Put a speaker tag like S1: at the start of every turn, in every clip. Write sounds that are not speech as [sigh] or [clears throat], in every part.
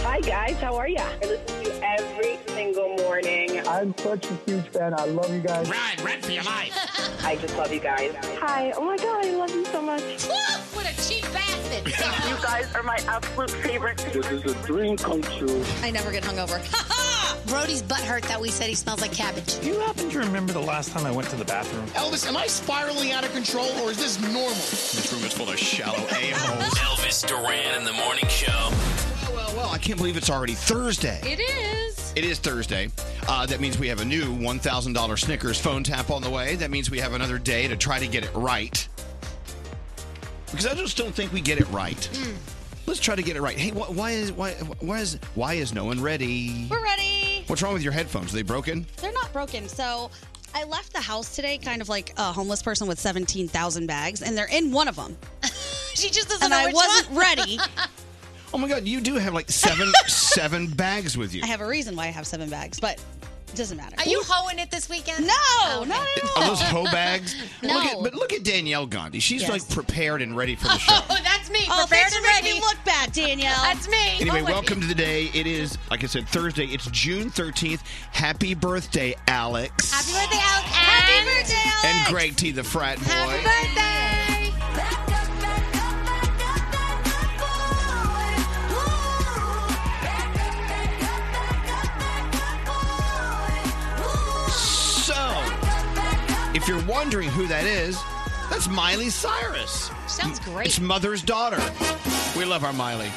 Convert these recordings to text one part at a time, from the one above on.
S1: Hi, guys. How are ya? I listen to you every single morning.
S2: I'm such a huge fan. I love you guys.
S3: Ride, run for your life.
S1: I just love you guys.
S4: Hi. Oh my God, I love you so much.
S5: what a cheap
S1: [laughs]
S5: bastard.
S6: You guys are my absolute favorite.
S2: This is a dream come true.
S5: I never get hungover. Brody's butt hurt that we said he smells like cabbage.
S7: Do you happen to remember the last time I went to the bathroom?
S8: Elvis, am I spiraling out of control or is this normal?
S9: This room is full
S8: [laughs]
S9: of shallow a-holes.
S3: Elvis Duran in the morning show.
S8: Well, well, well, I can't believe it's already Thursday.
S5: It is.
S8: It is Thursday. Uh, that means we have a new $1,000 Snickers phone tap on the way. That means we have another day to try to get it right. Because I just don't think we get it right. Let's try to get it right. Hey, wh- why is why why is why is no one ready?
S10: We're ready.
S8: What's wrong with your headphones? Are they broken?
S10: They're not broken. So I left the house today kind of like a homeless person with 17,000 bags, and they're in one of them. she just doesn't and
S5: know
S10: I
S5: which
S10: wasn't
S5: one. [laughs]
S10: ready.
S8: Oh my God, you do have like [laughs] seven seven bags with you.
S10: I have a reason why I have seven bags, but it doesn't matter.
S5: Are you hoeing it this weekend? Oh,
S10: No, not at all.
S8: Are those [laughs] hoe
S10: [laughs]
S8: bags?
S5: No.
S8: Look at, but look at Danielle Gandhi. She's
S10: Yes.
S8: like prepared and ready for the [laughs] show.
S5: [laughs] Oh, that's me.
S10: Oh,
S5: Prepared
S10: thanks for
S5: and
S10: making
S5: ready.
S10: me look bad, Danielle.
S5: That's me.
S8: Anyway,
S5: Oh, my
S8: welcome to the day. It is, like I said, Thursday. It's June 13th. Happy birthday, Alex.
S5: Happy birthday, Alex.
S10: Happy
S5: And-
S10: birthday, Alex.
S8: and Greg T, the frat boy.
S5: Happy birthday.
S8: so, if you're wondering who that is, that's Miley Cyrus.
S5: Sounds
S8: It's
S5: great.
S8: mother's daughter. We love our Miley.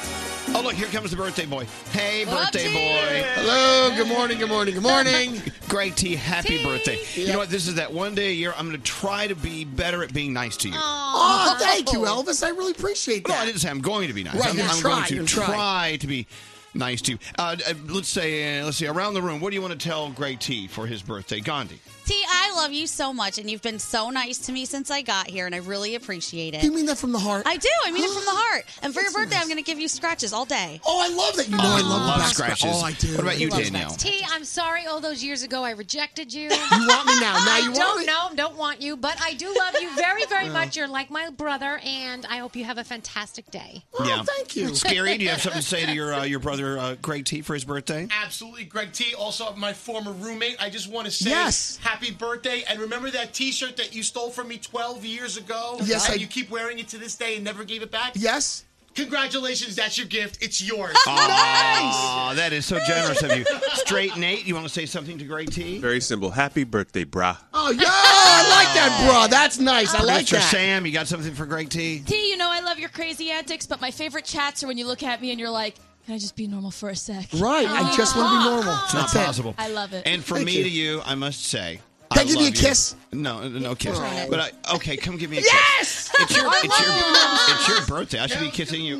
S8: Oh, look, here comes the birthday boy. Hey, birthday
S5: Whoopsie.
S8: boy.
S11: Hello, good morning, good morning,
S8: [laughs]
S11: good morning.
S8: Greg T, happy
S5: T.
S8: birthday. You know what? This is that one day a year I'm going to try to be better at being nice to you.
S11: Oh, thank you, Elvis. I really appreciate
S8: No, I
S11: that.
S8: didn't say I'm going to be nice.
S11: Right,
S8: I'm,
S11: you're
S8: I'm
S11: try,
S8: going to
S11: you're
S8: try.
S11: try.
S8: to be nice to you. Uh, uh, let's say, uh, let's see, around the room, what do you want to tell Greg T for his birthday? Gandhi.
S10: T, I love you so much, and you've been so nice to me since I got here, and I really appreciate it.
S11: You mean that from the heart?
S10: I do. I mean
S11: [gasps]
S10: it from the heart. And for your birthday, I'm going to give you scratches all day.
S11: Oh, I love that. You know, I love, the back scratch.
S8: scratches.
S11: Oh, I do.
S8: What about you,
S11: I love
S8: Danielle?
S5: T, I'm sorry all those years ago I rejected you.
S11: [laughs] You want me now? Now
S5: I
S11: you want
S5: don't
S11: me?
S5: know, don't want you, but I do love you
S11: [laughs]
S5: very, very much. You're like my brother, and I hope you have a fantastic day.
S11: Oh, thank you.
S8: Scary, do you have something to
S11: [laughs]
S8: say to your uh, your brother uh, Greg T for his birthday?
S12: Absolutely, Greg T. Also, my former roommate. I just want to say
S11: Yes.
S12: happy birthday, and remember that T-shirt that you stole from me 12 years ago.
S11: Yes,
S12: and
S11: I-
S12: you keep wearing it to this day and never gave it back.
S11: Yes.
S12: Congratulations, that's your gift. It's
S8: [laughs]
S12: yours.
S8: Aw, that is so generous of you. Straight Nate, you want to say something to Greg T?
S13: Very simple. Happy birthday, brah.
S14: [laughs]
S11: Oh, yeah. I like that, bro. That's nice. I like
S8: Producer
S11: that.
S8: Sam, you got something for Greg T?
S14: T, you know I love your crazy antics, but my favorite chats are when you look at me and you're like, "Can I just be normal for a sec?"
S11: Right. I just want to be normal.
S8: It's not
S11: That's it.
S8: possible.
S14: I love it.
S8: And from
S11: Thank
S8: me
S11: you.
S8: to you, I must say.
S11: Can I give you
S8: love
S11: a kiss?
S8: No, no, no kiss.
S11: Aw.
S8: But I, okay, come give me a
S11: Yes!
S8: kiss.
S11: [laughs]
S8: It's your, it's your, it's your birthday. I should be kissing you.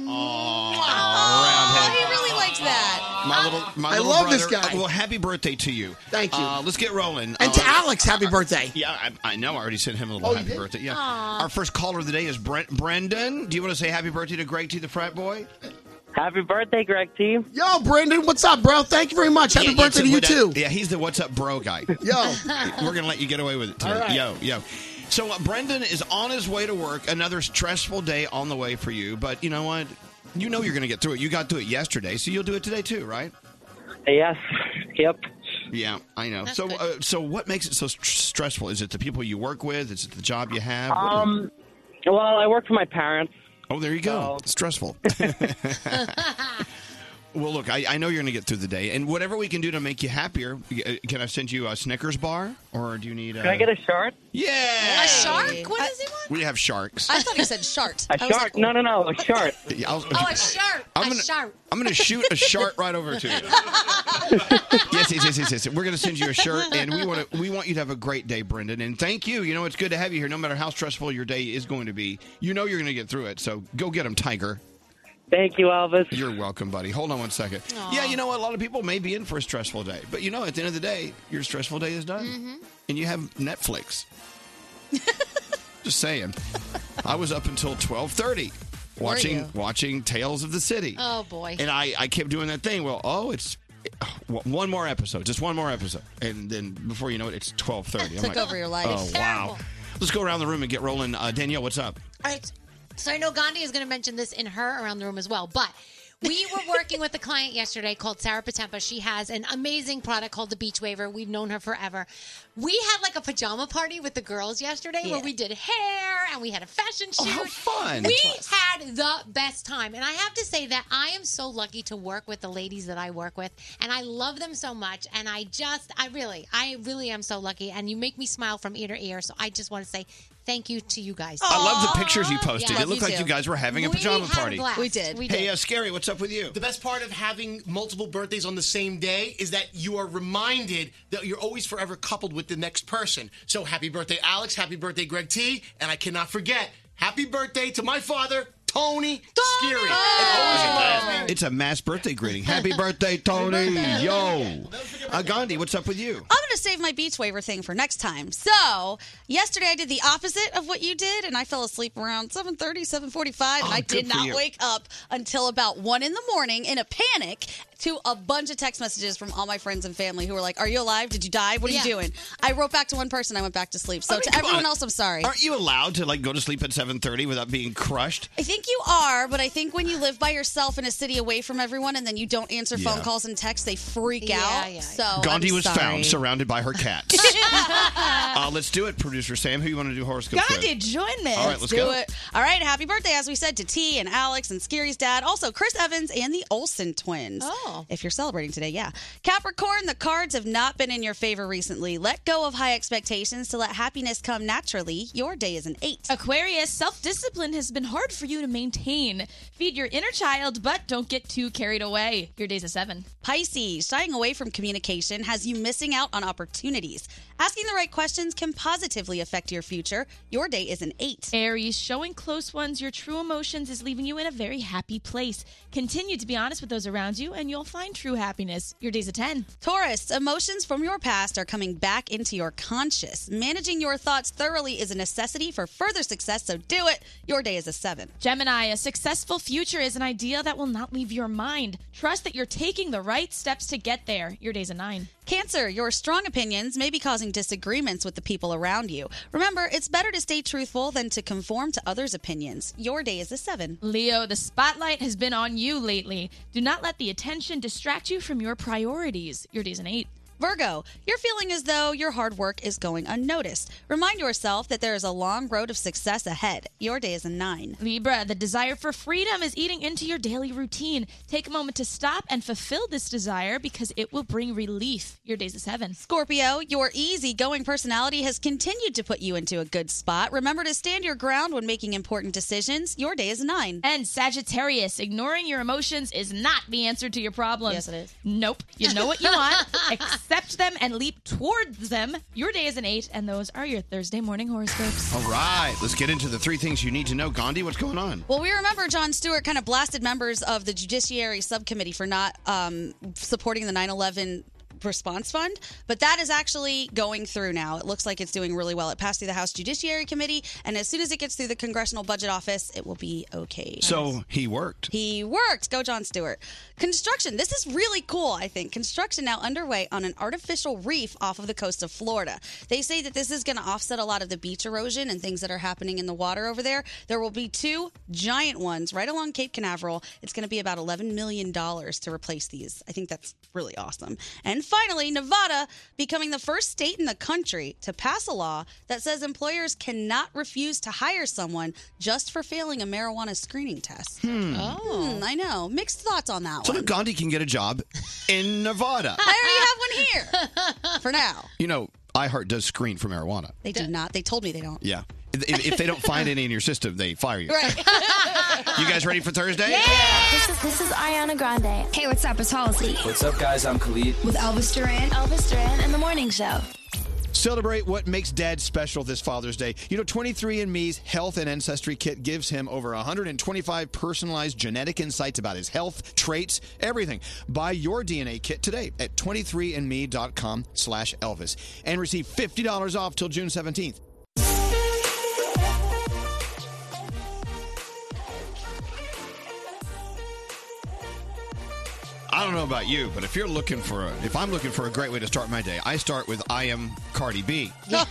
S8: Aw,
S10: Oh,
S8: roundhead.
S10: he really likes that.
S8: My little, my
S11: I
S8: little
S11: love
S8: brother.
S11: this guy.
S8: Well, happy birthday to you.
S11: Thank you.
S8: Uh, let's get rolling.
S11: And to
S8: Uh,
S11: Alex, happy birthday.
S8: Yeah, I, I know. I already sent him a little
S11: Oh, you
S8: happy
S11: did?
S8: birthday. Yeah. Our first caller of the day is Brent Brendan. Do you want to say happy birthday to Greg T, the frat boy?
S2: Happy birthday, Greg T.
S11: Yo, Brandon, what's up, bro? Thank you very much. Happy
S8: Yeah,
S11: birthday to you,
S8: it's-
S11: too.
S8: Yeah, he's the what's up bro guy.
S11: [laughs] Yo.
S8: We're gonna let you get away with it today.
S11: All right.
S8: Yo, yo. So uh, Brendan is on his way to work. Another stressful day on the way for you, but you know what? You know you're gonna get through it. You got through it yesterday, so you'll do it today too, right?
S2: Yes. Yep.
S8: Yeah, I know. so, uh, so what makes it so st- stressful? Is it the people you work with? Is it the job you have?
S2: Um. Well, I work for my parents.
S8: oh, there you go.
S2: so- [laughs]
S8: Stressful. [laughs] well, look, I, I know you're gonna get through the day, and whatever we can do to make you happier, uh, can I send you a Snickers bar, or do you need?
S2: Can I get a shark?
S8: Yeah.
S5: A shark? What does he want?
S8: We have sharks.
S10: I thought he said shart.
S2: A
S10: I was
S2: shark?
S10: like,
S2: No, no, no. A shark.
S8: [laughs] Yeah, I'll-
S5: Oh, a shark.
S8: I'm
S5: a
S8: gonna-
S5: shark.
S8: I'm going to shoot a shark right over to you.
S5: [laughs]
S10: [laughs]
S8: yes, yes, yes, yes, yes. We're going to send you a shirt, and we want to. We want you to have a great day, Brendan. And thank you. You know, it's good to have you here. No matter how stressful your day is going to be, you know you're going to get through it. So go get him, Tiger.
S2: Thank you, Elvis.
S8: You're welcome, buddy. Hold on one second. Yeah, you know what? A lot of people may be in for a stressful day, but you know, at the end of the day, your stressful day is done, and you have Netflix. Just saying. I was up until twelve thirty, watching
S10: you?
S8: watching Tales of the City.
S5: Oh, boy.
S8: And I, I kept doing that thing. Well, oh, it's w- one more episode, just one more episode, and then before you know it, it's twelve
S10: [laughs]
S8: thirty.
S10: Took over your life.
S8: Oh wow!
S5: Terrible.
S8: Let's go around the room and get rolling. Uh, Danielle, what's up?
S5: All right. So I know Gandhi is going to mention this in her around the room as well, but We were working with a client yesterday called Sarah Patempa. She has an amazing product called the Beach Waver. We've known her forever. We had like a pajama party with the girls yesterday where
S15: Yeah. Oh,
S5: we did hair and we had a fashion shoot.
S15: fun.
S5: We
S15: Plus.
S5: had the best time. And I have to say that I am so lucky to work with the ladies that I work with and I love them so much and I just I really I really am so lucky and you make me smile from ear to ear. So I just want to say thank you to you guys.
S8: I love the pictures you posted.
S5: Yeah.
S8: It looked like you guys were having a
S5: We
S8: pajama
S5: had a
S8: party.
S5: blast. We did. We
S8: Hey,
S5: did.
S8: uh, Scary, what's up with you?
S12: The best part of having multiple birthdays on the same day is that you are reminded that you're always forever coupled with the next person. So happy birthday, Alex. Happy birthday, Greg T. And I cannot forget, happy birthday to my father, Tony, Scary. It always reminds me.
S8: It's a mass birthday
S10: [laughs]
S8: greeting. Happy birthday, Tony! Yo, uh, Gandhi, what's up with you?
S10: I'm going to save my beach waiver thing for next time. So, yesterday I did the opposite of what you did, and I fell asleep around 7.30, 7.45,
S8: Oh,
S10: and I
S15: good
S10: did
S15: for
S10: not
S15: you.
S10: wake up until about 1 in the morning in a panic to a bunch of text messages from all my friends and family who were like, are you alive? Did you die? What are
S15: Yeah.
S10: you doing? I wrote back to one person. I went back to sleep. So,
S8: mean,
S10: to
S8: come
S10: everyone
S8: on.
S10: else, I'm sorry.
S8: Aren't you allowed to like go to sleep at seven thirty without being crushed?
S10: I think you are, but I think when you live by yourself in a city away from everyone and then you don't answer
S8: Yeah.
S10: phone calls and texts, they freak out. so
S8: Gandhi
S10: Oh, I'm
S8: was
S10: sorry.
S8: found surrounded by her
S10: [laughs]
S8: cat. uh, let's do it, producer Sam. Who you want to do horoscopes with?
S10: Gandhi, join me.
S8: All right, let's
S10: do
S8: go.
S10: it. All right, happy birthday, as we said, to T and Alex and Scary's dad. Also, Chris Evans and the Olsen twins. Oh. If you're celebrating today, yeah. Capricorn, the cards have not been in your favor recently. Let go of high expectations to let happiness come naturally. Your day is an eight.
S14: Aquarius, self discipline has been hard for you to maintain. Feed your inner child, but don't get too carried away. Your day's a seven.
S10: Pisces, shying away from communication has you missing out on opportunities. Asking the right questions can positively affect your future. Your day is an eight.
S14: Aries, showing close ones your true emotions is leaving you in a very happy place. Continue to be honest with those around you, and you'll find true happiness. Your day's a 10.
S10: Taurus, emotions from your past are coming back into your conscious. Managing your thoughts thoroughly is a necessity for further success, so do it. Your day is a seven.
S14: Gemini, a successful future is an idea that will not leave your mind. Trust that you're taking the right steps to get there. Your day's a 9.
S10: Cancer, your strong opinions may be causing disagreements with the people around you. Remember, it's better to stay truthful than to conform to others' opinions. Your day is a seven.
S14: Leo, the spotlight has been on you lately. Do not let the attention distract you from your priorities. Your day's an 8.
S10: Virgo, you're feeling as though your hard work is going unnoticed. Remind yourself that there is a long road of success ahead. Your day is a nine.
S14: Libra, the desire for freedom is eating into your daily routine. Take a moment to stop and fulfill this desire because it will bring relief. Your day's a 7.
S10: Scorpio, your easygoing personality has continued to put you into a good spot. Remember to stand your ground when making important decisions. Your day is a nine.
S14: And Sagittarius, ignoring your emotions is not the answer to your problems.
S10: Yes, it is.
S14: Nope. You know what
S10: [laughs]
S14: you want, accept them, and leap towards them. Your day is an eight, and those are your Thursday morning horoscopes.
S8: All right, let's get into the three things you need to know. Gandhi, what's going on?
S10: Well, we remember John Stewart kind of blasted members of the Judiciary Subcommittee for not um, supporting the 9 11 response fund, but that is actually going through now. It looks like it's doing really well. It passed through the House Judiciary Committee, and as soon as it gets through the Congressional Budget Office, it will be okay.
S8: So he worked.
S10: He worked. Go, John Stewart. Construction. This is really cool, I think. Construction now underway on an artificial reef off of the coast of Florida. They say that this is going to offset a lot of the beach erosion and things that are happening in the water over there. There will be two giant ones right along Cape Canaveral. It's going to be about $11 million to replace these. I think that's really awesome. And finally, Nevada becoming the first state in the country to pass a law that says employers cannot refuse to hire someone just for failing a marijuana screening test.
S8: Hmm.
S10: Oh, I know. Mixed thoughts on that
S8: So
S10: one.
S8: that Gandhi can get a job in
S10: [laughs]
S8: Nevada.
S10: I already have one
S5: [laughs]
S10: here for now.
S8: You know, iHeart does screen for marijuana.
S10: They do not. They told me they don't.
S8: Yeah. If, if they don't find any in your system, they fire you.
S10: [laughs]
S5: [laughs]
S10: Right.
S8: You guys ready for Thursday?
S16: This is this is Ariana Grande. Hey, what's up? It's Halsey
S17: What's up, guys? I'm Khalid.
S16: with Elvis Duran. Elvis Duran and the Morning Show.
S18: Celebrate what makes dad special this Father's Day. You know, 23andMe's health and ancestry kit gives him over 125 personalized genetic insights about his health, traits, everything. Buy your DNA kit today at 23andme.com slash Elvis and receive $50 off till June 17th.
S8: I don't know about you, but if you're looking for a, if I'm looking for a great way to start my day, I start with I am Cardi B. [laughs]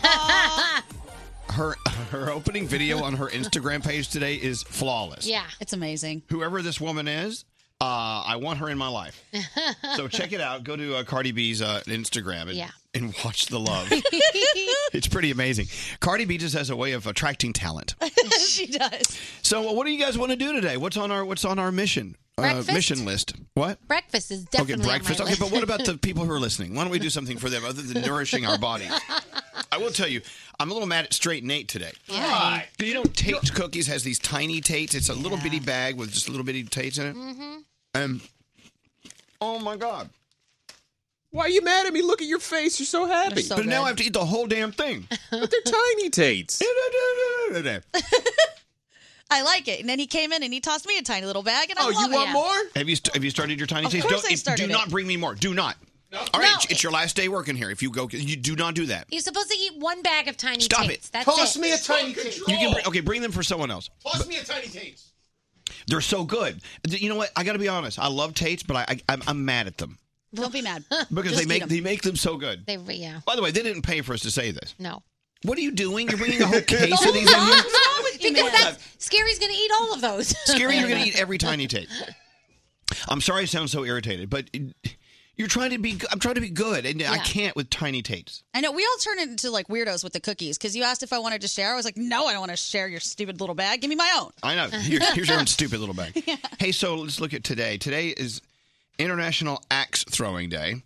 S8: Her her opening video on her Instagram page today is flawless.
S10: It's amazing.
S8: Whoever this woman is, Uh, I want her in my life.
S5: [laughs]
S8: So check it out. Go to uh, Cardi B's uh, Instagram and,
S5: Yeah.
S8: and watch the
S5: [laughs]
S8: love. it's pretty amazing. Cardi B just has a way of attracting talent.
S5: [laughs]
S10: she does.
S8: So uh, what do you guys want to do today? What's on our What's on our mission? uh,
S5: Breakfast?
S8: mission list. What?
S5: Breakfast is
S8: okay,
S5: definitely
S8: breakfast.
S5: On my
S8: Okay,
S5: list.
S8: but what about the people who are listening? Why don't we do something for them other than nourishing our bodies? I will tell you, I'm a little mad at Straight Nate today.
S5: Why?
S8: Because you know, Tate's Cookies has these tiny Tates. It's a little bitty bag with just little bitty Tates in it.
S5: Mm-hmm.
S8: And oh my god,
S15: Why are you mad at me? Look at your face. You're so happy.
S8: but now I have to eat the whole damn thing.
S15: But they're tiny tates.
S10: [laughs] I like it. And then he came in and he tossed me a tiny little bag,
S8: Oh,
S10: and I love it.
S8: Have you st- have you started your tiny
S10: Of
S8: Tates?
S10: course
S8: Don't-
S10: I
S8: if-
S10: started
S8: do
S10: it.
S8: not bring me more. Do not. All right, it's- it's your last day working here. If you go, you do not do that.
S5: [laughs] You're supposed to eat one bag of tiny
S8: Stop
S5: Tates.
S8: it.
S5: That's it.
S8: You can bring, okay, bring them for someone else.
S12: Toss me a tiny tape.
S8: They're so good. You know what? I got to be honest. I love Tates, but I, I I'm, I'm mad at them
S10: Don't be
S5: [laughs]
S10: mad.
S8: because they make they make them so good.
S5: They, yeah.
S8: By the way, they didn't pay for us to say this.
S5: No.
S8: What are you doing? You're bringing a whole case
S5: [laughs]
S8: of these. in here?
S5: What's wrong with you, Because that's Scary's going to eat all of those.
S8: Scary, you're
S5: [laughs]
S8: going to eat every tiny tape. I'm sorry, I sound so irritated, but uh, you're trying to be. I'm trying to be good, and I
S10: Yeah.
S8: can't with tiny tapes.
S10: I know we all turn into like weirdos with the cookies because you asked if I wanted to share. I was like, no, I don't want to share your stupid little bag. Give me my own.
S8: I know. Here- here's your own stupid little bag. Hey, so let's look at today. Today is International Axe Throwing Day.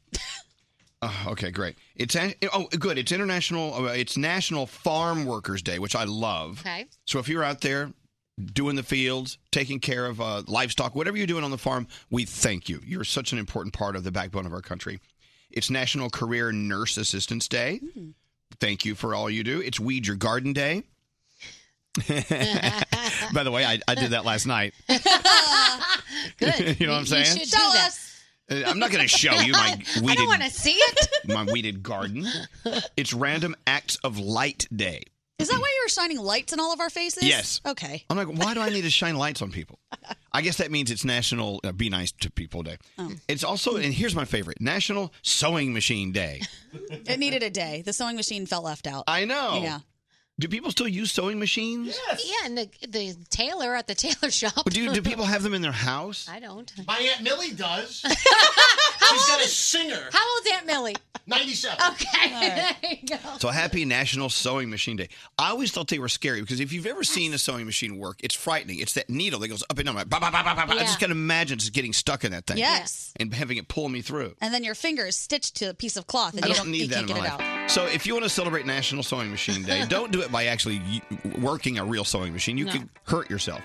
S8: Uh, okay, great. It's an- oh good. It's international. Uh, it's National Farm Workers Day, which I love.
S5: Okay.
S8: So if you're out there doing the fields, taking care of uh, livestock, whatever you're doing on the farm, we thank you. You're such an important part of the backbone of our country. It's National Career Nurse Assistance Day.
S5: Hmm.
S8: Thank you for all you do. It's Weed Your Garden Day.
S5: [laughs]
S8: By the way, I, I did that last
S5: [laughs]
S8: night.
S5: Good.
S8: [laughs] You know what I'm saying?
S5: You should show us.
S8: Uh, I'm not going to show you my weeded,
S5: [laughs] I don't want to see it.
S8: my weeded
S5: [laughs]
S8: garden. It's Random Acts of Light Day.
S10: Is that why you were shining lights in all of our faces?
S8: Yes.
S10: Okay.
S8: I'm like, why do I need to shine lights on people? I guess that means it's National uh, Be Nice to People Day.
S10: Um.
S8: It's also, and here's my favorite National Sewing Machine Day.
S10: It needed a day. The sewing machine felt left out.
S8: I know.
S10: [laughs] Yeah.
S8: Oh, Do people still use sewing machines?
S5: Yeah, and the, the tailor at the tailor shop.
S8: Do, do people have them in their house?
S5: I don't.
S12: My Aunt Millie does. She's got a singer.
S5: How old's
S12: [laughs]
S5: Aunt Millie?
S12: 97.
S5: Okay. There you go.
S8: So happy National Sewing Machine Day. I always thought they were scary because if you've ever seen a sewing machine work, it's frightening. It's that needle that goes up and down. Like, bah, bah, bah, bah, bah, bah. I
S10: Yeah.
S8: just can imagine just getting stuck in that thing.
S10: Yes.
S8: And having it pull me through.
S10: And then your finger is stitched to a piece of cloth, and
S8: I
S10: you
S8: don't
S10: don't you
S8: need that
S10: can't
S8: in
S10: get
S8: my
S10: it
S8: life.
S10: out.
S8: So if you want to celebrate National Sewing Machine
S10: [laughs]
S8: Day, don't do it by actually y- working a real sewing machine. You
S10: No.
S8: could hurt yourself.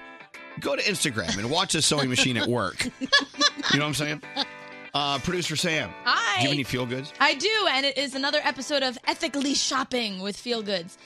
S8: Go to Instagram and watch a sewing machine at
S10: [laughs]
S8: work. You know what I'm saying? Uh, Producer Sam, do you have
S14: Hi.
S8: any feel goods?
S14: I do, and it is another episode of Ethically Shopping with Feel Goods.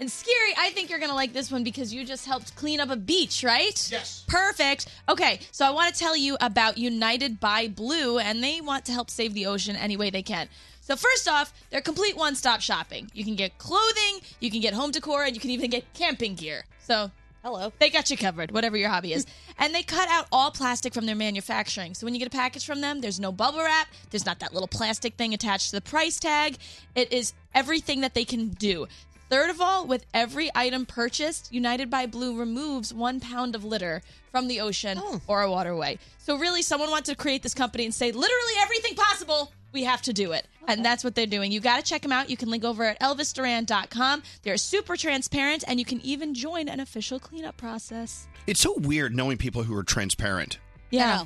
S14: and Scary, I think you're gonna like this one because you just helped clean up a beach, right? Yes. Perfect. Okay, so I want to tell you about United by Blue, and they want to help save the ocean any way they can. So first off, they're complete one-stop shopping. You can get clothing, you can get home decor, and you can even get camping gear. So Hello. They got you covered, whatever your hobby is. and they cut out all plastic from their manufacturing. So when you get a package from them, there's no bubble wrap, there's not that little plastic thing attached to the price tag. It is everything that they can do. Third of all, with every item purchased, United by Blue removes one pound of litter from the ocean or a waterway. So, really, someone wants to create this company and say, literally everything possible, we have to do it. And that's what they're doing. You got to check them out. You can link over at elvisduran.com. They're super transparent, and you can even join an official cleanup process.
S8: It's so weird knowing people who are transparent.
S14: Yeah.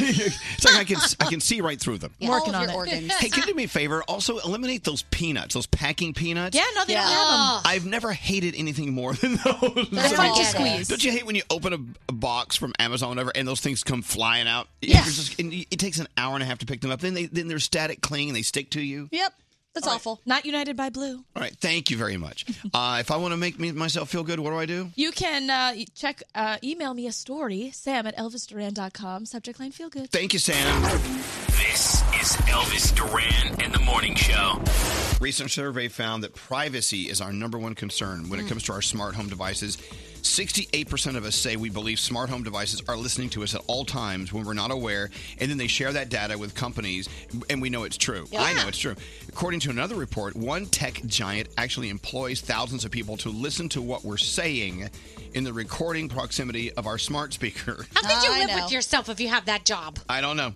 S8: It's like I can I can see right through them.
S14: Yeah. Working All of on your it. organs.
S8: Hey, can you do me a favor? Also, eliminate those peanuts, those packing peanuts.
S14: Yeah, no, they don't have 'em.
S8: I've never hated anything more than those.
S14: They're fun to squeeze.
S8: Don't you hate when you open a, a box from Amazon, or whatever, and those things come flying out?
S10: Yeah.
S8: It's just- and it takes an hour and a half to pick them up. Then they then they're static cling and they stick to you.
S10: Yep. That's awful.
S14: Not United by Blue.
S8: All right, thank you very
S14: [laughs]
S8: much. Uh, if I want to make me, myself feel good, what do I do?
S14: You can uh, check, uh, email me a story, sam at elvisduran.com, subject line feel good.
S8: Thank you, Sam.
S3: This is Elvis Duran and the Morning Show.
S8: Recent survey found that privacy is our number one concern when it
S3: Mm.
S8: comes to our smart home devices. 68% of us say we believe smart home devices are listening to us at all times when we're not aware, and then they share that data with companies, and we know it's true. I know it's true. According to another report, one tech giant actually employs thousands of people to listen to what we're saying in the recording proximity of our smart speaker.
S5: How could you live with yourself if you have that job?
S8: I don't
S10: [laughs]
S8: know.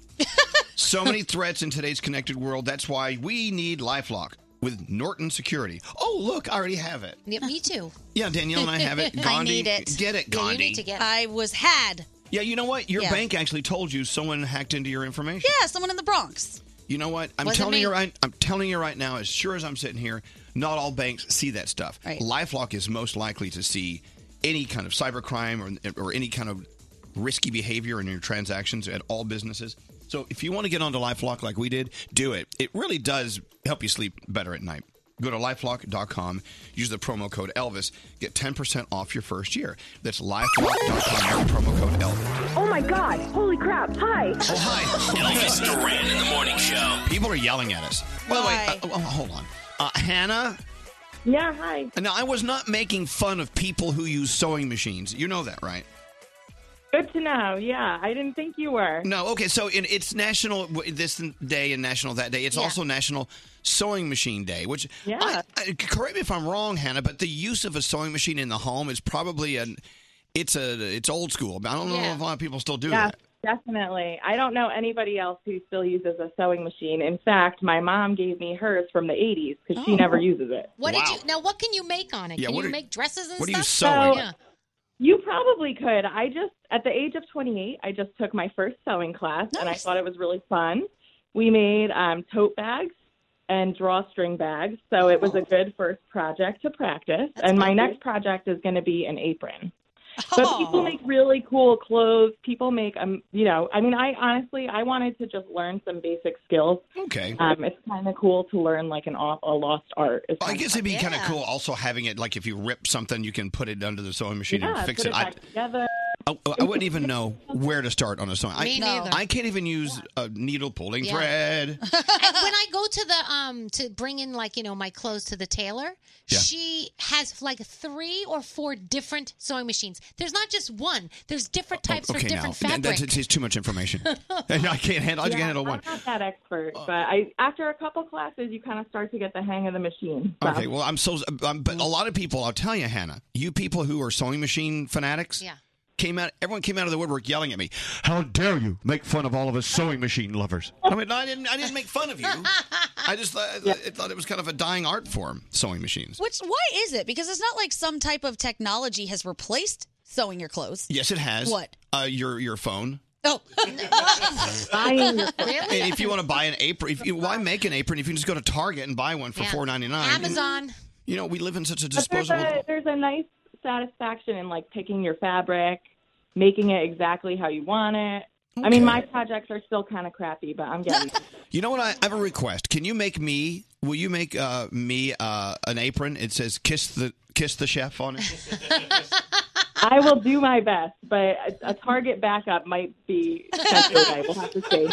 S8: so many threats in today's connected world. That's why we need LifeLock with Norton Security. Oh, look, I already have it.
S5: Yeah, me too.
S8: Yeah, Danielle and I have [laughs] it. Gandhi,
S10: [laughs] I need it.
S8: Get it, Gandhi.
S10: I was had.
S8: yeah, you know what? Your
S10: Yeah.
S8: bank actually told you someone hacked into your information.
S10: Yeah, someone in the Bronx.
S8: You know what? I'm
S10: Wasn't
S8: telling you
S10: me.
S8: right. I'm telling you right now. As sure as I'm sitting here, not all banks see that stuff.
S10: Right.
S8: LifeLock is most likely to see any kind of cybercrime or or any kind of risky behavior in your transactions at all businesses. So if you want to get onto LifeLock like we did, do it. It really does help you sleep better at night. Go to lifelock.com, use the promo code Elvis, get 10% off your first year. That's lifelock.com, promo code Elvis.
S6: Oh my God! Holy crap! Hi.
S8: Oh hi.
S3: Elvis Duran in the morning show.
S8: People are yelling at us. By the way, uh, oh, oh, hold on. Uh, Hannah?
S6: Yeah, hi.
S8: Now, I was not making fun of people who use sewing machines. You know that, right?
S17: Good to know. Yeah, I didn't think you were.
S8: No, okay, so in, it's National w- this day and National that day. It's
S17: Yeah.
S8: also National Sewing Machine Day, which, I, I- correct me if I'm wrong, Hannah, but the use of a sewing machine in the home is probably an, it's a, it's old school. I don't know
S17: Yeah.
S8: if a lot of people still do
S17: yes,
S8: that.
S17: definitely. I don't know anybody else who still uses a sewing machine. In fact, my mom gave me hers from the 80s because she
S5: Oh.
S17: never uses it.
S5: What did you now? What can you make on it?
S17: Yeah,
S5: can
S17: what
S5: you
S17: are-
S5: make dresses and
S17: what are you
S5: stuff?
S17: sewing?
S5: yeah.
S17: You probably could. I just, at the age of 28, I just took my first sewing class and I
S5: Nice.
S17: thought it was really fun. We made um, tote bags and drawstring bags, so it was
S5: Oh.
S17: a good first project to practice. and my
S6: cool.
S17: next project is going to be an apron. But
S5: Oh.
S17: people make really cool clothes. People make, um, you know, I mean, I honestly, I wanted to just learn some basic skills.
S8: Okay.
S17: Um, it's kind of cool to learn like an off, a lost art. is
S8: I
S17: kinda
S8: guess it'd be
S17: fun.
S8: kind of cool also having it like if you rip something, you can put it under the sewing machine
S17: Yeah,
S8: and fix
S17: put
S8: it.
S17: it
S8: I,
S17: back together.
S8: I, I wouldn't even know where to start on a sewing.
S5: Me
S8: I,
S5: neither.
S8: I can't even use uh, needle pulling
S5: Yeah.
S8: thread.
S5: [laughs] And when I go to the um to bring in like you know my clothes to the tailor,
S8: Yeah.
S5: she has like three or four different sewing machines. There's not just one. There's different types for
S8: Oh, okay, now
S5: different
S8: Th-
S5: fabric.
S8: that's, it's too much information.
S5: [laughs]
S8: I can't handle. I
S17: Yeah,
S8: can handle one.
S17: I'm not that expert,
S8: Uh,
S17: but I after a couple classes, you kind of start to get the hang of the machine. So.
S8: Okay, well, I'm so. Um, but a lot of people, I'll tell you, Hannah, you people who are sewing machine fanatics,
S5: Yeah.
S8: came out. Everyone came out of the woodwork yelling at me. How dare you make fun of all of us sewing machine lovers? I mean, I didn't. I didn't make fun of you. I just thought, I thought it was kind of a dying art form, sewing machines.
S10: Which why is it? Because it's not like some type of technology has replaced sewing your clothes.
S8: Yes, it has.
S10: What?
S8: Uh, your your phone.
S10: Oh, [laughs]
S17: Buying your-
S8: And if you want to buy an apron, if you, why make an apron if you can just go to Target and buy one for
S17: Yeah.
S8: four ninety nine?
S5: Amazon.
S8: You know, we live in such a
S17: But there's
S8: disposable.
S17: a, there's a nice satisfaction in like picking your fabric, making it exactly how you want it. I mean, my projects are still kind of crappy, but I'm getting there.
S8: You know what? I I have a request. Can you make me? Will you make uh, me uh, an apron? It says "kiss the kiss the chef" on it.
S17: I will do my best, but a, a Target backup might
S8: [laughs]
S17: be. I will have to see.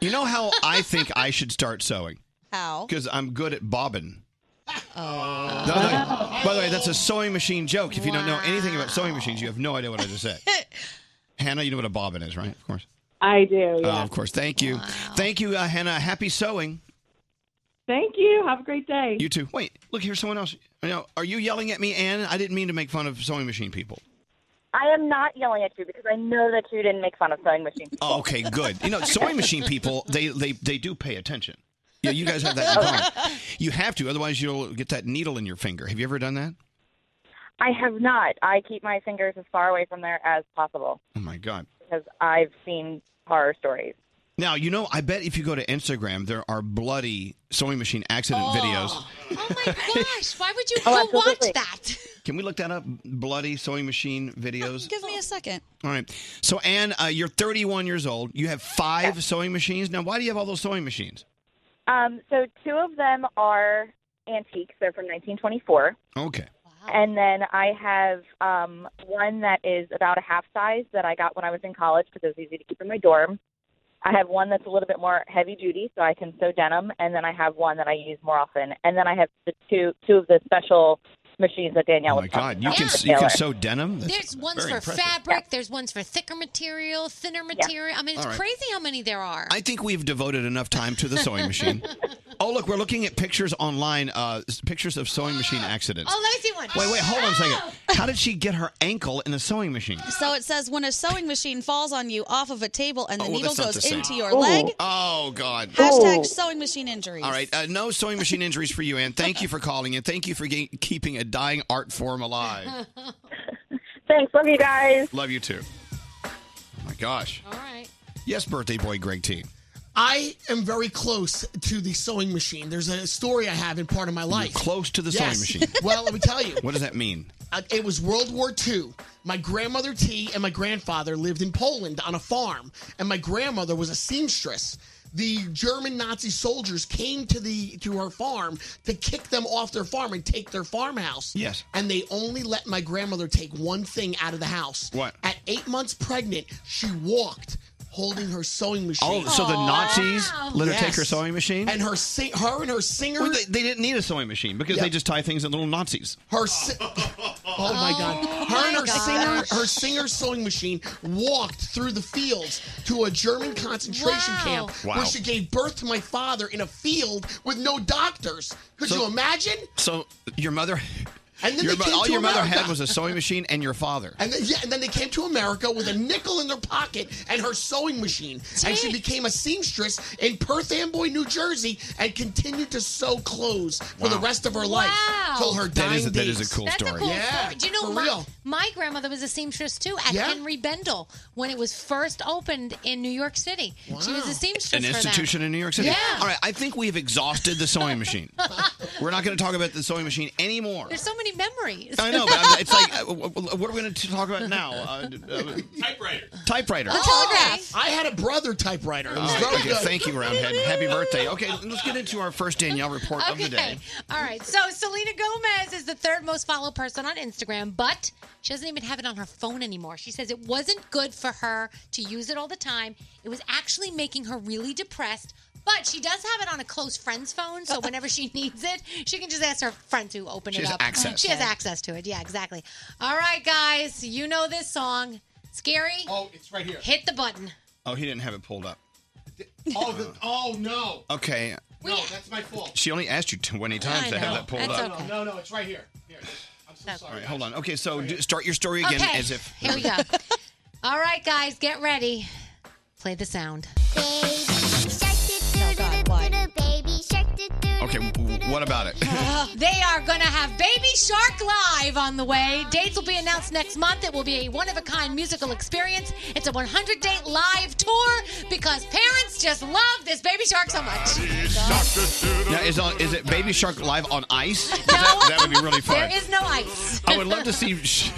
S8: you know how I think I should start sewing
S10: How?
S8: because I'm good at bobbin.
S10: Oh.
S8: By the way- by the way, that's a sewing machine joke. If you don't know anything about sewing machines, you have no idea what I just
S10: [laughs]
S8: said. Hannah, you know what a bobbin is, right? Of course.
S17: I do.
S8: Uh, of course. Thank you. Thank you, uh, Hannah. Happy sewing.
S17: Thank you. Have a great day.
S8: You too. Wait, look here's someone else. You know, are you yelling at me, Ann? I didn't mean to make fun of sewing machine people.
S6: I am not yelling at you because I know that you didn't make fun of sewing machines.
S8: [laughs] Oh, okay, good. You know, sewing machine people, they they they do pay attention. Yeah, you guys have that. in common. You have to, otherwise you'll get that needle in your finger. Have you ever done that?
S6: [laughs] I have not. I keep my fingers as far away from there as possible
S8: Oh my god.
S6: because I've seen horror stories.
S8: Now you know. I bet if you go to Instagram, there are bloody sewing machine accident videos.
S5: Gosh, why would you
S6: Oh,
S5: go watch
S6: absolutely.
S5: that?
S8: Can we look that up? Bloody sewing machine videos.
S10: Give me a second.
S8: All right. So, Anne, uh, you're 31 years old. You have five sewing machines. Now, why do you have all those sewing machines?
S6: Um, so two of them are antiques. They're from 1924.
S8: Okay.
S6: And then I have um, one that is about a half size that I got when I was in college because it was easy to keep in my dorm. I have one that's a little bit more heavy duty, so I can sew denim, and then I have one that I use more often. And then I have the two two of the special machines that Danielle
S8: Oh my
S6: was talking
S8: God, you
S6: about
S8: can
S6: with
S8: you can
S6: Taylor.
S8: sew denim. That's
S5: There's ones
S8: very
S5: for
S8: impressive.
S5: fabric. There's ones for thicker material, thinner material. I mean, it's
S8: All right.
S5: crazy how many there are.
S8: I think we've devoted enough time to the sewing
S5: [laughs]
S8: machine. oh, look, we're looking at pictures online, uh, s- pictures of sewing machine accidents.
S10: Oh, let me see one.
S8: Wait, wait, hold on a second. How did she get her ankle in a sewing machine?
S10: So it says when a sewing machine falls on you off of a table and the
S8: Oh, well,
S10: needle
S8: that's not the
S10: goes
S8: same.
S10: into your leg.
S8: Oh, God.
S10: Hashtag sewing machine injuries.
S8: All right, uh, no sewing machine injuries for you, Ann. Thank you for calling and thank you for ge- keeping a dying art form alive.
S10: [laughs]
S6: Thanks, love you guys.
S8: Love you too. Oh my gosh.
S5: All right.
S8: Yes, birthday boy Greg T.
S11: [laughs] I am very close to the sewing machine. There's a story I have in part of my life.
S8: close to the sewing
S11: Yes.
S8: machine.
S11: [laughs] well, let me tell you.
S8: What does that mean?
S11: Uh, it was World War II. My grandmother T and my grandfather lived in Poland on a farm, and my grandmother was a seamstress. The German Nazi soldiers came to the to her farm to kick them off their farm and take their farmhouse.
S8: Yes.
S11: And they only let my grandmother take one thing out of the house.
S8: What?
S11: At eight months pregnant, she walked holding her sewing
S8: Oh,
S11: machine.
S8: so the Nazis let her take her
S11: Yes.
S8: sewing machine?
S11: And her sing- her and her singer.
S8: Well, they, they didn't need a sewing machine because they just tie things in little Nazis.
S11: Her, si- [laughs] oh my God! Her and her singer, her singer sewing machine walked through the fields to a German concentration
S8: Wow.
S11: camp
S8: Wow.
S11: where she gave birth to my father in a field with no doctors. Could
S8: So-
S11: you imagine?
S8: So your mother,
S11: And then
S8: your
S11: they
S8: mo-
S11: came
S8: all
S11: to
S8: your mother
S11: America.
S8: had was a sewing machine and your father.
S11: And then, yeah, and then they came to America with a nickel in their pocket and her sewing machine, and she became a seamstress in Perth Amboy, New Jersey, and continued to sew clothes for the
S8: Wow.
S11: rest of her life till her
S8: That
S11: dying
S8: is a- that is a
S11: days.
S8: cool
S5: That's
S8: story.
S5: a cool
S11: Yeah,
S5: story. Do you know
S11: for
S5: my,
S11: real.
S5: my grandmother was a seamstress too at
S11: Yeah.
S5: Henry Bendel when it was first opened in New York City. She was a seamstress.
S8: An
S5: for them.
S8: institution in New York City.
S5: Yeah.
S8: All right, I think we've exhausted the sewing machine. We're not going to talk about the sewing machine anymore.
S5: [laughs] There's so many memories.
S8: I know,
S5: [laughs]
S8: but I'm, it's like, uh, w- w- what are we going to talk about now? Uh, d- uh, typewriter. Typewriter.
S11: [laughs] Telegraph. I had a brother typewriter. It was
S8: All right,
S11: very
S8: okay,
S11: good.
S8: Thank you, Roundhead. Happy birthday. Okay, let's get into our first Danielle report of the day.
S5: All right. So Selena Gomez is the third most followed person on Instagram, but she doesn't even have it on her phone anymore. She says it wasn't good for her to use it all the time. It was actually making her really depressed. But she does have it on a close friend's phone, so whenever she [laughs] needs it, she can just ask her friend to open
S19: She
S5: it
S19: has
S5: up.
S19: access.
S5: She has access to it. Yeah, exactly. All right, guys, you know this song. Scary. Oh,
S12: it's right here.
S5: Hit the button.
S8: Oh, he didn't have it pulled up.
S12: Oh, the, oh no.
S8: Okay,
S12: No, that's my fault.
S8: she only asked you 20 times to have that pulled up.
S12: No, no, no, it's right here. Here. I'm so
S8: All
S12: sorry.
S8: right, hold on. Okay, so do, start your story again
S5: Okay.
S8: as if.
S5: Here
S8: [laughs]
S5: we go. All right, guys, get ready. Play the sound.
S8: Okay, w- what about it? [laughs]
S5: they are going to have Baby Shark Live on the way. Dates will be announced next month. It will be a one of a kind musical experience. It's a 100 date live tour because parents just love this Baby Shark so much.
S8: Now, is, on, is it Baby Shark live on ice? 'Cause That, [laughs] that would be really fun.
S5: There is no ice.
S8: I would love to see sh-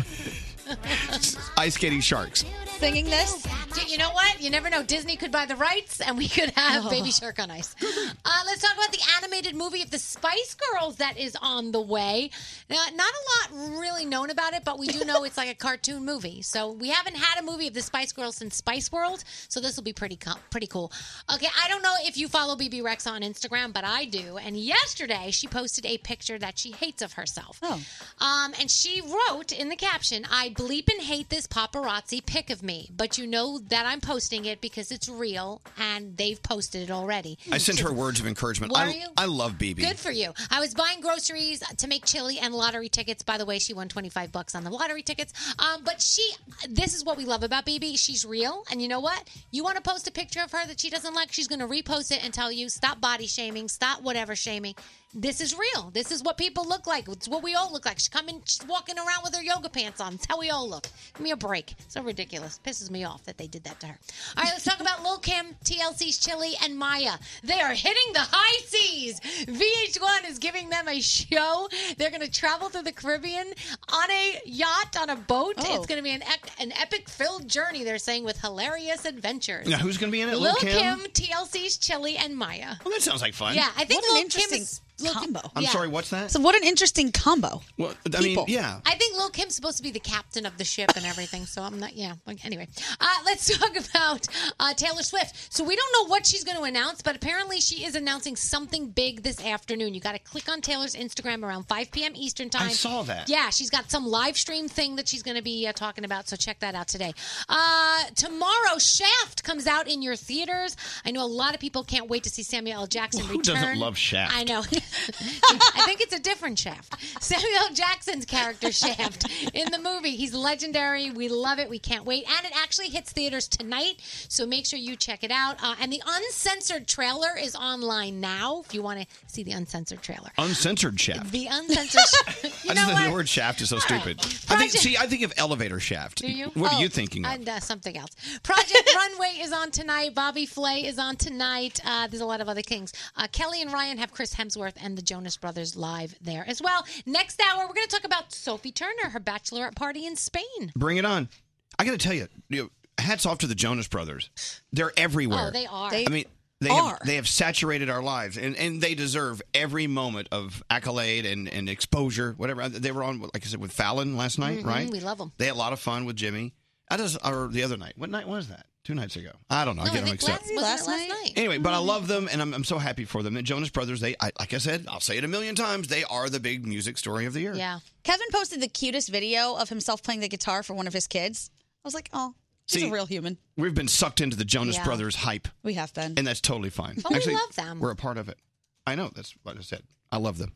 S8: ice skating sharks.
S5: [laughs] singing this. You know what? You never know. Disney could buy the rights, and we could have
S19: Oh.
S5: Baby Shark on Ice. Uh, let's talk about the animated movie of the Spice Girls that is on the way. Now, not a lot really known about it, but we do know it's like a cartoon movie. So we haven't had a movie of the Spice Girls since Spice World. So this will be pretty com- pretty cool. Okay, I don't know if you follow BB Rex on Instagram, but I do. And yesterday she posted a picture that she hates of herself. Oh. Um, and she wrote in the caption, I bleep and hate this paparazzi pic of me, but you know that I'm posting it because it's real and they've posted it already.
S8: I sent her words of encouragement.
S5: Were
S8: I,
S5: you?
S8: I love BB.
S5: Good for you. I was buying groceries to make chili and lottery tickets. By the way, she won 25 bucks on the lottery tickets. Um, but she, this is what we love about BB. She's real. And you know what? You want to post a picture of her that she doesn't like, she's going to repost it and tell you, stop body shaming, stop whatever shaming. This is real. This is what people look like. It's what we all look like. She's coming, she's walking around with her yoga pants on. It's how we all look. Give me a break. So ridiculous. Pisses me off that they did that to her. All right, let's talk about Lil Kim, TLC's Chili, and Maya. They are hitting the high seas. VH1 is giving them a show. They're going to travel through the Caribbean on a yacht, on a boat.
S19: Oh.
S5: It's going to be an, ec- an epic filled journey, they're saying, with hilarious adventures.
S8: Now, who's going to be in it?
S5: Lil
S8: Lil Kim?
S5: Kim, TLC's Chili, and Maya.
S8: Well, that sounds like fun.
S5: Yeah, I think
S10: What an
S5: Lil Kim
S10: interesting
S5: is
S10: combo.
S8: I'm sorry, what's that?
S10: So what an interesting combo.
S8: Well, I mean,
S10: people.
S8: yeah.
S5: I think Lil Kim's supposed to be the captain of the ship and everything, so I'm not. Yeah. Like, Anyway, uh, let's [laughs] talk about uh, Taylor Swift. So we don't know what she's going to announce, but apparently she is announcing something big this afternoon. You got to click on Taylor's Instagram around 5 p.m. Eastern time.
S8: saw that.
S5: Yeah, she's got some live stream thing that she's going to be uh, talking about. So check that out today. Uh, tomorrow, Shaft comes out in your theaters. I know a lot of people can't wait to see Samuel L. Jackson
S8: Who
S5: return.
S8: doesn't love Shaft? [laughs]
S5: I know. I think it's a different Shaft. Samuel Jackson's character Shaft in the movie. He's legendary. We love it. We can't wait. And it actually hits theaters tonight, so make sure you check it out. Uh, and the uncensored trailer is online now. If you want to see the uncensored trailer,
S8: Uncensored shaft.
S5: the uncensored.
S8: I
S5: [laughs] you
S8: just
S5: know
S8: think
S5: what?
S8: the word shaft is so stupid. I think. See, I think of elevator shaft.
S5: Do you?
S8: What
S5: Oh,
S8: are you thinking of?
S5: And, uh, something else.
S10: [laughs]
S5: Project Runway is on tonight. Bobby Flay is on tonight. Uh, there's a lot of other kings. Uh, Kelly and Ryan have Chris Hemsworth and the Jonas Brothers live there as well. Next hour, we're going to talk about Sophie Turner, her bachelorette party in Spain.
S8: Bring it on. I got to tell you, you know, hats off to the Jonas Brothers. They're everywhere.
S5: Oh, they are.
S8: I mean, they
S5: are.
S8: have they have saturated our lives, and, and they deserve every moment of accolade and, and exposure, whatever. They were on, like I said, with Fallon last night,
S5: Mhm,
S8: right?
S5: we love 'em.
S8: They had a lot of fun with Jimmy. I just or the other night. What night was that? Two nights ago. I don't know. I
S5: No,
S8: get them
S5: think
S8: mixed up.
S5: last, wasn't it last night. Mm-hmm.
S8: Anyway, but I love them, and I'm, I'm so happy for them. The Jonas Brothers, they, I, like I said, I'll say it a million times, they are the big music story of the year.
S5: Yeah.
S10: Kevin posted the cutest video of himself playing the guitar for one of his kids. I was like, oh, he's
S8: See-
S10: a real human.
S8: We've been sucked into the Jonas
S10: Yeah.
S8: Brothers hype,
S10: We have been.
S8: and that's totally fine.
S10: But we love them.
S8: We're a part of it. I know. That's what I said. I love them.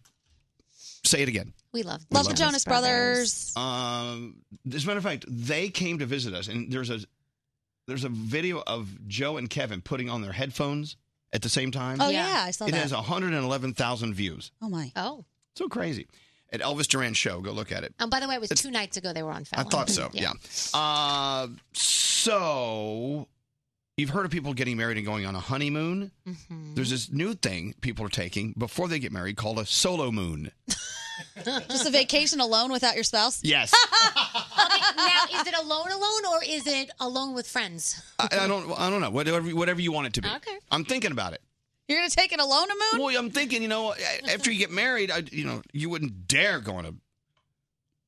S8: Say it again.
S5: We love
S10: love the Jonas Brothers.
S8: Um, as a matter of fact, they came to visit us, and there's a there's a video of Joe and Kevin putting on their headphones at the same time.
S10: Oh, Yeah. yeah, I saw
S8: it
S10: that.
S8: has 111,000 views.
S10: Oh my.
S5: Oh.
S8: So crazy. At Elvis Duran show, go look at it.
S5: And by the way, it was two nights ago they were on
S8: I
S5: Fallon.
S8: thought
S5: [laughs]
S8: so. Yeah. Uh, so you've heard of people getting married and going on a honeymoon.
S10: Mm-hmm.
S8: There's this new thing people are taking before they get married called a solo
S10: [laughs]
S8: moon.
S10: Just a vacation [laughs] alone without your spouse?
S8: Yes.
S5: [laughs] Okay, now, is it alone, alone, or is it alone with friends?
S8: I, I don't. I don't know. Whatever. Whatever you want it to be.
S5: Okay.
S8: I'm thinking about it.
S10: You're gonna take it alone, a moon?
S8: Well, I'm thinking. You know, a-
S10: Mm-hmm.
S8: after you get married, I, you know, you wouldn't dare go on a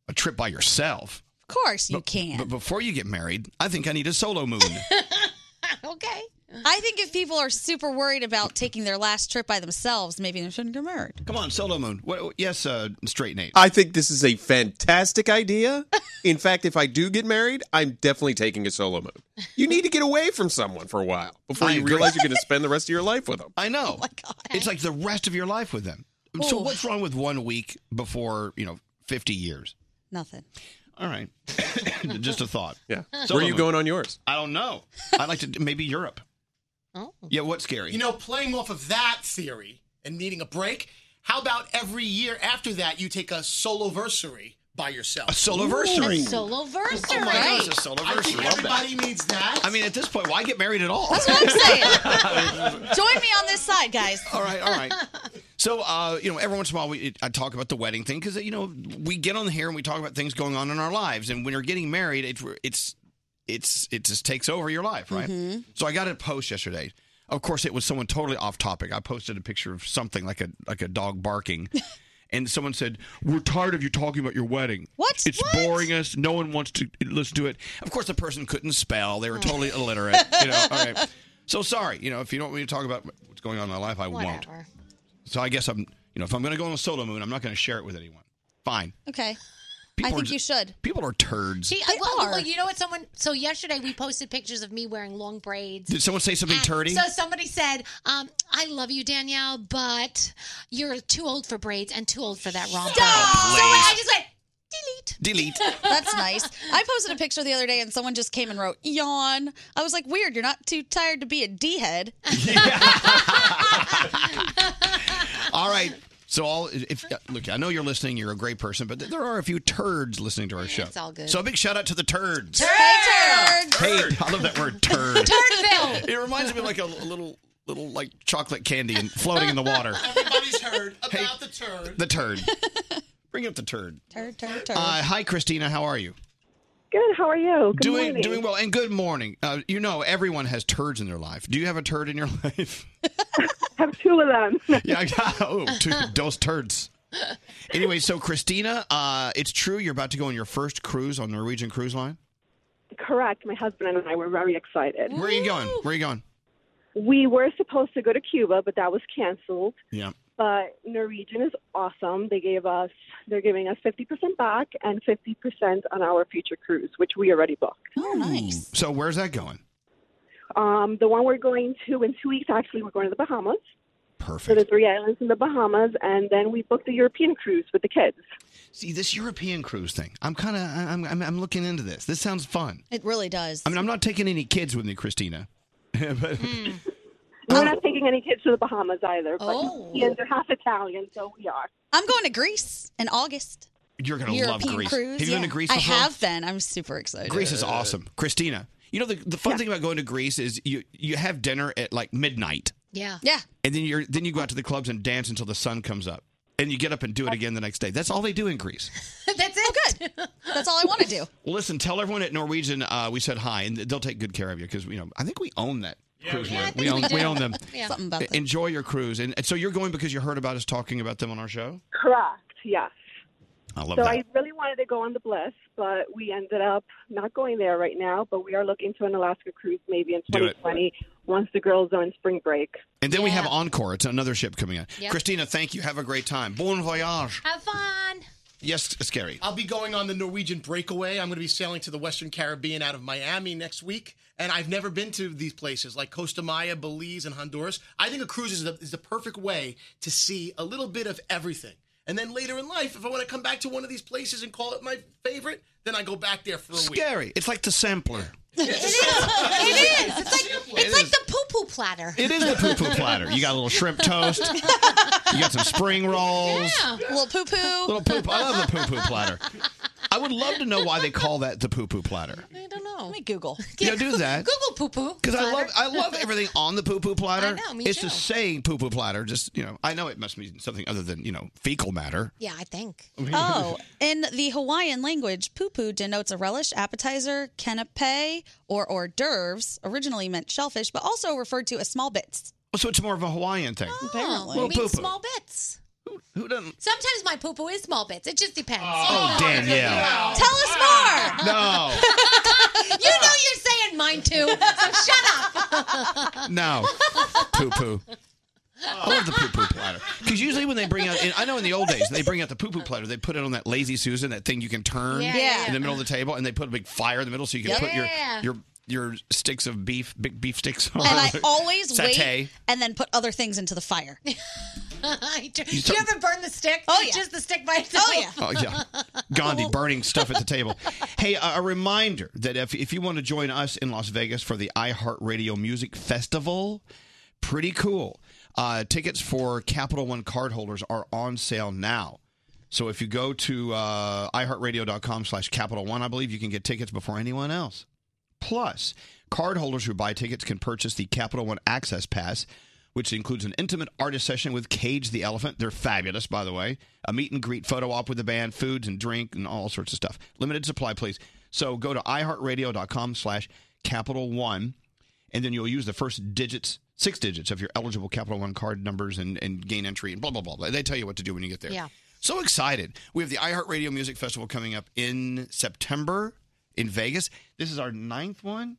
S8: a trip by yourself.
S10: Of course you
S8: But-
S10: can.
S8: But before you get married, I think I need a solo
S10: [laughs]
S8: moon.
S5: okay.
S10: I think if people are super worried about taking their last trip by themselves, maybe they shouldn't get married.
S8: Come on, solo moon. What, yes, uh, straight Nate.
S13: I think this is a fantastic idea. In fact, if I do get married, I'm definitely taking a solo moon. You need to get away from someone for a while before
S8: I
S13: you
S8: agree.
S13: realize you're going to spend the rest of your life with them.
S8: I
S12: [laughs] Oh,
S8: know. It's like the rest of your life with them. So
S10: Ooh.
S8: what's wrong with one week before, you know, 50 years?
S10: Nothing.
S8: All right. [laughs] Just a thought. Yeah.
S13: Where are you going on yours?
S8: I don't know. I'd like to do- maybe Europe.
S5: Oh.
S8: Yeah, what's scary?
S12: You know, playing off of that theory and needing a break, how about every year after that you take a soloversary by yourself?
S8: A soloversary.
S5: A soloversary.
S12: Oh my
S8: God, it's a
S12: I think
S8: soloversary. Love that.
S12: everybody needs that.
S8: I mean, at this point, why get married at all?
S10: That's what I'm saying. Join me on this side, guys.
S8: All right, all
S10: [laughs]
S8: right. So, uh, you know, every once in a while, we, I talk about the wedding thing because you know we get on here and we talk about things going on in our lives, and when you're getting married, it's it's it's it just takes over your life, right?
S19: Mhm.
S8: So, I got a post yesterday. Of course, it was someone totally off topic. I posted a picture of something like a like a dog [laughs] barking. And someone said, "We're tired of you talking about your wedding. What? It's boring us. No one wants to listen to it." Of course, the person couldn't spell; they were totally illiterate. You know, all [laughs] right. So sorry. You know, if you don't want me to talk about what's going on in my life, I won't.
S5: Whatever.
S8: So I guess I'm, you know, if I'm going to go on a solo moon, I'm not going to share it with anyone. Fine.
S10: Okay.
S8: People
S10: I
S8: are
S10: think
S8: ju-
S10: you should.
S8: People are turds.
S5: Gee, I- well,
S10: are.
S5: well, you know what? Someone. So yesterday we posted pictures of me wearing long braids.
S8: Did someone say something turdy?
S5: uh, So somebody said, um, "I love you, Danielle, but you're too old for braids and too old for that romper."
S10: Stop!
S5: Oh, So I just went.
S8: [laughs] Delete.
S5: [laughs]
S10: That's nice. I posted a picture the other day and someone just came and wrote, yawn. I was like, weird, you're not too tired to be a D head.
S8: all right. So all if look, I know you're listening. You're a great person, but there are a few turds listening to our show.
S5: all good.
S8: So a big shout out to the turds.
S10: Hey,
S8: Hey, I love that word, turd.
S5: Turdville.
S8: It reminds me of like a, little, little like chocolate candy and floating in the water.
S12: Everybody's heard about the turd.
S5: [laughs]
S8: The turd. Bring up the turd.
S10: Turd, turd,
S8: Uh, hi, Christina. How are you?
S4: Good. How are you? Good
S8: doing
S4: morning.
S8: doing well and good morning. Uh, you know, everyone has turds in their life. Do you have a turd in your [laughs] life?
S4: have two of them.
S8: [laughs] yeah, I got oh, two, those turds. Anyway, so Christina, uh, it's true you're about to go on your first cruise on Norwegian Cruise Line.
S4: Correct. My husband and I were very excited.
S8: Where are you going? Where are you going?
S4: We were supposed to go to Cuba, but that was canceled.
S8: Yeah.
S4: But Norwegian is awesome. They gave us, they're giving us 50% back and 50% on our future cruise, which we already booked.
S10: Oh, nice.
S8: So where's that going?
S4: Um, the one we're going to in two weeks, actually, we're going to the Bahamas.
S8: Perfect.
S4: So the three islands in the Bahamas, and then we booked a European cruise with the kids.
S8: See this European cruise thing. I'm kind of I'm, I'm I'm looking into this. This sounds fun.
S10: It really does.
S8: I mean, I'm not taking any kids with me, Christina. [laughs] but
S10: Hmm.
S4: We're
S10: Um,
S4: not taking any kids to the Bahamas either. But
S10: Oh.
S4: Europeans are half Italian, so we are.
S10: I'm going to Greece in August.
S8: you're gonna love
S10: European
S8: Greece. have
S10: cruise.
S8: you been
S10: yeah.
S8: to Greece?
S10: I
S8: before?
S10: have been. I'm super excited.
S8: Greece is awesome, Christina. You know the the fun thing about going to Greece is you you have dinner at like midnight,
S5: Yeah. [laughs]
S10: Yeah.
S8: and then you're then you go out to the clubs and dance until the sun comes up, and you get up and do it again the next day. That's all they do in Greece.
S10: That's it. Oh, good. That's all I want to do.
S8: Well, listen, tell everyone at Norwegian uh, we said hi, and they'll take good care of you because you know I think we own that cruise
S10: we
S8: line.
S10: do. Yeah, I
S8: we
S10: think
S8: own
S10: we do.
S8: we own them. E,
S4: Yeah. Something about them.
S8: Enjoy your cruise, and, and so you're going because you heard about us talking about them on our show.
S4: Correct. Yes.
S8: I love
S4: so
S8: that.
S4: I really wanted to go on the Bliss, but we ended up not going there right now. But we are looking to an Alaska cruise maybe in
S8: Do it.
S4: 2020 once the girls are in spring break.
S8: and then we have Encore. It's another ship coming in.
S4: Yeah.
S8: Christina, thank you. Have a great time. Bon voyage.
S5: Have fun.
S8: Yes, scary.
S12: I'll be going on the Norwegian breakaway. I'm going to be sailing to the Western Caribbean out of Miami next week. And I've never been to these places like Costa Maya, Belize, and Honduras. I think a cruise is the, is the perfect way to see a little bit of everything. And then later in life, if I want to come back to one of these places and call it my favorite, then I go back there for a week.
S8: Scary. It's like the sampler.
S5: [laughs] it is. It's like it's like the poo poo platter.
S8: It is the poo
S5: [laughs]
S8: poo platter. You got a little shrimp toast. You got some spring rolls.
S5: Yeah.
S10: Little poo poo.
S8: Little poop. I love the poo poo platter. I would love to know why they call that the poo poo platter.
S5: [laughs] I don't know. Let me
S10: Google.
S8: You know, do that.
S5: [laughs] Google poo poo.
S8: Because I love I
S5: [laughs]
S8: love everything on the poo poo platter.
S5: I know, me
S8: it's
S5: too.
S8: just saying poo poo platter. Just you know, I know it must mean something other than you know fecal matter.
S5: Yeah, I think.
S8: [laughs]
S10: Oh, in the Hawaiian language, pupu denotes a relish, appetizer, kenepe, or hors d'oeuvres, originally meant shellfish, but also referred to as small bits.
S8: So it's more of a Hawaiian thing.
S10: Apparently.
S8: Little
S5: it means
S8: poo-poo.
S5: Oh. small bits.
S8: Who doesn't?
S5: Sometimes my poo poo is small bits. It just depends.
S8: Oh, Danielle.
S5: Tell us more.
S8: No,
S5: [laughs] you know you're saying mine too. So shut up.
S8: no, poo poo. I love the poo poo platter because usually when they bring out, and I know in the old days they bring out the poo poo platter. They put it on that lazy susan, that thing you can turn
S5: Yeah, yeah,
S8: in
S5: yeah.
S8: the middle of the table, and they put a big fire in the middle so you can put your
S10: Yeah.
S8: your your sticks of beef, big beef sticks on.
S10: And I always
S8: satay.
S10: wait and then put other things into the
S5: [laughs]
S10: fire.
S5: Do
S8: You start-
S5: ever burn the stick? Oh yeah. Just the stick by itself.
S8: [laughs]
S5: Oh
S8: Oh
S5: [laughs]
S8: yeah, Gandhi burning stuff at the table. Hey, a a reminder that if if you want to join us in Las Vegas for the iHeartRadio Music Festival, pretty cool. Uh, tickets for Capital One cardholders are on sale now. So if you go to uh, iHeartRadio.com slash Capital One, I believe you can get tickets before anyone else. Plus, cardholders who buy tickets can purchase the Capital One Access Pass, which includes an intimate artist session with Cage the Elephant. They're fabulous, by the way. A meet and greet photo op with the band, foods and drink, and all sorts of stuff. Limited supply, please. So go to iHeartRadio.com slash Capital One, and then you'll use the first digits, six digits of your eligible Capital One card numbers and, and gain entry and blah, blah, blah. They tell you what to do when you get there.
S19: Yeah.
S8: So excited. We have the iHeartRadio Music Festival coming up in September in Vegas. This is our ninth one.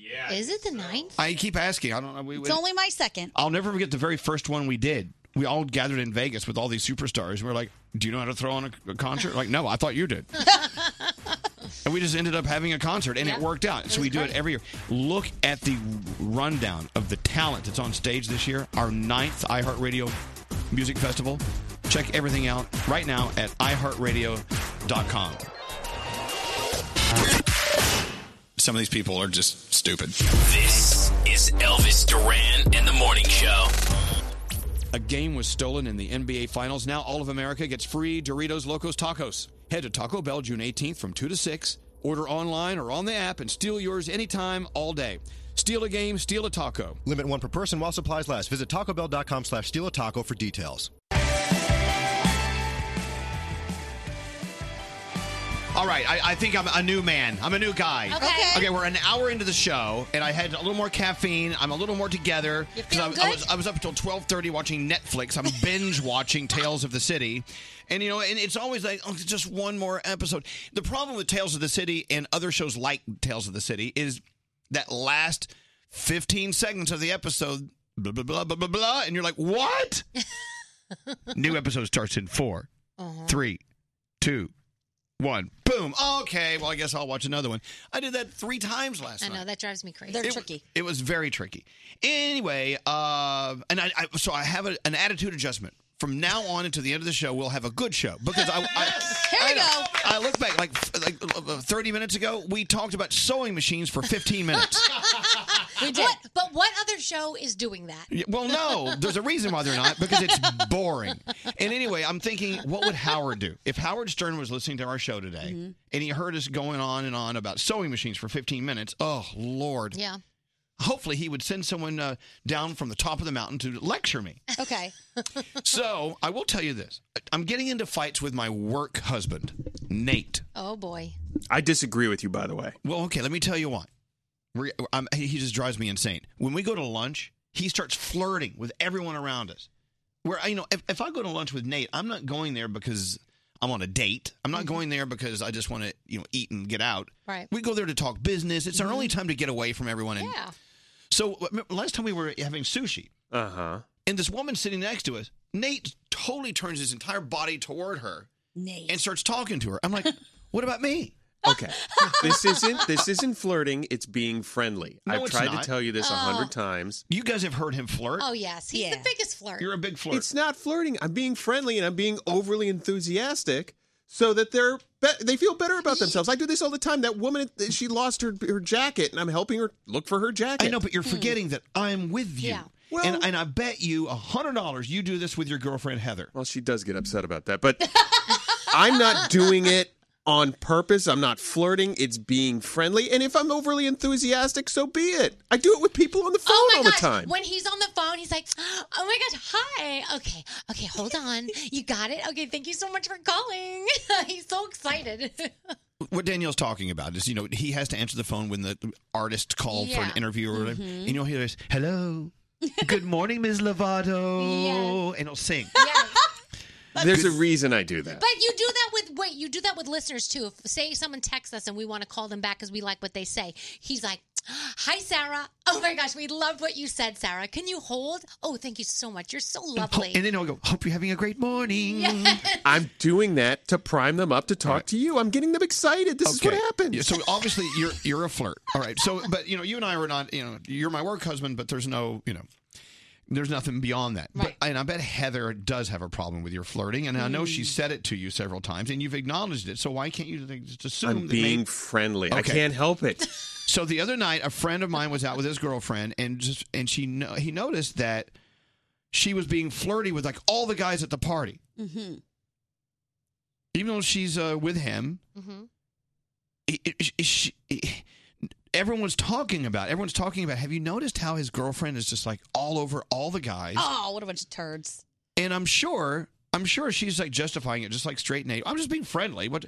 S5: yeah. [laughs] Is it the ninth?
S8: I keep asking. I don't know. We,
S10: It's only my second.
S8: I'll never forget the very first one we did. We all gathered in Vegas with all these superstars, and we are like, "Do you know how to throw on a, a concert?" Like, no, I thought you
S19: [laughs]
S8: did. and we just ended up having a concert, and
S19: Yeah.
S8: it worked out.
S19: It
S8: So we
S19: was
S8: do it
S19: great.
S8: every year. Look at the rundown of the talent that's on stage this year. Our ninth iHeartRadio Music Festival. Check everything out right now at iHeartRadio.com. Some of these people are just stupid.
S3: This is Elvis Duran and the Morning Show.
S8: A game was stolen in the NBA Finals. Now all of America gets free Doritos Locos Tacos. Head to Taco Bell June 18th from 2 to 6. Order online or on the app and steal yours anytime, all day. Steal a game, steal a taco.
S20: Limit one per person while supplies last. Visit tacobell.com slash steal a taco for details.
S8: All All right, I, I think I'm a new man. I'm a new guy.
S5: Okay.
S8: Okay, we're an hour into the show, and I had a little more caffeine. I'm a little more together. Because I, I was I was up until 12:30 watching Netflix. I'm binge watching Tales of the City, and you know, and it's always like oh, it's just one more episode. The problem with Tales of the City and other shows like Tales of the City is that last 15 seconds of the episode, blah blah blah blah blah, blah and you're like, what? New episode starts in four,
S5: Uh-huh.
S8: Mm-hmm. three, two, one. Boom. Okay. Well, I guess I'll watch another one. I did that three times last
S5: I
S8: night.
S5: know that drives me crazy.
S8: It- It was very tricky. Anyway, uh, and I, I so I have a, an attitude adjustment. From now on until the end of the show, we'll have a good show because I, I,
S10: [laughs] Here we go.
S8: I look back like like uh, thirty minutes ago, we talked about sewing machines for fifteen
S5: [laughs]
S8: minutes.
S5: We did. What, but what other show is doing that?
S8: Yeah, Well, no, there's a reason why they're not because it's boring. And anyway, I'm thinking, what would Howard do if Howard Stern was listening to our show today
S5: Mhm.
S8: and he heard us going on and on about sewing machines for 15 minutes? Oh Lord!
S5: Yeah.
S8: Hopefully, he would send someone uh, down from the top of the mountain to lecture me.
S10: Okay.
S8: so I will tell you this: I'm getting into fights with my work husband, Nate.
S5: [laughs] Oh boy.
S8: I disagree with you, by the way. Well, okay, let me tell you why. We're- I'm- he he just drives me insane. When we go to lunch, he starts flirting with everyone around us. Where you know, if, if I go to lunch with Nate, I'm not going there because I'm on a date. I'm not going there because I just want to you know eat and get out.
S5: Mm-hmm. Right. Mm-hmm.
S8: We go there to talk business. It's our only time to get away from everyone. And
S5: Yeah.
S8: so w- last time we were having sushi,
S13: Uh huh.
S8: and this woman sitting next to us, Nate totally turns his entire body toward her
S10: Nate.
S8: and starts talking to her. I'm like, [laughs] what about me?
S13: Okay. this isn't this isn't flirting. It's being friendly.
S8: No,
S13: I've
S8: it's
S13: tried
S8: not.
S13: to tell you this a hundred
S5: Oh.
S13: times.
S8: You guys have heard him flirt.
S5: Oh yes, he's the biggest flirt.
S8: big
S13: flirt. It's not flirting. I'm being friendly and I'm being overly enthusiastic so that they're be- they feel better about themselves. I do this all the time. That woman, she lost her her jacket, and I'm helping her look for her jacket. I know,
S8: but you're forgetting that I'm with you.
S13: Yeah.
S8: Well, and, and I bet you a hundred dollars you do this with your girlfriend Heather.
S13: Well, she does get upset about that, but [laughs] I'm not doing it on purpose. I'm not flirting. It's being friendly, and if I'm overly enthusiastic, so be it. I do it with people on the phone
S5: Oh my
S13: all the
S5: gosh.
S13: time.
S5: When he's on the phone, he's like, [gasps] "Oh my gosh, hi. Okay, okay, hold on. You got it. Okay, thank you so much for calling." [laughs] he's so excited. [laughs]
S8: What Danielle's talking about is, you know, he has to answer the phone when the artist called for
S5: Yeah.
S8: an interview or whatever.
S5: Mhm.
S13: Mm-hmm.
S8: And you'll hear this, hello, good morning, Ms. Lovato. And he'll sing.
S13: There's a reason I do that.
S5: but you do that with wait, you do that with listeners too. If say someone texts us and we want to call them back because we like what they say, he's like, "Hi, Sarah. Oh my gosh, we loved what you said, Sarah. Can you hold? Oh, thank you so much. You're so lovely."
S8: And then he'll go, hope you're having a great morning.
S13: [laughs] I'm doing that to prime them up to talk to you. I'm getting them excited. This is what happens.
S8: Yeah, so obviously you're you're a flirt. All right. So but you know, you and I were not, you know, you're my work husband, but there's no, you know, there's nothing beyond that. But and I bet Heather does have a problem with your flirting, and I know
S13: Mm.
S8: she's said it to you several times and you've acknowledged it. So why can't you just assume
S13: I'm
S8: that
S13: being
S8: maybe-
S13: friendly. I
S8: Okay.
S13: can't help it.
S8: So the other night, a friend of mine was out with his girlfriend, and just and she no, he noticed that she was being flirty with like all the guys at the party,
S10: Mm-hmm.
S8: even though she's uh, with him.
S10: Mm-hmm.
S8: i- i- i- she- i- everyone's talking about. Everyone's talking about. Have you noticed how his girlfriend is just like all over all the guys?
S10: Oh, what a bunch of turds.
S8: And I'm sure, I'm sure she's like justifying it, just like straight Nate. I'm just being friendly, but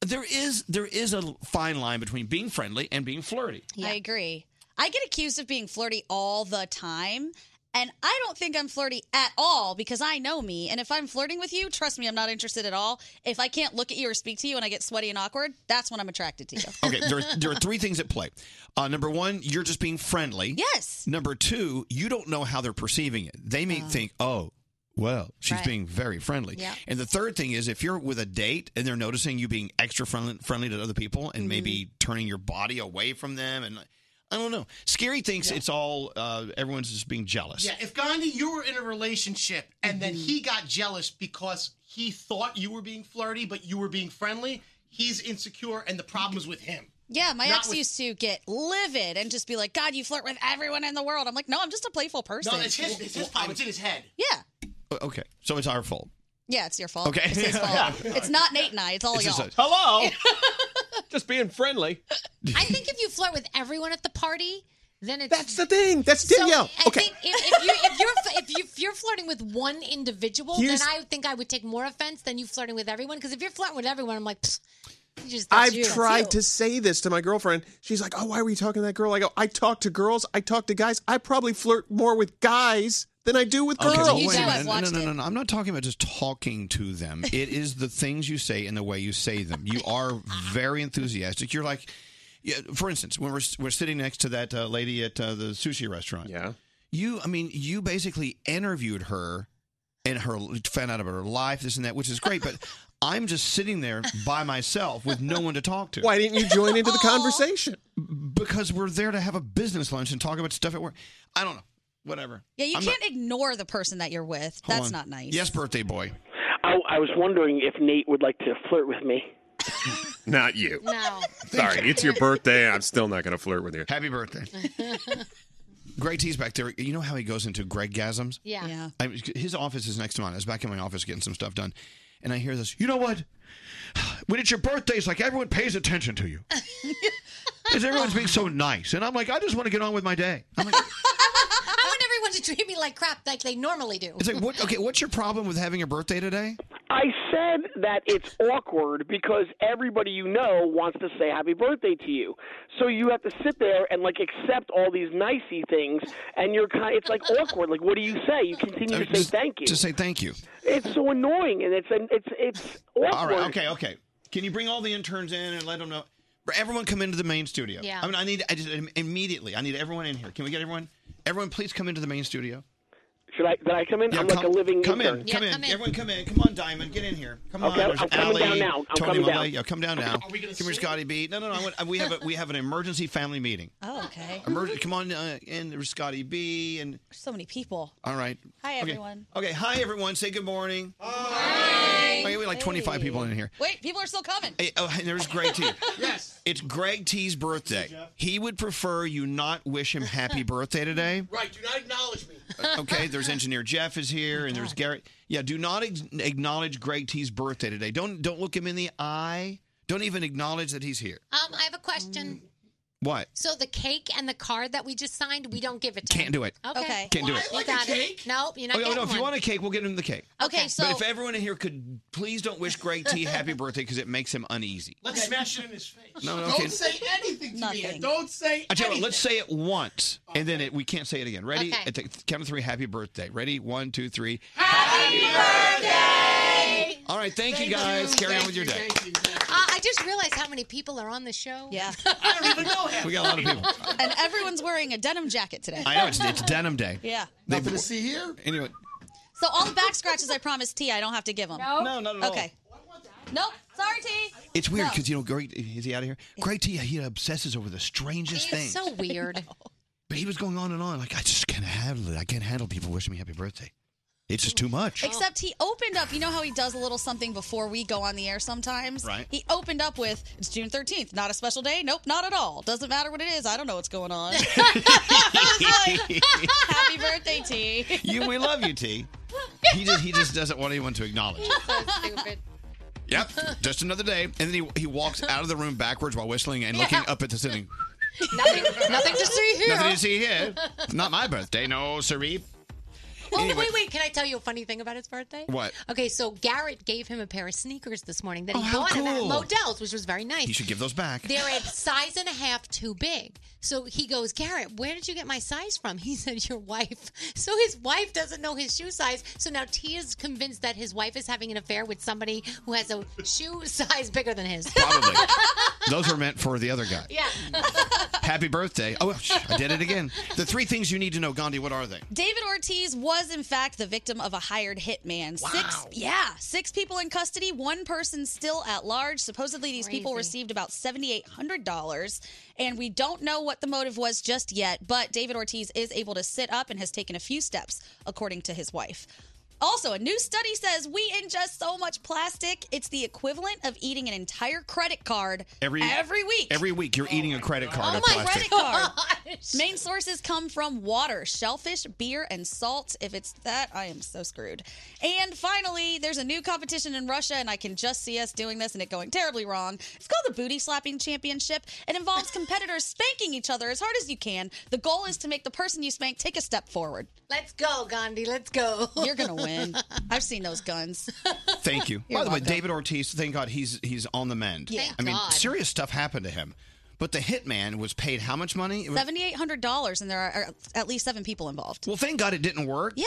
S8: there is there is a fine line between being friendly and being flirty.
S10: I agree. I get accused of being flirty all the time. And I don't think I'm flirty at all because I know me. And if I'm flirting with you, trust me, I'm not interested at all. If I can't look at you or speak to you and I get sweaty and awkward, that's when I'm attracted to you.
S8: [laughs] Okay, there, there are three things at play. Uh, number one, you're just being friendly.
S10: Yes.
S8: Number two, you don't know how they're perceiving it. They may think, oh, well, she's
S10: Right.
S8: being very friendly.
S10: Yeah.
S8: And the third thing is if you're with a date and they're noticing you being extra friendly, friendly to other people
S10: Mm-hmm.
S8: and maybe turning your body away from them and I don't know. Scary thinks it's all uh, everyone's just being jealous.
S12: Yeah, if Gandhi, you were in a relationship and then he
S8: Mm-hmm.
S12: got jealous because he thought you were being flirty, but you were being friendly, he's insecure and the problem is with him.
S10: Yeah, my
S12: Not
S10: ex
S12: with-
S10: used to get livid and just be like, God, you flirt with everyone in the world. I'm like, no, I'm just a playful person.
S12: No, it's his, it's his problem. It's in his head.
S10: Yeah.
S8: O- Okay, so it's our fault.
S10: Yeah, it's your fault.
S8: Okay. [laughs]
S10: It's his fault.
S8: Yeah.
S10: It's not Nate and I. It's all
S8: It's
S10: y'all.
S8: just a-
S13: Hello.
S12: Oh.
S13: Just being friendly.
S5: [laughs] I think if you flirt with everyone at the party,
S13: [laughs]
S5: then it's
S13: That's the thing. That's Danielle. okay.
S5: If, if you if you're if, you, if you're flirting with one individual,
S13: Here's-
S5: then I think I would take more offense than you flirting with everyone. Because if you're flirting with everyone, I'm like, "Psst, Just, that's
S13: I've
S5: you.
S13: tried
S5: [laughs] That's you.
S13: to say this to my girlfriend. She's like, "Oh, why were you talking to that girl?" I go, "I talk to girls. I talk to guys. I probably flirt more with guys than I do with
S8: Okay,
S13: girls."
S8: but wait a minute. Oh, no, no, no, no, no. I'm not talking about just talking to them. It is the things you say and the way you say them. You are very enthusiastic. You're like, yeah, for instance, when we're we're sitting next to that uh, lady at uh, the sushi restaurant.
S13: Yeah.
S8: You, I mean, you basically interviewed her and her found out about her life, this and that, which is great.
S13: [laughs]
S8: But I'm just sitting there by myself with no one to talk to.
S13: Why didn't you join
S8: [laughs]
S13: into the conversation?
S8: Oh. Because we're there to have a business lunch and talk about stuff at work. I don't know. Whatever.
S10: Yeah, you
S8: I'm not-
S10: can't ignore the person that you're with.
S8: Hold
S10: That's
S8: on.
S10: not nice.
S8: Yes, birthday boy.
S19: I, I was wondering if Nate would like to flirt with me.
S15: Not you.
S5: No.
S15: Sorry, it's your birthday. I'm still not going to flirt with you.
S8: Happy birthday. Greg T's back there. You know how he goes into Greg gasms?
S5: Yeah. Yeah.
S8: I, was- his office is next to mine. I was back in my office getting some stuff done, and I hear this. You know what? When it's your birthday, it's like everyone pays attention to
S19: [laughs]
S8: you. Because everyone's being so nice, and I'm like, I just want to get on with my day. I'm like,
S5: I want everyone to treat me like crap, like they normally do.
S8: it's like, what? Okay, what's your problem with having a birthday today?
S19: I said that it's awkward because everybody you know wants to say happy birthday to you. So you have to sit there and like accept all these nicey things, and you're kind. It's like awkward. Like, what do you say? You continue to say thank you.
S8: Just say thank you.
S19: It's so annoying, and it's and it's it's awkward.
S8: All right. Okay. Okay. Can you bring all the interns in and let them know? Everyone, come into the main studio.
S19: Yeah.
S8: I mean, I need. I just immediately. I need everyone in here. Can we get everyone? Everyone, please come into the main studio.
S19: Should I? Did I come in?
S8: Yeah,
S19: I'm
S8: come,
S19: like a living.
S8: Come in.
S19: intern.
S8: Come, in. Everyone, come in. Come on, Diamond. Get in here. Come
S19: Okay,
S8: on.
S19: I'm
S8: There's Allie,
S19: coming down now. I'm
S8: Tony
S19: coming down.
S8: Malay. Yeah, come down now.
S19: Are we gonna
S8: come here,
S19: sing?
S8: Scotty B. No, no, no. I want, we have a, we have an emergency family
S19: [laughs]
S8: meeting.
S10: Oh, okay.
S8: Emerg- come on uh, in. There's Scotty B. And
S10: So many people.
S8: all right.
S10: Hi,
S8: Okay.
S10: everyone.
S8: Okay. Hi everyone. Say good morning. Okay, we have like 25 people in here.
S10: Wait, people are still coming.
S8: Hey, oh, and there's Greg
S19: [laughs]
S8: T. yes. It's Greg T's birthday. He would prefer you not wish him
S19: [laughs]
S8: happy birthday today.
S11: Right, do not acknowledge me.
S8: [laughs] Okay, there's engineer Jeff is here, and there's Gary. Yeah, do not ex- acknowledge Greg T's birthday today. Don't don't look him in the eye. Don't even acknowledge that he's here.
S5: Um, I have a question.
S8: What?
S5: So the cake and the card that we just signed, we don't give it to
S8: Can't
S5: him.
S8: do it.
S5: Okay.
S8: Okay. Can't do it.
S5: You got it. Nope, you're not
S8: oh, no,
S5: getting
S8: no, if
S5: one.
S8: you want a cake, we'll get him the cake.
S5: Okay, so-
S8: but if everyone in here could please don't wish Greg T happy birthday because it makes him uneasy.
S11: Let's smash it in his face.
S8: No, no,
S11: Don't
S8: okay.
S11: say anything to me.
S10: Nothing.
S11: Don't say
S8: I tell you what,
S11: anything.
S8: let's say it once, and then it, we can't say it again. Ready?
S11: Okay.
S8: At the count of three, happy birthday. Ready? One, two, three. All right, thank, you guys. Carry on with your day.
S5: Uh, I just realized how many people
S10: [laughs]
S5: are on the show.
S10: Yeah.
S5: [laughs] I don't even know
S8: We got a lot of
S10: [laughs]
S8: people.
S10: And everyone's wearing a denim jacket today.
S8: I know it's, it's denim day.
S10: Yeah.
S8: Nothing to see here. Anyway,
S10: So all the back scratches I promised T, I don't have to give them. No,
S8: No, not at all.
S10: Okay. Nope. Sorry, T.
S8: it's weird
S10: No.
S8: because you know, Greg is he out of here? Greg T, he obsesses over the strangest things.
S5: So
S8: [laughs]
S5: weird.
S8: but he was going on and on. Like I just can't handle it. I can't handle people wishing me happy birthday. It's just too much.
S10: Except he opened up. You know how he does a little something before we go on the air sometimes?
S8: Right.
S10: He opened up with, it's June 13th. Not a special day? Nope, not at all. Doesn't matter what it is. I don't know what's
S8: [laughs]
S10: going on. [laughs] Happy birthday, T.
S8: you,
S10: [laughs]
S8: we love you, T. He just he just doesn't want anyone to acknowledge.
S10: so stupid.
S8: Yep, just another day. And then he he walks out of the room backwards while whistling and
S5: Yeah.
S8: looking up at the ceiling.
S5: nothing, nothing to see here.
S8: Nothing to see here. It's not my birthday, no, siree.
S5: Well,
S8: Anyway.
S5: wait, wait. Can I tell you a funny thing about his birthday?
S8: What?
S5: Okay, so Garrett gave him a pair of sneakers this morning that
S8: Oh,
S5: he
S8: how
S5: bought him at
S8: cool.
S5: Modell's, which was very nice.
S8: You should give those back.
S5: They're a size and a half too big. So he goes, Garrett, where did you get my size from? [laughs] He said, Your wife. So his wife doesn't know his shoe size. So now T is convinced that his wife is having an affair with somebody who
S8: [laughs]
S5: has a shoe size bigger than his.
S8: Probably. Those were meant for the other guy.
S5: [laughs] yeah.
S8: Happy birthday. Oh, sh- I did it again. The three things you need to know, Gandhi, what are they?
S10: [laughs] David Ortiz was, in fact, the victim of a hired hitman. Six, yeah, six people in custody, one person still at large. Supposedly, these people received about $7,800, and we don't know what the motive was just yet, but David Ortiz is able to sit up and has taken a few steps, according to his wife. Also, a new study says we ingest so much plastic, it's the equivalent of eating an entire credit card every week.
S8: Every week you're eating a credit card
S10: Oh
S8: of
S10: my
S5: [laughs]
S8: plastic.
S10: credit card. Main sources come from water, shellfish, beer, and salt. If it's that, I am so screwed. And finally, there's a new competition in Russia, and I can just see us doing this and it going terribly wrong. It's called the Booty Slapping Championship. It involves competitors spanking each other as hard as you can. The goal is to make the person you spank take a step forward.
S5: Let's go, Gandhi. Let's go.
S10: You're going to win. win. I've seen those
S5: [laughs]
S10: guns.
S8: Thank you.
S10: You're
S8: By the way,
S10: welcome.
S8: David Ortiz, thank God he's he's on the mend.
S10: Yeah. Thank
S8: I mean,
S10: God.
S8: serious stuff happened to him. But the hitman was paid how much money? It was-
S10: Seventy-eight hundred dollars, and there are are at least seven people involved.
S8: well, thank God it didn't work.
S10: Yeah,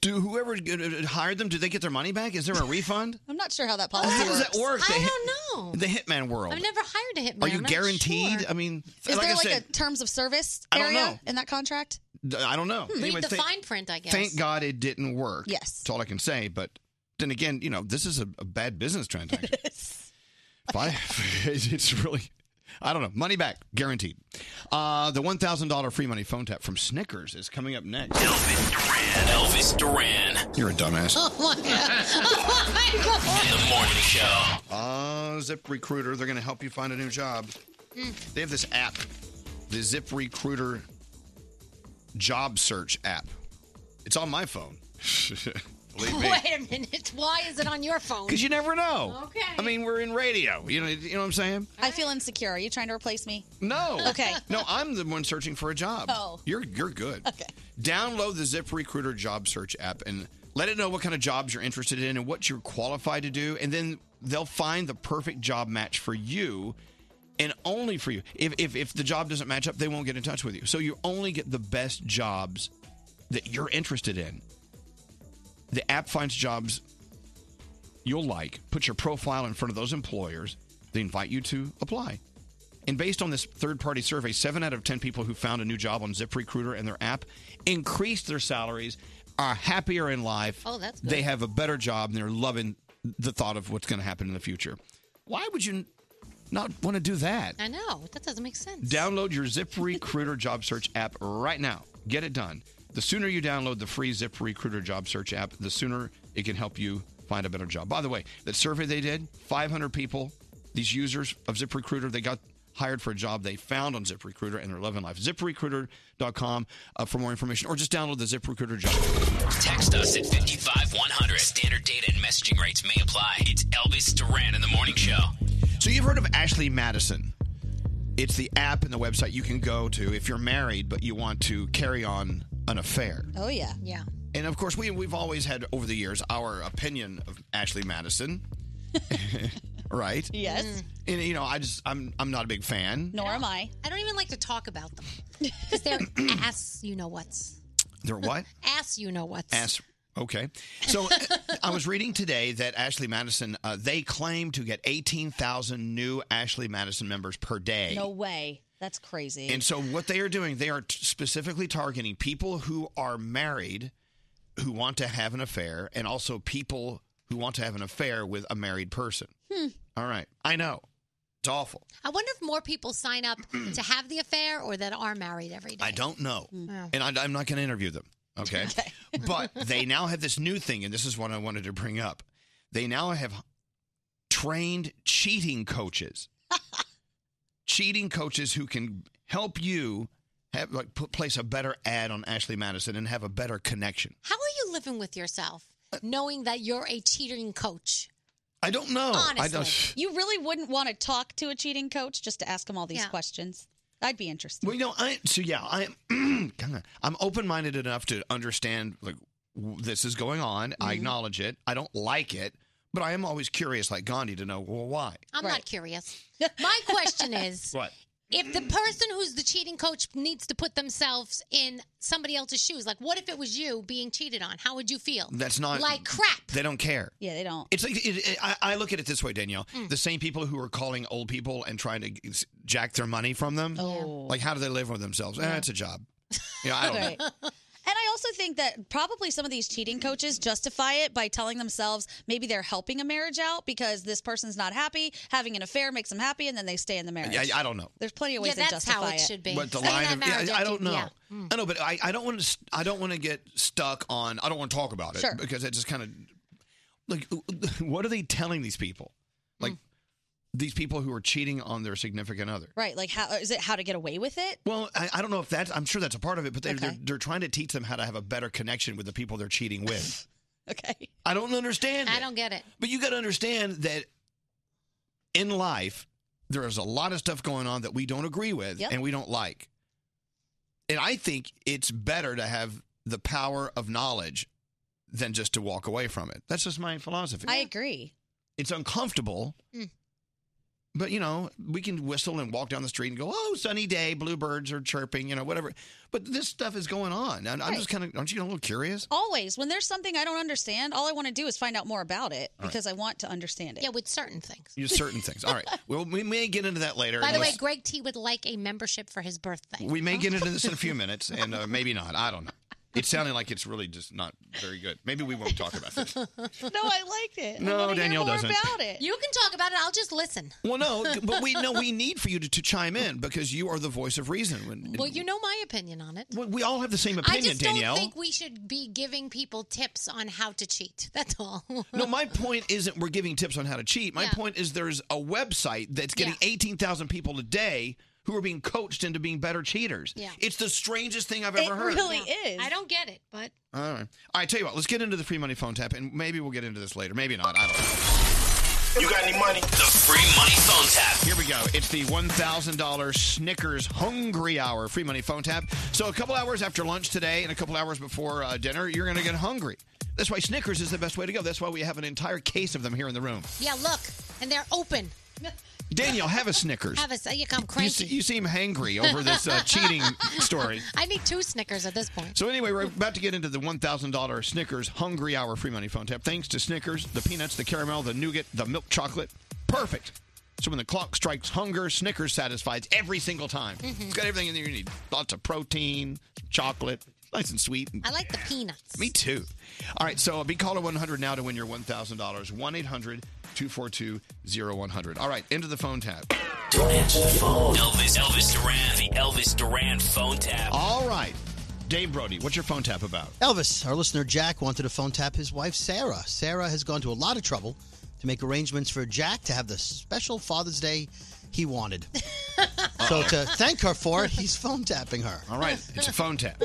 S8: Do whoever uh, hired them, do they get their money back? Is there a
S10: [laughs]
S8: refund?
S10: I'm not sure how that policy
S8: How does
S10: works.
S8: that work? The hit-
S10: don't
S8: The hitman world.
S10: I've never hired a hitman.
S8: Are you guaranteed? I mean,
S10: Is
S8: like
S10: there
S8: I
S10: like
S8: said,
S10: a terms of service
S8: I don't
S10: area
S8: know.
S10: in that contract?
S8: th- I don't know. Anyway, thank-
S10: Hmm. print, I
S8: Thank God it didn't work.
S10: Yes.
S8: That's all I can say. But then again, you know, this is a, a bad business
S10: [laughs]
S8: transaction. If I- [laughs] it's really, I don't know. Money back, guaranteed. Uh, the $1,000 free money phone tap from Snickers is coming up next.
S3: And Elvis Duran.
S8: You're a dumbass.
S3: my [laughs] God. The morning
S10: Oh.
S3: show.
S8: Uh, Zip Recruiter, they're going to help you find a new job.
S10: Mm.
S8: They have this app, the Zip Recruiter job search app. It's on my phone. [laughs] Believe
S10: [laughs]
S8: me.
S5: Wait a minute. Why is it on your phone?
S8: Because you never know.
S5: Okay.
S8: I mean, we're in radio. You know, you know what I'm saying?
S10: I feel insecure. Are you trying to replace me?
S8: No.
S10: Okay.
S8: No, I'm the one searching for a job.
S10: Oh.
S8: You're you're good. Okay. Download the ZipRecruiter job search app and let it know what kind of jobs you're interested in and what you're qualified to do, and then they'll find the perfect job match for you and only for you. If if, if the job doesn't match up, they won't get in touch with you. So you only get the best jobs that you're interested in. The app finds jobs you'll like, put your profile in front of those employers, they invite you to apply. And based on this third party survey, seven out of 10 people who found a new job on ZipRecruiter and their app increased their salaries, are happier in life.
S5: Oh, that's good.
S8: They have a better job and they're loving the thought of what's going to happen in the future. Why would you not want to do that?
S5: I know. That doesn't make sense.
S8: Download your ZipRecruiter job search app right now. Get it done. The sooner you download the free ZipRecruiter job search app, the sooner it can help you find a better job. By the way, that survey they did, 500 people, these users of ZipRecruiter, they got hired for a job they found on ZipRecruiter and they're loving life. ZipRecruiter.com uh, for more information or just download the ZipRecruiter job.
S3: Text us at 55100. Standard data and messaging rates may apply. It's Elvis Duran in the morning show.
S8: So you've heard of Ashley Madison. It's the app and the website you can go to if you're married but you want to carry on an affair.
S10: Oh yeah. Yeah.
S8: And of course, we we've always had over the years our opinion of Ashley
S10: [laughs]
S8: Madison, right? Mm.
S10: Yes.
S8: And you know, I just I'm I'm not a big fan.
S10: Nor am I.
S5: I don't even like to talk about them because
S8: [clears throat]
S5: they're ass. You know what's [laughs]
S10: [laughs]
S8: They're what?
S5: ass. You know what's
S8: Ass. Okay. So [laughs] I was reading today that Ashley Madison uh, they claim to get eighteen thousand new Ashley Madison members per day.
S10: No way. That's crazy.
S8: And so what they are doing, they are t- specifically targeting people who are married who want to have an affair and also people who want to have an affair with a married person.
S5: Hmm.
S8: All right. I know. It's awful.
S5: I wonder if more people
S8: [clears throat]
S5: sign up to have the affair or that are married every day.
S8: I don't know.
S5: Mm.
S8: And I, I'm not going to interview them. Okay. but they now have this new thing, and this is what I wanted to bring up. They now have trained cheating coaches, cheating coaches who can help you have like put, place a better ad on Ashley Madison and have a better connection.
S5: How are you living with yourself
S8: Uh,
S5: knowing that you're a cheating coach?
S8: I don't know. I
S10: Honestly,
S8: don't.
S10: you really wouldn't want to talk to a cheating coach just to ask him all these questions. I'd be interested.
S8: Well, you know, I so yeah, I [clears throat] am. I'm open minded enough to understand like w- this is going on.
S5: Mm-hmm.
S8: I acknowledge it. I don't like it, but I am always curious, like Gandhi, to know well why.
S5: I'm
S8: [laughs]
S5: not curious. My question is
S8: What?
S5: if the person who's the cheating coach needs to put themselves in somebody else's shoes, like what if it was you being cheated on? How would you feel?
S8: That's not
S5: like crap.
S8: They don't care.
S10: Yeah, they don't.
S8: It's like it, it, I, I look at it this way, Danielle.
S5: Mm.
S8: The same people who are calling old people and trying to g- s- jack their money from them.
S10: Oh.
S8: Like, how do they live with themselves? Eh, it's a job. You
S5: [laughs]
S8: know, I don't
S10: Right.
S8: know. [laughs]
S10: And I also think that probably some of these cheating coaches justify it by telling themselves maybe they're helping a marriage out because this person's not happy, having an affair makes them happy, and then they stay in the marriage.
S8: Yeah, I don't know.
S10: There's plenty of ways
S5: Yeah,
S10: to
S5: that's
S10: justify
S5: how it should be.
S8: But the
S5: Stay in
S8: line
S5: that
S8: of yeah,
S5: marriage,
S8: I,
S5: I
S8: don't
S5: think,
S8: know.
S5: yeah.
S8: I know, but I, I don't want to. I don't want to get stuck on. I don't want to talk about it
S5: Sure.
S8: because it just kind of like [laughs] what are they telling these people? Like these people who are cheating on their significant other.
S10: Right? Like, how is it? How to get away with it?
S8: Well, I, I don't know if that's. I'm sure that's a part of it, but they're, they're
S10: Okay.
S8: they're trying to teach them how to have a better connection with the people they're cheating
S5: [laughs]
S8: with.
S10: okay.
S8: I don't understand.
S5: I
S8: it.
S5: don't get it.
S8: But you got to understand that in life, there is a lot of stuff going on that we don't agree with
S5: Yep.
S8: and we don't like. And I think it's better to have the power of knowledge than just to walk away from it. That's just my philosophy.
S10: I agree.
S8: it's uncomfortable.
S5: Mm.
S8: But you know, we can whistle and walk down the street and go, "Oh, sunny day, bluebirds are chirping," you know, whatever. But this stuff is going on, and I'm just kind of, aren't you a little curious?
S10: Always, when there's something I don't understand, all I want to do is find out more about it
S8: All right.
S10: because I want to understand it.
S5: Yeah, with certain things.
S8: You certain things.
S5: [laughs]
S8: All right, well, we may get into that later.
S5: By the way,
S8: Unless-
S5: Greg T would like a membership for his
S8: [laughs]
S5: birthday. [laughs]
S8: we may get into this in a few minutes, and uh, maybe not. I don't know. It sounded like it's really just not very good. Maybe we won't talk about this.
S5: no, I liked it.
S8: I No, wanna hear Danielle more doesn't. about
S5: it. You can talk about it. I'll just listen.
S8: Well, no,
S5: [laughs]
S8: but we know we need for you to, to chime in because you are the voice of reason. When,
S5: Well, you know my opinion on it.
S8: we all have the same
S5: I
S8: opinion,
S5: just
S8: Danielle.
S5: don't think we should be giving people tips on how to cheat. [laughs] That's all.
S8: No, my point isn't we're giving tips on how to cheat. My
S5: Yeah.
S8: point is there's a website that's getting 18,000 people a day who are being coached into being better cheaters.
S5: [laughs] Yeah.
S8: It's the strangest thing I've ever heard.
S5: is. I don't get it, but
S8: All right. All right, tell you what, let's get into the free money phone tap, and maybe we'll get into this later. Maybe not. I don't know.
S3: You got any money? The free money phone tap.
S8: Here we go. It's the $1,000 Snickers Hungry Hour free money phone tap. So, a couple hours after lunch today and a couple hours before uh, dinner, you're going to get hungry. That's why Snickers is the best way to go. That's why we have an entire case of them here in the room.
S5: yeah, look, and they're open.
S8: Daniel, have a Snickers.
S5: Have a you come
S8: You,
S5: cranky.
S8: se- you seem hangry over this uh, cheating story.
S5: [laughs] I need two Snickers at this point.
S8: So anyway, we're about to get into the $1,000 Snickers Hungry Hour free money phone tap. Thanks to Snickers, the peanuts, the caramel, the nougat, the milk chocolate. Perfect. So when the clock strikes hunger, Snickers satisfies every single time.
S5: Mhm.
S8: It's got everything in there you need. Lots of protein, chocolate, nice and sweet.
S5: I like the peanuts.
S8: Me too. All right, so be caller 100 now to win your $1,000. 1-800-242-0100. All right, into the phone tap.
S3: Don't answer the phone. Elvis, Elvis Duran, the Elvis Duran phone tap.
S8: All right. Dave Brody, what's your phone tap about?
S21: Elvis, our listener Jack, wanted to phone tap his wife Sarah. Sarah has gone to a lot of trouble to make arrangements for Jack to have the special Father's Day he wanted. so to thank her for it, he's phone tapping her.
S8: All right, it's a phone tap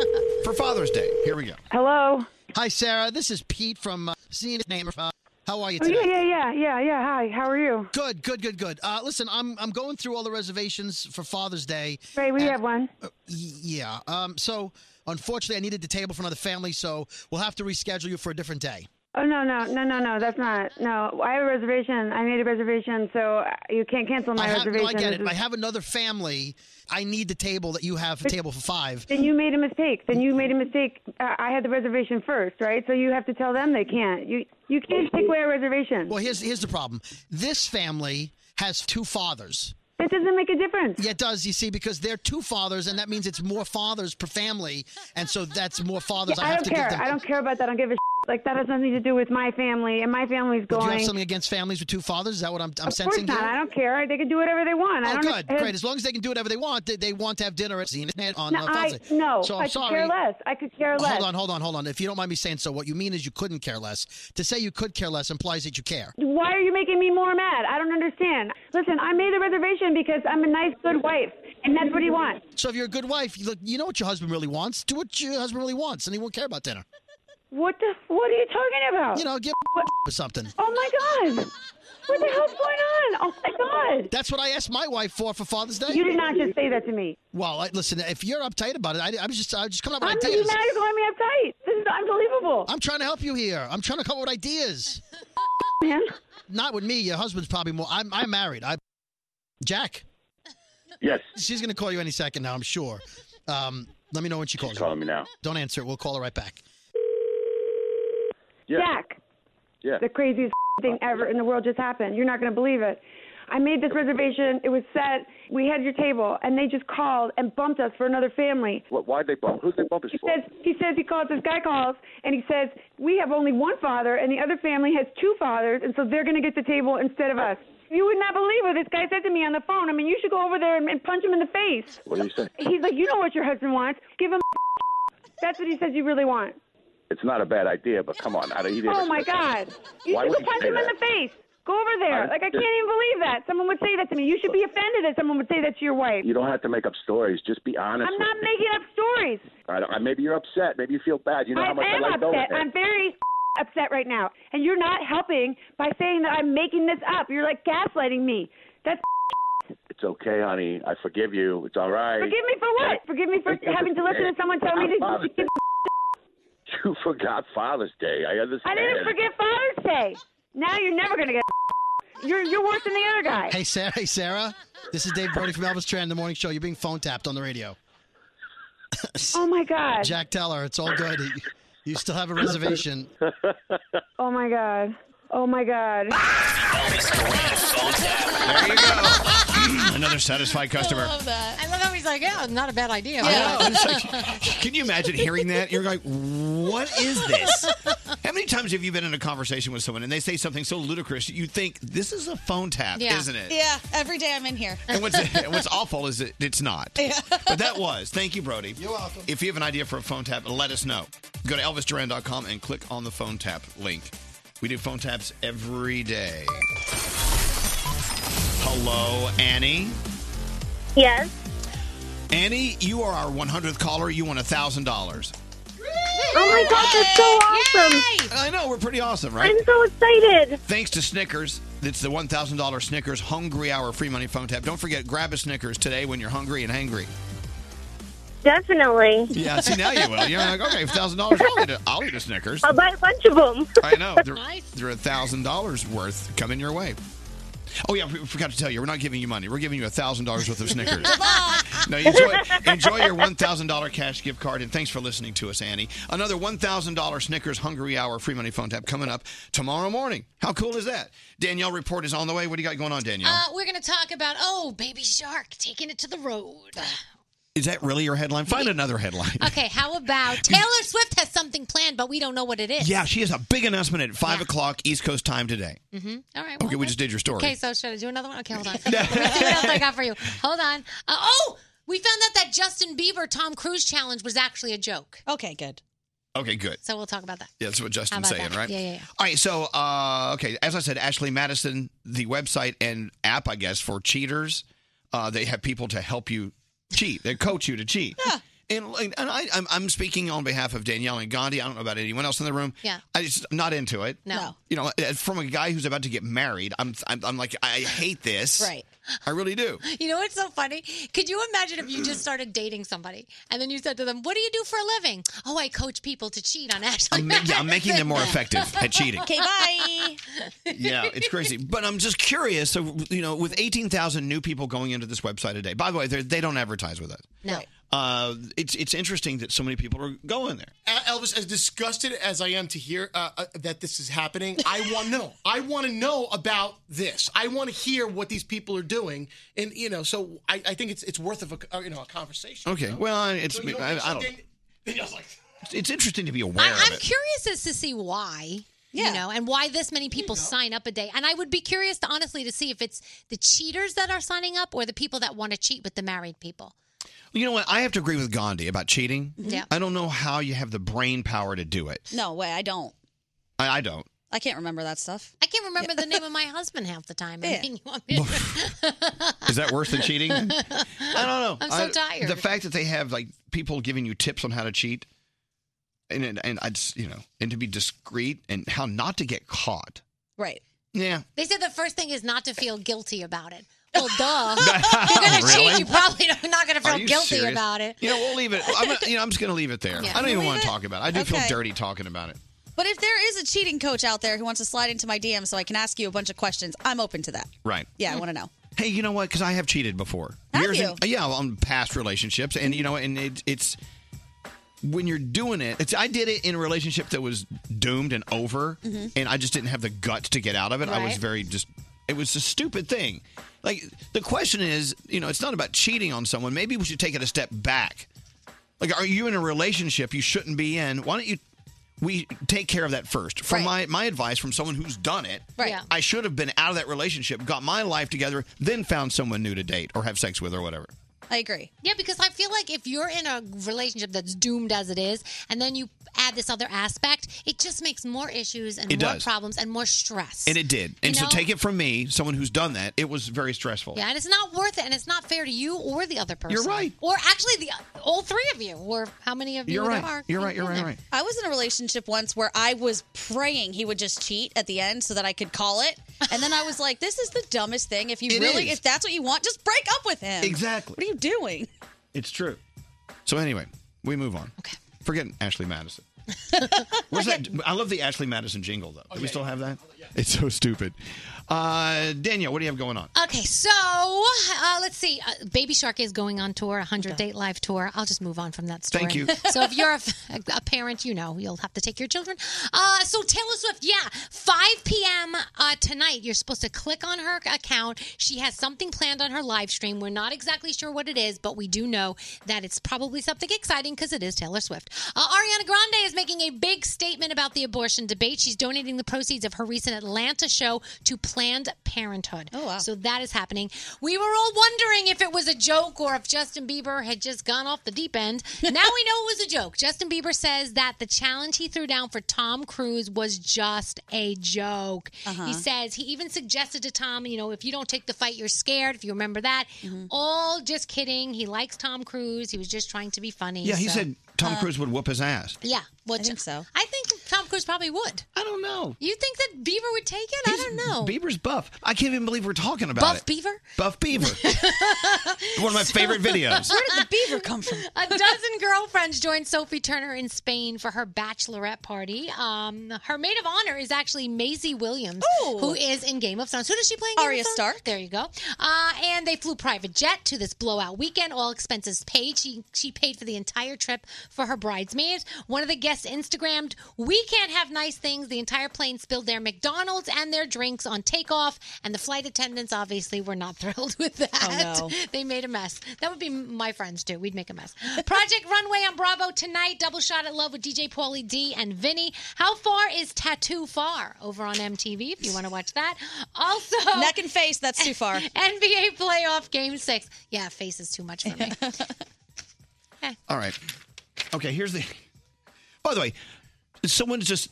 S8: for Father's Day. Here we go.
S21: Hello. Hi, Sarah. This is Pete from uh, Zenith Name. Uh, how are you
S22: Oh,
S21: today?
S22: yeah, yeah, yeah, yeah, yeah. Hi, how are you?
S21: Good, good, good, good. Uh, listen, I'm I'm going through all the reservations for Father's Day. Uh,
S22: Right, we have one.
S21: Yeah. Um. So unfortunately, I needed the table for another family, so we'll have to reschedule you for a different day.
S22: Oh no, no, no, no, no. That's not. No, I have a reservation. I made a reservation, so uh, you can't cancel my
S21: I have, no,
S22: reservation.
S21: I get it.
S22: This
S21: I
S22: is-
S21: have another family. I need the table that you have, a table for five.
S22: Then you made a mistake. Then you made a mistake. Uh, I had the reservation first, right? So you have to tell them they can't. You you can't take away a reservation.
S21: Well, here's here's the problem. This family has two fathers.
S22: That doesn't make a difference.
S21: Yeah, it does. You see, because they're two fathers, and that means it's more fathers per family, and so that's more fathers.
S22: Yeah,
S21: I
S22: I,
S21: have
S22: don't
S21: to
S22: care.
S21: give them.
S22: I don't care about that. I don't give a shit. like that has nothing to do with my family, and my family's
S21: But do you
S22: going.
S21: have something against families with two fathers? Is that what I'm, I'm
S22: of course
S21: sensing
S22: not.
S21: here?
S22: I don't care. They can do whatever they want. I
S21: Oh,
S22: don't
S21: good,
S22: it has-
S21: great. As long as they can do whatever they want, they, they want to have dinner at Zenith on
S22: no,
S21: uh,
S22: I,
S21: Father's Day.
S22: no
S21: So I'm
S22: I could
S21: sorry. Oh,
S22: care less. I could care less.
S21: Hold on, hold on, hold on. If you don't mind me saying so, what you mean is you couldn't care less. To say you could care less implies that you care.
S22: Why are you making me more mad? I don't understand. Listen, I made the reservation because I'm a nice, good wife, and that's what he wants.
S21: So if you're a good wife, you look, you know what your husband really wants. Do what your husband really wants, and he won't care about dinner.
S22: What the? What are you talking about?
S21: You know, give or something.
S22: Oh my God! What the hell's going on? Oh my God!
S21: That's what I asked my wife for for Father's Day.
S22: You did not just say that to me.
S21: Well, I, listen, if you're uptight about it, I, I was just I was just coming up with
S22: I'm
S21: ideas.
S22: you now you're calling me uptight. This is unbelievable.
S21: I'm trying to help you here. I'm trying to come up with ideas.
S22: [laughs] Man.
S21: Not with me. Your husband's probably more. I'm, I'm married. I, Jack.
S23: Yes.
S21: She's going to call you any second now, I'm sure. Um, let me know when she calls. She's
S23: calling me now.
S21: Don't answer. it. We'll call her right back.
S23: Yeah.
S22: Jack,
S23: Yeah. Uh,
S22: the craziest [laughs] thing ever in the world just happened. You're not going to believe it. I made this reservation. It was set. We had your table, and they just called and bumped us for another family.
S23: What, why'd they bump? Who'd they bump us
S22: He
S23: for?
S22: says he says he calls this guy calls and he says we have only one father and the other family has two fathers and so they're going to get the table instead of us. You would not believe what this guy said to me on the phone. I mean, you should go over there and, and punch him in the face.
S23: What do you say?
S22: He's like, you know what your husband wants. Give him. [laughs] That's what he says you really want.
S23: It's not a bad idea, but come on. I don't, he didn't
S22: Oh my
S23: expect that.
S22: God! You
S23: Why
S22: should go
S23: would he
S22: punch
S23: say
S22: him in
S23: that?
S22: the face. Go over there.
S23: I-
S22: like I can't even believe that someone would say that to me. You should be offended that someone would say that to your wife.
S23: You don't have to make up stories. Just be honest.
S22: I'm
S23: with
S22: not
S23: me.
S22: making up stories.
S23: I don't, I- maybe you're upset. Maybe you feel bad. You know how much I
S22: am
S23: like
S22: upset.
S23: Donut Head.
S22: I'm very [laughs] upset right now, and you're not helping by saying that I'm making this up. You're like gaslighting me. That's [laughs]
S23: It's okay, honey. I forgive you. It's all right.
S22: forgive me for what? Forgive me for having to listen to someone tell me to.
S23: You You forgot Father's Day. I
S22: I
S23: understand.
S22: didn't forget Father's Day. Now you're never gonna get. [laughs] You're you're worse than the other
S23: [laughs]
S22: guy.
S21: Hey, Sarah. Hey, Sarah. This is Dave Brody from Elvis Duran, The Morning Show. You're being phone tapped on the radio.
S22: Oh my God.
S21: Jack Teller, it's all good. You- You still have a reservation.
S22: Oh my God. Oh my God.
S8: [laughs] Another satisfied customer.
S5: that. I love how he's like, yeah, not a bad idea. [laughs]
S8: Can you imagine hearing that? You're like, what is this? How many times have you been in a conversation with someone and they say something so ludicrous that you think this is a phone tap, isn't it?
S10: Yeah, every day I'm in here.
S8: And what's [laughs] what's awful is that it's not. But that was. Thank you, Brody. You're welcome. If you have an idea for a phone tap, let us know. Go to elvisduran.com and click on the phone tap link. We do phone taps every day. Hello, Annie.
S1: Yes.
S8: Annie, you are our 100th caller. You won $1,000.
S1: Oh my god, that's so awesome!
S8: I know, we're pretty awesome, right?
S1: I'm so excited.
S8: Thanks to Snickers. It's the $1,000 Snickers Hungry Hour free money phone tap. Don't forget, grab a Snickers today when you're hungry and hangry.
S1: Definitely.
S8: Yeah, see, now you will. You're like, okay, $1,000, I'll eat a- I'll eat a Snickers.
S1: [laughs] I'll buy a bunch of them.
S8: I know. They're, they're $1,000 worth coming your way. Oh, yeah, we forgot to tell you, we're not giving you money. We're giving you $1,000 worth of Snickers. now, enjoy, enjoy your $1,000 cash gift card, and thanks for listening to us, Annie. Another $1,000 Snickers Hungry Hour free money phone tap coming up tomorrow morning. How cool is that? Danielle Report is on the way. What do you got going on, Danielle?
S5: Uh, we're going to talk about, oh, Baby Shark taking it to the road.
S8: is that really your headline? Find another headline.
S5: Okay, how about
S8: [laughs]
S5: Taylor Swift has something planned, but we don't know what it is.
S8: Yeah, she has a big announcement at 5 o'clock East Coast time today.
S5: Mm-hmm. All right.
S8: Okay, we just did your story.
S5: Okay, so should I do another one? Okay,
S8: [laughs]
S5: hold on. Let me see what else I got for you. Hold on. Uh, oh, we found out that Justin Bieber Tom Cruise challenge was actually a joke.
S10: Okay, good.
S8: Okay, good.
S5: So we'll talk about that.
S8: Yeah, that's what
S5: How
S8: Justin's
S5: about
S8: saying,
S5: that?
S8: right?
S5: Yeah, yeah, yeah.
S8: All right, so uh, okay, as I said, Ashley Madison, the website and app, I guess, for cheaters, uh, they have people to help you cheat. They coach you to cheat. And, like, and I, I'm, I'm speaking on behalf of Danielle and Gandhi. I don't know about anyone else in the room.
S5: Yeah.
S8: I just I'm not into it.
S5: No. No.
S8: You know, uh, from a guy who's about to get married, I'm I'm, I'm like I hate this.
S5: Right.
S8: I really do.
S5: You know what's so funny? Could you imagine if you just started dating somebody and then you said to them, "What do you do for a living?" "Oh, I coach people to cheat on Ashley."
S8: I'm, making- I'm making them
S5: [laughs]
S8: more effective at cheating.
S5: Okay,
S10: bye.
S5: [laughs]
S8: yeah, it's [laughs]
S7: [laughs]
S8: crazy. But I'm just curious. So you know, with 18,000 new people going into this website a day. By the way, they're- they don't advertise with us.
S12: E-,
S5: No.
S8: Uh, it's it's interesting that so many people are going there.
S12: El- Elvis, as disgusted as I am to hear uh, uh, that this is happening, I want to know. I want to know about this. I want to hear what these people are doing, and you know, so I, I think it's it's worth of a uh, you know a conversation.
S8: Okay. Well, I- it's
S12: So you don't
S8: I,
S12: think
S8: I don't.
S12: something- then I was like,
S8: It's interesting to be aware
S5: I'm
S8: of it.
S5: curious as to see why. You know, and why this many people sign up a day. And I would be curious to honestly to see if it's the cheaters that are signing up or the people that want to cheat with the married people.
S8: You know what? I have to agree with Gandhi about cheating.
S10: Yeah.
S8: I don't know how you have the brain power to do it.
S10: [laughs] No way, I don't.
S8: I, I don't.
S10: I can't remember that stuff.
S5: I can't remember the name
S10: [laughs]
S5: of my husband half the time. I mean, [laughs] you want me
S8: Is that worse
S5: [laughs]
S8: than cheating? I don't know.
S5: I'm so
S8: I-
S5: tired.
S8: The fact that they have like people giving you tips on how to cheat, and and, and I just you know, and to be discreet and how not to get caught.
S10: Right.
S8: Yeah.
S5: They said the first thing is not to feel guilty about it. Well,
S8: [laughs]
S5: duh. If you're going to
S8: Really?
S5: cheat, you probably don't- not going to
S8: Are
S5: feel
S8: you
S5: guilty
S8: serious?
S5: about it.
S8: You know, we'll
S10: [laughs]
S8: leave it. I'm gonna, you know, I'm just gonna leave it there.
S10: Yeah.
S8: I don't even
S10: Leave
S8: want
S10: it?
S8: to talk about it. I do
S10: Okay.
S8: feel dirty talking about it.
S10: But if there is a cheating coach out there who wants to slide into my DM so I can ask you a bunch of questions, I'm open to that.
S8: Right.
S10: Yeah, I
S5: Hmm.
S10: want to know.
S8: Hey, you know what? Because I have cheated before.
S10: Have
S8: in- yeah, on past relationships, and you know, and it, it's when you're doing it. It's I did it in a relationship that was doomed and over,
S10: Mm-hmm.
S7: Mhm.
S8: and I just didn't have the guts to get out of it. I was
S7: Right.
S8: very just. It was a stupid thing. Like the question is, you know, it's not about cheating on someone. Maybe we should take it a step back. Like, are you in a relationship you shouldn't be in? Why don't you? We take care of that first. From my my advice, from someone who's done it,
S10: Right. Yeah.
S8: I should have been out of that relationship, got my life together, then found someone new to date or have sex with or whatever.
S10: I agree.
S5: Yeah, because I feel like if you're in a relationship that's doomed as it is, and then you add this other aspect, it just makes more issues and
S8: It
S5: more
S8: does.
S5: problems and more stress.
S8: And it did. And
S5: You
S8: so
S5: know-
S8: take it from me, someone who's done that, it was very stressful.
S5: Yeah, and it's not worth it, and it's not fair to you or the other person.
S8: You're right.
S5: Or actually, the all three of you, or how many of you there are.
S10: I was in a relationship once where I was praying he would just cheat at the end so that I could call it. And then I was like, this is the dumbest thing. If you
S8: It
S10: really,
S8: is.
S10: if that's what you want, just break up with him.
S8: Exactly.
S10: What are you doing?
S5: [laughs]
S8: It's true. So anyway, we move on. Okay. Forget Ashley Madison. Where's that? I love the Ashley Madison jingle though. Do we still have that? It's so stupid. Uh, Danielle, what do you have going on?
S5: Okay, so uh, let's see. Uh, Baby Shark is going on tour, 100 Date Live tour. I'll just move on from that story.
S8: Thank you.
S5: [laughs] so if you're a, a parent, you know you'll have to take your children. Uh, so Taylor Swift, yeah, 5 p.m. Uh, tonight. You're supposed to click on her account. She has something planned on her live stream. We're not exactly sure what it is, but we do know that it's probably something exciting because it is Taylor Swift. Uh, Ariana Grande is making a big statement about the abortion debate. She's donating the proceeds of her recent Atlanta show to Planned Parenthood. Oh wow! So that is happening. We were all wondering if it was a joke or if Justin Bieber had just gone off the deep [laughs] end. Now we know it was a joke. Justin Bieber says that the challenge he threw down for Tom Cruise was just a joke.
S2: Uh-huh.
S5: He says he even suggested to Tom, you know, if you don't take the fight, you're scared. If you remember that, all just kidding. He likes Tom Cruise. He was just trying to be funny.
S8: Yeah, he
S5: so-
S8: said Tom
S5: Uh,
S8: Cruise would whoop his ass.
S5: Yeah, which I think so. I think Tom Cruise probably would.
S8: I don't know.
S5: You think that Bieber would take it? I don't know.
S8: Bieber's buff. I can't even believe we're talking about
S5: Buff
S8: it.
S5: Beaver?
S8: Buff Beaver. One of my favorite videos.
S5: Where
S10: did the beaver come from?
S5: [laughs] A dozen girlfriends joined Sophie Turner in Spain for her bachelorette party. Um, her maid of honor is actually Maisie Williams,
S10: Oh.
S5: who is in Game of Thrones. Who does she play in Game Arya of Thrones? Stark. There you go. Uh, and they flew private jet to this blowout weekend, all expenses paid. She she paid for the entire trip for her bridesmaids. One of the guests Instagrammed, "We can't have nice things." The entire plane spilled their McDonald's and their drinks on takeoff, and the flight attendants obviously were not [laughs] thrilled with that.
S10: Oh,
S2: no.
S5: [laughs] They made a mess. That would be m- my friends too. We'd make a mess. [laughs] Project Runway on Bravo tonight. Double shot at love with DJ Paulie D and Vinny. How far is Tattoo Far over on MTV if you want to watch that? Also,
S10: [laughs] Neck and face, that's too
S5: [laughs]
S10: far.
S5: NBA playoff game six. Yeah, face is too much for
S10: [laughs]
S5: me.
S8: All right. Okay, here's the. By the way, someone just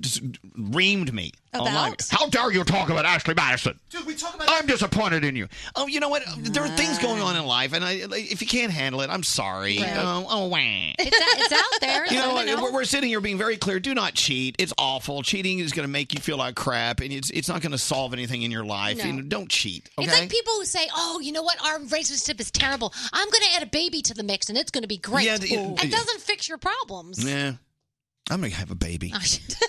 S8: just reamed me online.
S2: About?
S8: How dare you talk about Ashley Madison?
S12: Dude, we talk about
S8: I'm disappointed in you. Oh, you know what? There are things going on in life, and I, if you can't handle it, I'm sorry.
S5: Right.
S8: Oh, oh, wah.
S5: It's, out- it's out there.
S8: You know,
S5: Let me
S8: We're, we're sitting here being very clear. Do not cheat. It's awful. Cheating is going to make you feel like crap, and it's it's not going to solve anything in your life.
S5: No.
S8: You know, don't cheat. Okay.
S5: It's like people who say, "Oh, you know what? Our relationship is terrible. I'm going to add a baby to the mix, and it's going to be great."
S8: Yeah, it- it-
S5: that doesn't fix your problems.
S8: yeah. I'm going to have a baby.
S5: Oh,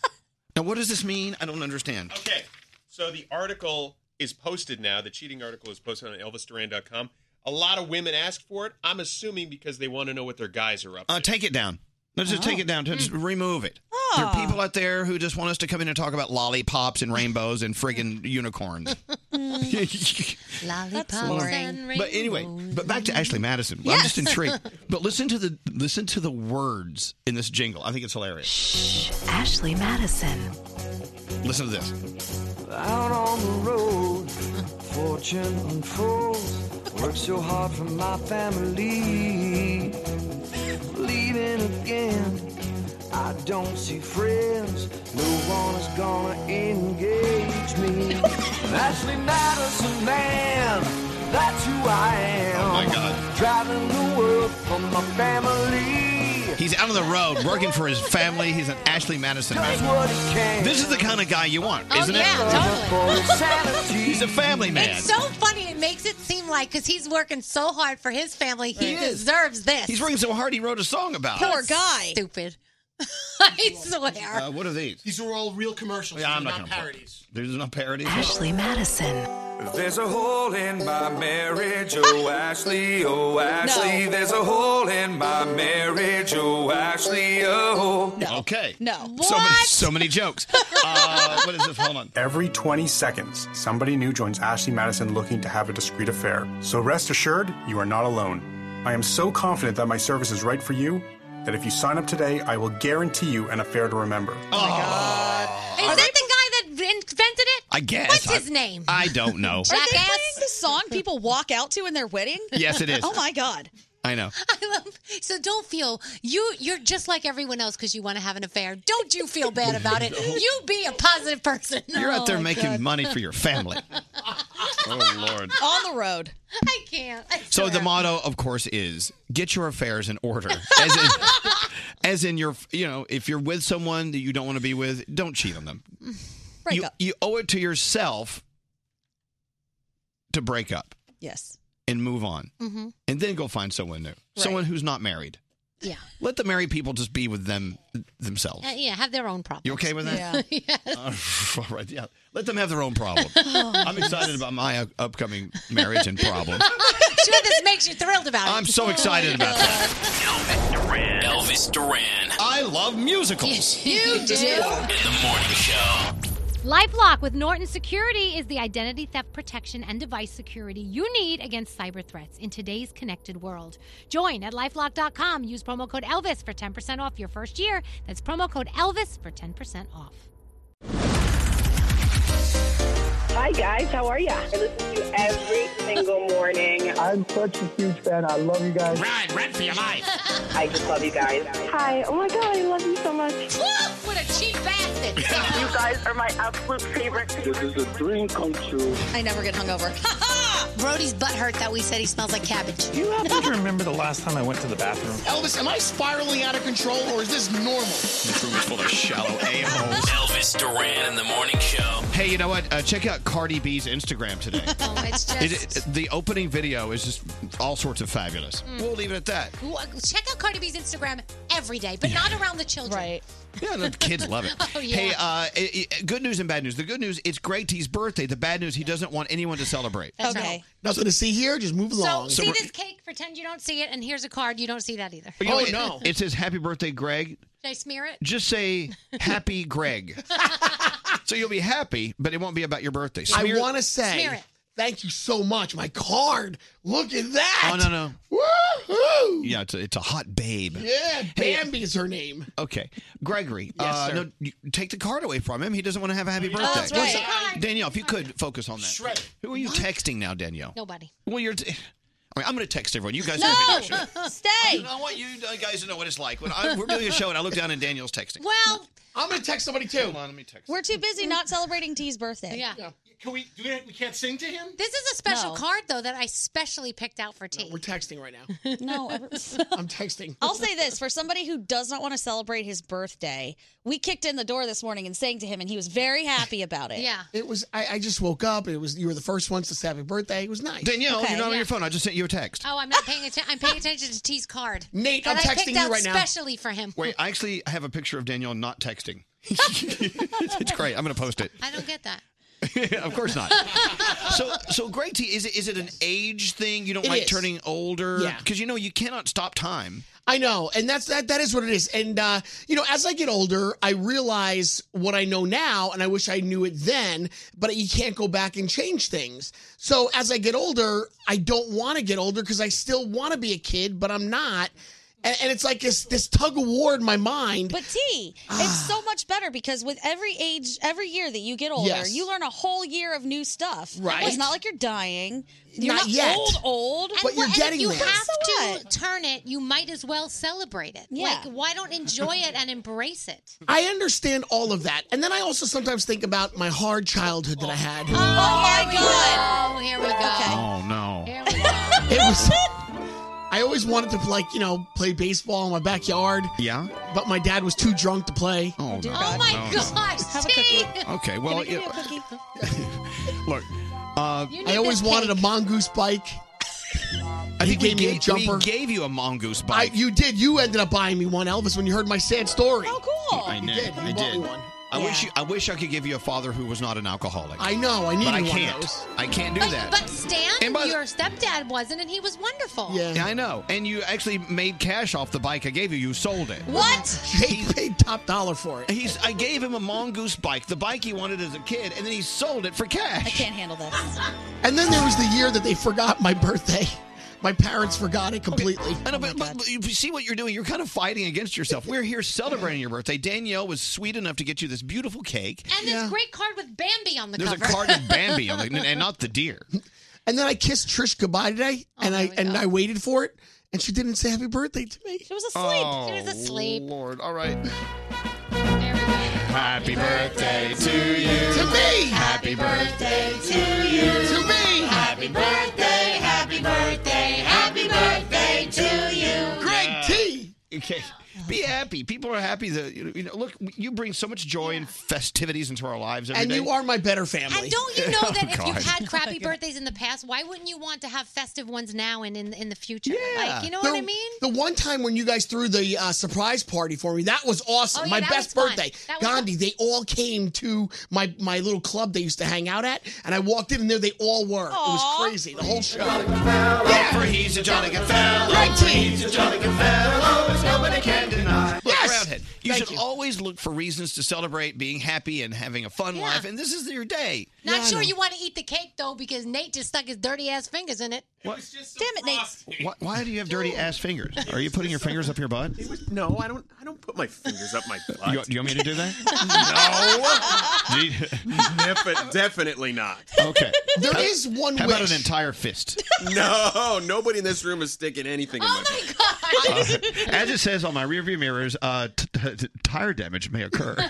S8: [laughs] now, what does this mean? I don't understand.
S15: Okay, so the article is posted now. The cheating article is posted on ElvisDuran.com. A lot of women ask for it. I'm assuming because they want to know what their guys are up to.
S8: Uh, take it down. Let's just take it
S5: Oh.
S8: down. Just
S5: Mm.
S8: remove it. There are people out there who just want us to come in and talk about lollipops and rainbows and friggin' unicorns.
S5: Lollipops and rainbows.
S8: But anyway, but back to Ashley Madison. I'm just
S5: Yes. [laughs]
S8: intrigued. But listen to the listen to the words in this jingle. I think it's hilarious.
S2: Ashley Madison.
S8: Listen to this.
S2: Out on the road, fortune unfolds. Worked so hard for my family. Leaving again, I don't see friends. No one is gonna engage me. Ashley Madison, man, that's who I am. Oh my God. Driving the world for my family.
S8: He's out on the road working for his family. He's an Ashley Madison man. This is the kind of guy you want,
S5: Oh,
S8: isn't
S5: yeah,
S8: it?
S5: totally.
S8: He's a family man.
S5: It's so funny. It makes it seem like because he's working so hard for his family, he
S8: He is.
S5: deserves this.
S8: He's working so hard he wrote a song about it.
S5: Stupid. [laughs]
S8: [laughs]
S5: I swear.
S8: Uh, what are these?
S12: These are all real commercials.
S8: Yeah, I'm
S12: They're
S8: not
S12: not
S8: gonna-
S12: parodies.
S8: There's no parody.
S2: Ashley Madison.
S7: There's a hole in my marriage, oh Ashley, oh Ashley. There's a hole in my marriage, oh Ashley, oh.
S8: Okay.
S10: No.
S8: So many, so many
S10: [laughs]
S8: jokes. Uh, what is this? Hold on.
S9: Every 20 seconds, somebody new joins Ashley Madison looking to have a discreet affair. So rest assured, you are not alone. I am so confident that my service is right for you that if you sign up today, I will guarantee you an affair to remember.
S8: Oh,
S5: Is that the guy that invented it?
S8: Uh, I guess.
S10: What's
S8: I- Oh.
S10: his name?
S8: I don't know.
S10: Are they playing the song people walk out to in their wedding?
S8: Yes, it is.
S10: Oh my god!
S8: I know.
S5: [laughs] I love. So don't feel you. You're just like everyone else because you want to have an affair. Don't you
S8: [laughs]
S5: feel bad about it? You be a positive person. Oh
S8: You're out there making money for your family. oh Lord.
S10: On the road.
S5: [laughs] I can't. I
S8: So the
S5: swear.
S8: motto, of course, is get your affairs in order. As in, as in your, you know, if you're with someone that you don't want to be with, don't cheat on them.
S10: Break
S8: you,
S10: up.
S8: you owe it to yourself to break up
S10: Yes.
S8: and move on,
S10: Mm-hmm.
S8: and then go find someone new, someone who's not married.
S5: [laughs] Yeah.
S8: Let the married people just be with them themselves.
S5: [laughs] Uh, yeah, have their own problems.
S8: You okay with that?
S5: [laughs] Yeah.
S8: Uh, all right. Yeah. Let them have their own problem. I'm excited about my up- upcoming marriage and
S5: [laughs]
S8: problem.
S5: sure this makes you thrilled about it.
S8: I'm so excited
S5: [laughs]
S8: about that.
S3: Elvis Duran.
S8: I love musicals.
S3: You do. In the morning show.
S14: LifeLock with Norton Security is the identity theft protection and device security you need against cyber threats in today's connected world. Join at lifelock.com. Use promo code Elvis for 10% off your first year. That's promo code Elvis for 10% off.
S1: Hi, guys. How are ya? I listen to you every single morning.
S16: I'm such a huge fan. I love you guys.
S1: Ride, run for your life. I just love you guys. Hi. Oh, my God. I love you so much.
S5: what a cheap bastard.
S1: [laughs] you guys are my absolute favorite.
S16: This is a dream come true.
S5: I never get hungover. [laughs] Brody's butt hurt that we said he smells like cabbage.
S16: You happen to remember the last time I went to the bathroom?
S11: Elvis, am I spiraling out of control or is this normal?
S8: This room is full of shallow a-holes.
S3: Elvis Duran in the morning show.
S8: Hey, you know what? Uh, check out Cardi B's Instagram today.
S5: Oh, it's just.
S8: It- it- the opening video is just all sorts of fabulous.
S5: Mm.
S8: We'll leave it at that.
S5: Well, uh, Check out Cardi B's Instagram every day, but not around the children. Right.
S8: [laughs] Yeah, the kids love it.
S5: [laughs] Oh, yeah.
S8: Hey, uh, i- i- good news and bad news. The good news, it's Greg T's birthday. The bad news, he doesn't want anyone to celebrate.
S5: okay.
S11: Nothing to see here. Just move
S5: So,
S11: along.
S5: see this cake, pretend you don't see it, and here's a card. You don't see that either.
S8: Oh,
S11: Oh,
S8: You know, it- [laughs] It says happy birthday, Greg.
S5: Should I smear it?
S8: Just say happy
S5: [laughs]
S8: Greg. so you'll be happy, but it won't be about your birthday.
S11: I
S8: Smear-
S11: want to
S5: Smear
S11: say
S5: it.
S11: thank you so much. My card. Look at that.
S8: Oh, no, no.
S11: Woo-hoo.
S8: Yeah, it's a, it's a hot babe.
S11: Yeah,
S8: Hey,
S11: Bambi is her name.
S8: Okay, Gregory.
S11: Yes,
S8: uh,
S11: sir.
S8: No, you- take the card away from him. He doesn't want to have a happy birthday.
S5: Oh, that's right. What's the card?
S8: Danielle, if you could focus on that.
S5: Shred.
S8: Who are you
S5: What?
S8: texting now, Danielle?
S5: Nobody.
S8: Well, you're. T- I mean, I'm going to text everyone. You guys. are
S5: No,
S8: gonna do your show.
S5: stay.
S8: I want you guys to know what it's like when I, we're doing a show and I look down and Danielle's texting.
S5: Well,
S11: [laughs] I'm gonna text somebody too.
S8: Hold on, let me text.
S10: We're too busy not celebrating T's birthday.
S5: Yeah.
S11: Can we? Do we, we can't sing to him.
S5: This is a special
S10: No.
S5: card though that I specially picked out for T.
S11: We're texting
S5: [laughs]
S11: right now.
S10: No,
S11: I'm texting.
S10: I'll say this for somebody who does not want to celebrate his birthday, we kicked in the door this morning and sang to him, and he was very happy about it.
S5: Yeah.
S11: It was. I, I just woke up. It was. You were the first ones to say happy birthday. It was nice.
S8: Danielle,
S5: Okay,
S8: you're not on
S5: yeah.
S8: your phone. I just sent you a text.
S5: Oh, I'm not paying attention. I'm paying attention to T's card.
S11: Nate,
S5: that
S8: I'm
S5: I
S8: texting
S5: picked
S8: you
S5: out
S8: right now.
S5: specially for him.
S8: Wait, I actually have a picture of Danielle not texting. [laughs] it's great. I'm going to post it. [laughs]
S5: I don't get that.
S8: of course not. So, so Greg T, is it is it an age thing? You don't
S11: It
S8: like
S11: is.
S8: turning older?
S11: Yeah.
S8: Because you know you cannot stop time.
S11: I know, and that's that. That is what it is. And uh, you know, as I get older, I realize what I know now, and I wish I knew it then. But you can't go back and change things. So as I get older, I don't want to get older because I still want to be a kid, but I'm not. And, and it's like this this tug of war in my mind.
S10: But T, it's
S11: Ah.
S10: so much better because with every age, every year that you get older,
S11: Yes.
S10: you learn a whole year of new stuff.
S11: Right.
S10: It's not like you're dying. You're
S11: Not
S10: not,
S11: yet.
S10: old, old.
S5: And, what- and if you have to turn it, you might as well celebrate it.
S10: Yeah.
S5: Like, why don't enjoy it and embrace it?
S11: I understand all of that, and then I also sometimes think about my hard childhood that I had.
S5: Oh, my God. here we go.
S8: Oh no.
S5: Here we go.
S11: It was. I always wanted to like you know play baseball in my backyard.
S8: Yeah.
S11: But my dad was too drunk to play.
S8: Oh,
S5: Oh, my gosh. T.
S8: Okay, well, Can I give you a Look, uh,
S5: You
S11: I always wanted a mongoose bike.
S8: I
S11: He
S8: think we
S11: gave me a
S8: gave-
S11: jumper.
S8: We gave you a mongoose
S11: I,
S8: bike.
S11: you did. You ended up buying me one, Elvis, when you heard my sad story. Oh,
S10: cool.
S8: I, know.
S11: did. You
S8: I
S11: bought
S8: did.
S11: me one.
S8: I wish
S11: Yeah.
S8: you, I wish I could give you a father who was not an alcoholic.
S11: I know. I needed
S8: but I
S11: one
S8: can't.
S11: of those.
S8: I can't do that.
S5: But Stan,
S8: And by the-
S5: your stepdad wasn't, and he was wonderful.
S8: Yeah, I know. And you actually made cash off the bike I gave you. You sold it.
S5: What?
S11: Jake paid top dollar for it.
S8: He's. I gave him a mongoose bike, the bike he wanted as a kid, and then he sold it for cash. I
S10: can't handle this.
S11: And then there was the year that they forgot my birthday. My parents forgot it completely.
S8: I know, but, but, but you see what you're doing. You're kind of fighting against yourself. We're here celebrating your birthday. Danielle was sweet enough to get you this beautiful cake.
S5: And this great card with Bambi on the
S8: There's
S5: cover.
S8: a card of
S5: [laughs]
S8: Bambi, on the, and not the deer.
S11: And then I kissed Trish goodbye today,
S5: Oh,
S11: and I and I waited for it, and she didn't say happy birthday to me.
S10: She was
S5: she was asleep.
S8: Oh, Lord, all right. Happy birthday to you.
S11: To me.
S8: Happy birthday
S11: to you. To me.
S8: Happy birthday.
S5: Happy birthday. Happy birthday to you.
S11: Greg T.
S8: [laughs] Okay. Be happy. People are happy that you know, you know. Look, you bring so much joy and festivities into our lives every
S11: And
S8: day. Oh,
S11: you are my better family.
S8: And
S5: Don't
S8: [laughs]
S5: you know that if you've
S10: [laughs]
S5: had
S10: Oh
S5: crappy birthdays in the past, why wouldn't you want to have festive ones now and in in the future? Like, you know what I
S11: The-
S5: mean?
S11: The one time when you guys threw the uh, surprise party for me, that was awesome.
S5: Oh, yeah,
S11: my
S5: that
S11: best
S5: was fun.
S11: birthday.
S5: That was
S11: Gandhi, they all came to my, my little club they used to hang out at, and I walked in and there they all were. It was crazy. The whole show. Yeah. [laughs]
S8: For he's a jolly good fellow.
S11: Right, team.
S8: He's a jolly good fellow. Which nobody can deny. Look,
S11: Yes.
S8: Roundhead, you
S11: Thank
S8: should always look for reasons to celebrate being happy and having a fun life. And this is your day.
S5: Not sure you want to eat the cake though, because Nate just stuck his dirty ass fingers in it.
S10: Damn it, Nate.
S8: Why, why do you have dirty ass fingers? Are you putting your fingers up your butt? Oh,
S13: No, I don't. I don't put my fingers [laughs] up my butt.
S8: You, do you want me to do that?
S13: [laughs] Defi- definitely not.
S8: Okay.
S11: There is one
S13: How
S11: wish.
S13: about an
S8: entire fist?
S13: [laughs] No, nobody in this room is sticking anything
S11: Oh,
S13: in my butt.
S8: Uh, as it says on my rearview mirrors, uh, t- t- t- tire damage may occur.
S10: I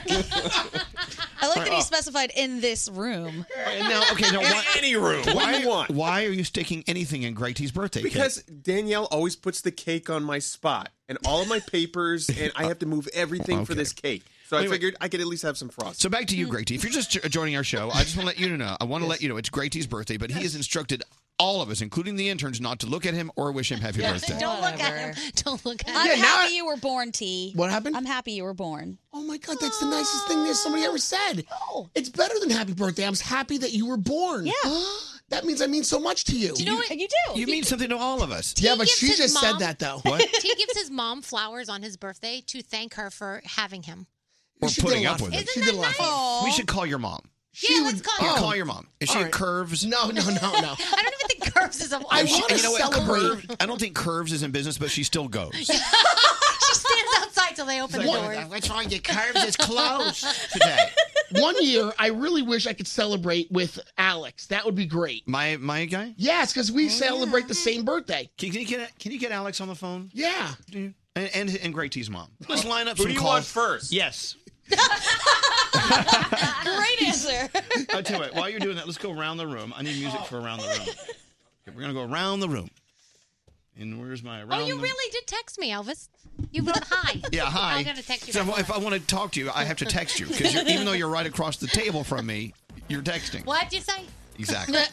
S10: like that he specified in this room.
S8: now, okay,
S10: [laughs]
S8: now why, Why,
S13: What do you want?
S8: why are you sticking anything in Greg T's birthday cake?
S13: Because Danielle always puts the cake on my spot and all of my papers, and I have to move everything for this cake. So I
S8: Wait, wait.
S13: figured I could at least have some frosting.
S8: So back to you, Greg T. If you're just jo- joining our show, I just want to let you know. I want to let you know it's Greg T's birthday, but he has instructed all of us, including the interns, not to look at him or wish him happy birthday.
S5: Don't look at him. Don't look at
S10: I'm
S5: him.
S10: happy you were born, T.
S11: What happened?
S10: I'm happy you were born.
S11: Oh my God, that's the nicest thing that somebody ever said. It's better than happy birthday. I'm happy that you were born. Yeah. [gasps] that means I mean so much to you.
S5: Do you know what- You do.
S8: You mean something to all of us.
S11: Yeah, but
S5: gives
S11: she
S5: his
S11: just
S5: mom-
S11: said that though.
S5: [laughs] He gives his mom flowers on his birthday to thank her for having him.
S8: Or
S11: She did
S8: putting
S11: a
S8: up
S11: lot
S8: with
S11: for
S8: it.
S11: me. She did a lot for me. Aw.
S8: We should call your mom.
S5: yeah, let's
S11: Oh.
S5: call
S8: Yeah,
S5: her.
S8: call your mom. Is she
S5: All
S8: a
S5: right.
S8: curves?
S11: No, no, no, no.
S5: [laughs] I don't even think curves is a
S11: I want to
S8: you know what?
S11: celebrate.
S8: Curve- I don't think curves is in business, but she still goes.
S5: [laughs] she stands outside till they open
S11: It's like,
S5: the doors.
S8: What's wrong? Your curves is closed
S5: today.
S11: [laughs] One year, I really wish I could celebrate with Alex. That would be great.
S8: My my guy.
S11: Yes, because
S5: Oh,
S11: we celebrate the same birthday.
S8: Can, can you get can you get Alex on the phone?
S5: [laughs]
S11: Yeah.
S8: And and, and Greg T's mom. Let's line up
S13: Who
S8: some
S13: do you
S8: calls
S13: want first?
S8: Yes.
S10: Great answer.
S8: I tell you what, while you're doing that, let's go around the room. I need music for around the room. Okay, we're gonna go around the room. And where's my around?
S5: [laughs] Oh, you
S8: the-
S5: really did text me, Elvis. You wrote hi.
S8: Yeah, hi.
S5: I'm gonna text you.
S8: So
S5: back.
S8: if I want to talk to you, I have to text you because even though you're right across the table from me, you're texting.
S5: What'd you say? [laughs]
S8: Exactly.
S14: [laughs]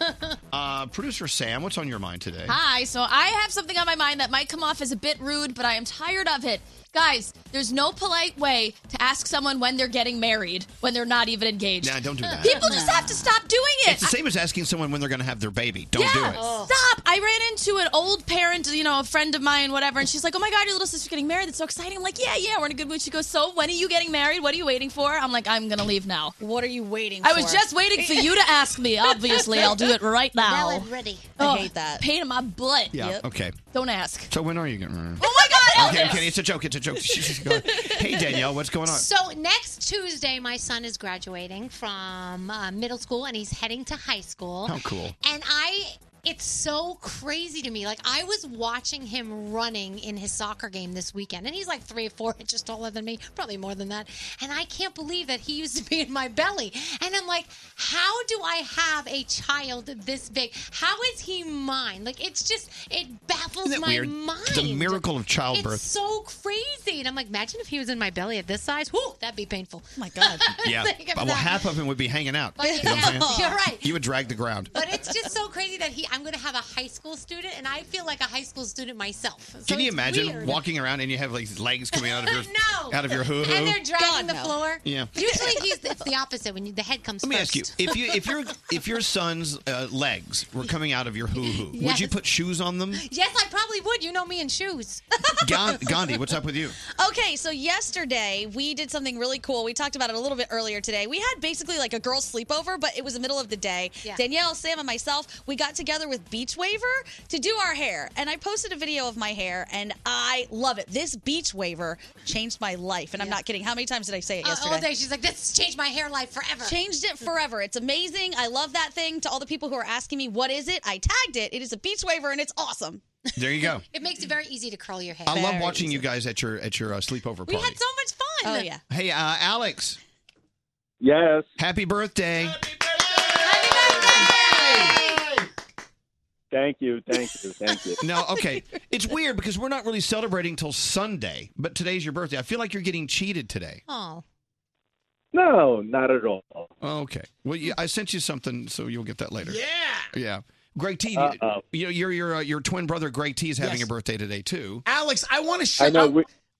S8: Uh, Producer Sam, what's on your mind today?
S6: Hi, so I have something on my mind that might come off as a bit rude, but I am tired of it. Guys, there's no polite way to ask someone when they're getting married when they're not even engaged.
S8: Nah,
S6: [laughs]
S8: don't do that.
S6: People just have to stop doing it.
S8: It's the same as asking someone when they're going to have their baby. Don't do
S6: yeah,
S8: it.
S10: Oh.
S6: stop. I ran into an old parent, you know, a friend of mine, whatever, and she's like, oh my God, your little sister's getting married. That's so exciting. I'm like, yeah, yeah, we're in a good mood. She goes, so when are you getting married? What are you waiting for? I'm like, I'm going to leave now.
S10: What are you waiting
S6: I was just waiting for you
S10: [laughs]
S6: to ask me. Obviously, I'll do it right now. Oh,
S10: Well, I'm
S5: ready.
S10: I hate that.
S6: Pain in my butt.
S8: Yeah. Okay.
S6: Don't ask.
S8: So when are you getting married?
S6: Oh my God,
S8: Okay,
S6: Elvis!
S8: okay, it's a joke. It's a joke. Go ahead. hey Danielle, what's going on?
S5: So next Tuesday, my son is graduating from uh, middle school and he's heading to high school.
S8: How Oh, cool.
S5: And I. It's so crazy to me. Like I was watching him running in his soccer game this weekend, and he's like three or four inches taller than me, probably more than that. And I can't believe that he used to be in my belly. And I'm like, how do I have a child this big? How is he mine? Like it's just it baffles
S8: Isn't that
S5: my
S8: weird?
S5: mind.
S8: The miracle of childbirth.
S5: It's so crazy. And I'm like, imagine if he was in my belly at this size. Whoo, that'd be painful. Oh
S10: my
S5: [laughs]
S10: God.
S8: [laughs] yeah. Well, half of him would be hanging out.
S5: But-
S8: You know what I'm saying?
S5: [laughs] You're right.
S8: You would drag the ground.
S5: But it's just so crazy that he I'm gonna have a high school student and I feel like a high school student myself. So
S8: Can you
S5: it's
S8: imagine
S5: weird.
S8: walking around and you have like legs coming out of
S5: [laughs]
S8: your
S5: No.
S8: out of your hoo
S5: And they're
S8: hoo?
S5: dragging the
S8: no.
S5: floor.
S8: Yeah.
S5: Usually he's it's the opposite when you, the head comes
S8: Let me
S5: first.
S8: ask you: if you if
S5: [laughs]
S8: your if your son's uh, legs were coming out of your hoo hoo, would you
S5: Yes.
S8: put shoes on
S5: [laughs]
S8: them?
S5: Yes, I probably would. You know me in shoes.
S8: Gan- Gandhi, what's up with you?
S10: Okay, so yesterday we did something really cool. We talked about it a little bit earlier today. We had basically like a girl sleepover, but it was the middle of the day.
S17: Yeah.
S10: Danielle, Sam, and myself, we got together with Beach Waver to do our hair. And I posted a video of my hair, and I love it. This Beach Waver changed my life. And I'm not kidding. How many times did I say it
S5: Uh,
S10: yesterday?
S5: all day she's like, this has changed my hair life forever.
S10: Changed it forever. It's amazing. I love that thing. To all the people who are asking me, what is it? I tagged it. It is a Beach Waver, and it's awesome.
S8: There you
S5: [laughs]
S8: go.
S5: It makes it very easy to curl your hair.
S8: I love watching you guys at your at your uh, sleepover party.
S5: We had so much fun.
S10: Oh yeah.
S8: hey, uh, Alex.
S23: Yes.
S8: Happy birthday.
S23: Thank you, thank you, thank you.
S8: No, okay. It's weird because we're not really celebrating till Sunday, but today's your birthday. I feel like you're getting cheated today.
S5: Oh.
S23: No, not at all.
S8: Okay. Well, yeah, I sent you something, so you'll get that later. Yeah. Yeah. Greg T,
S23: Uh-oh.
S8: you know, your your uh, your twin brother Greg T is having a birthday today too.
S11: Alex, I want to share. I,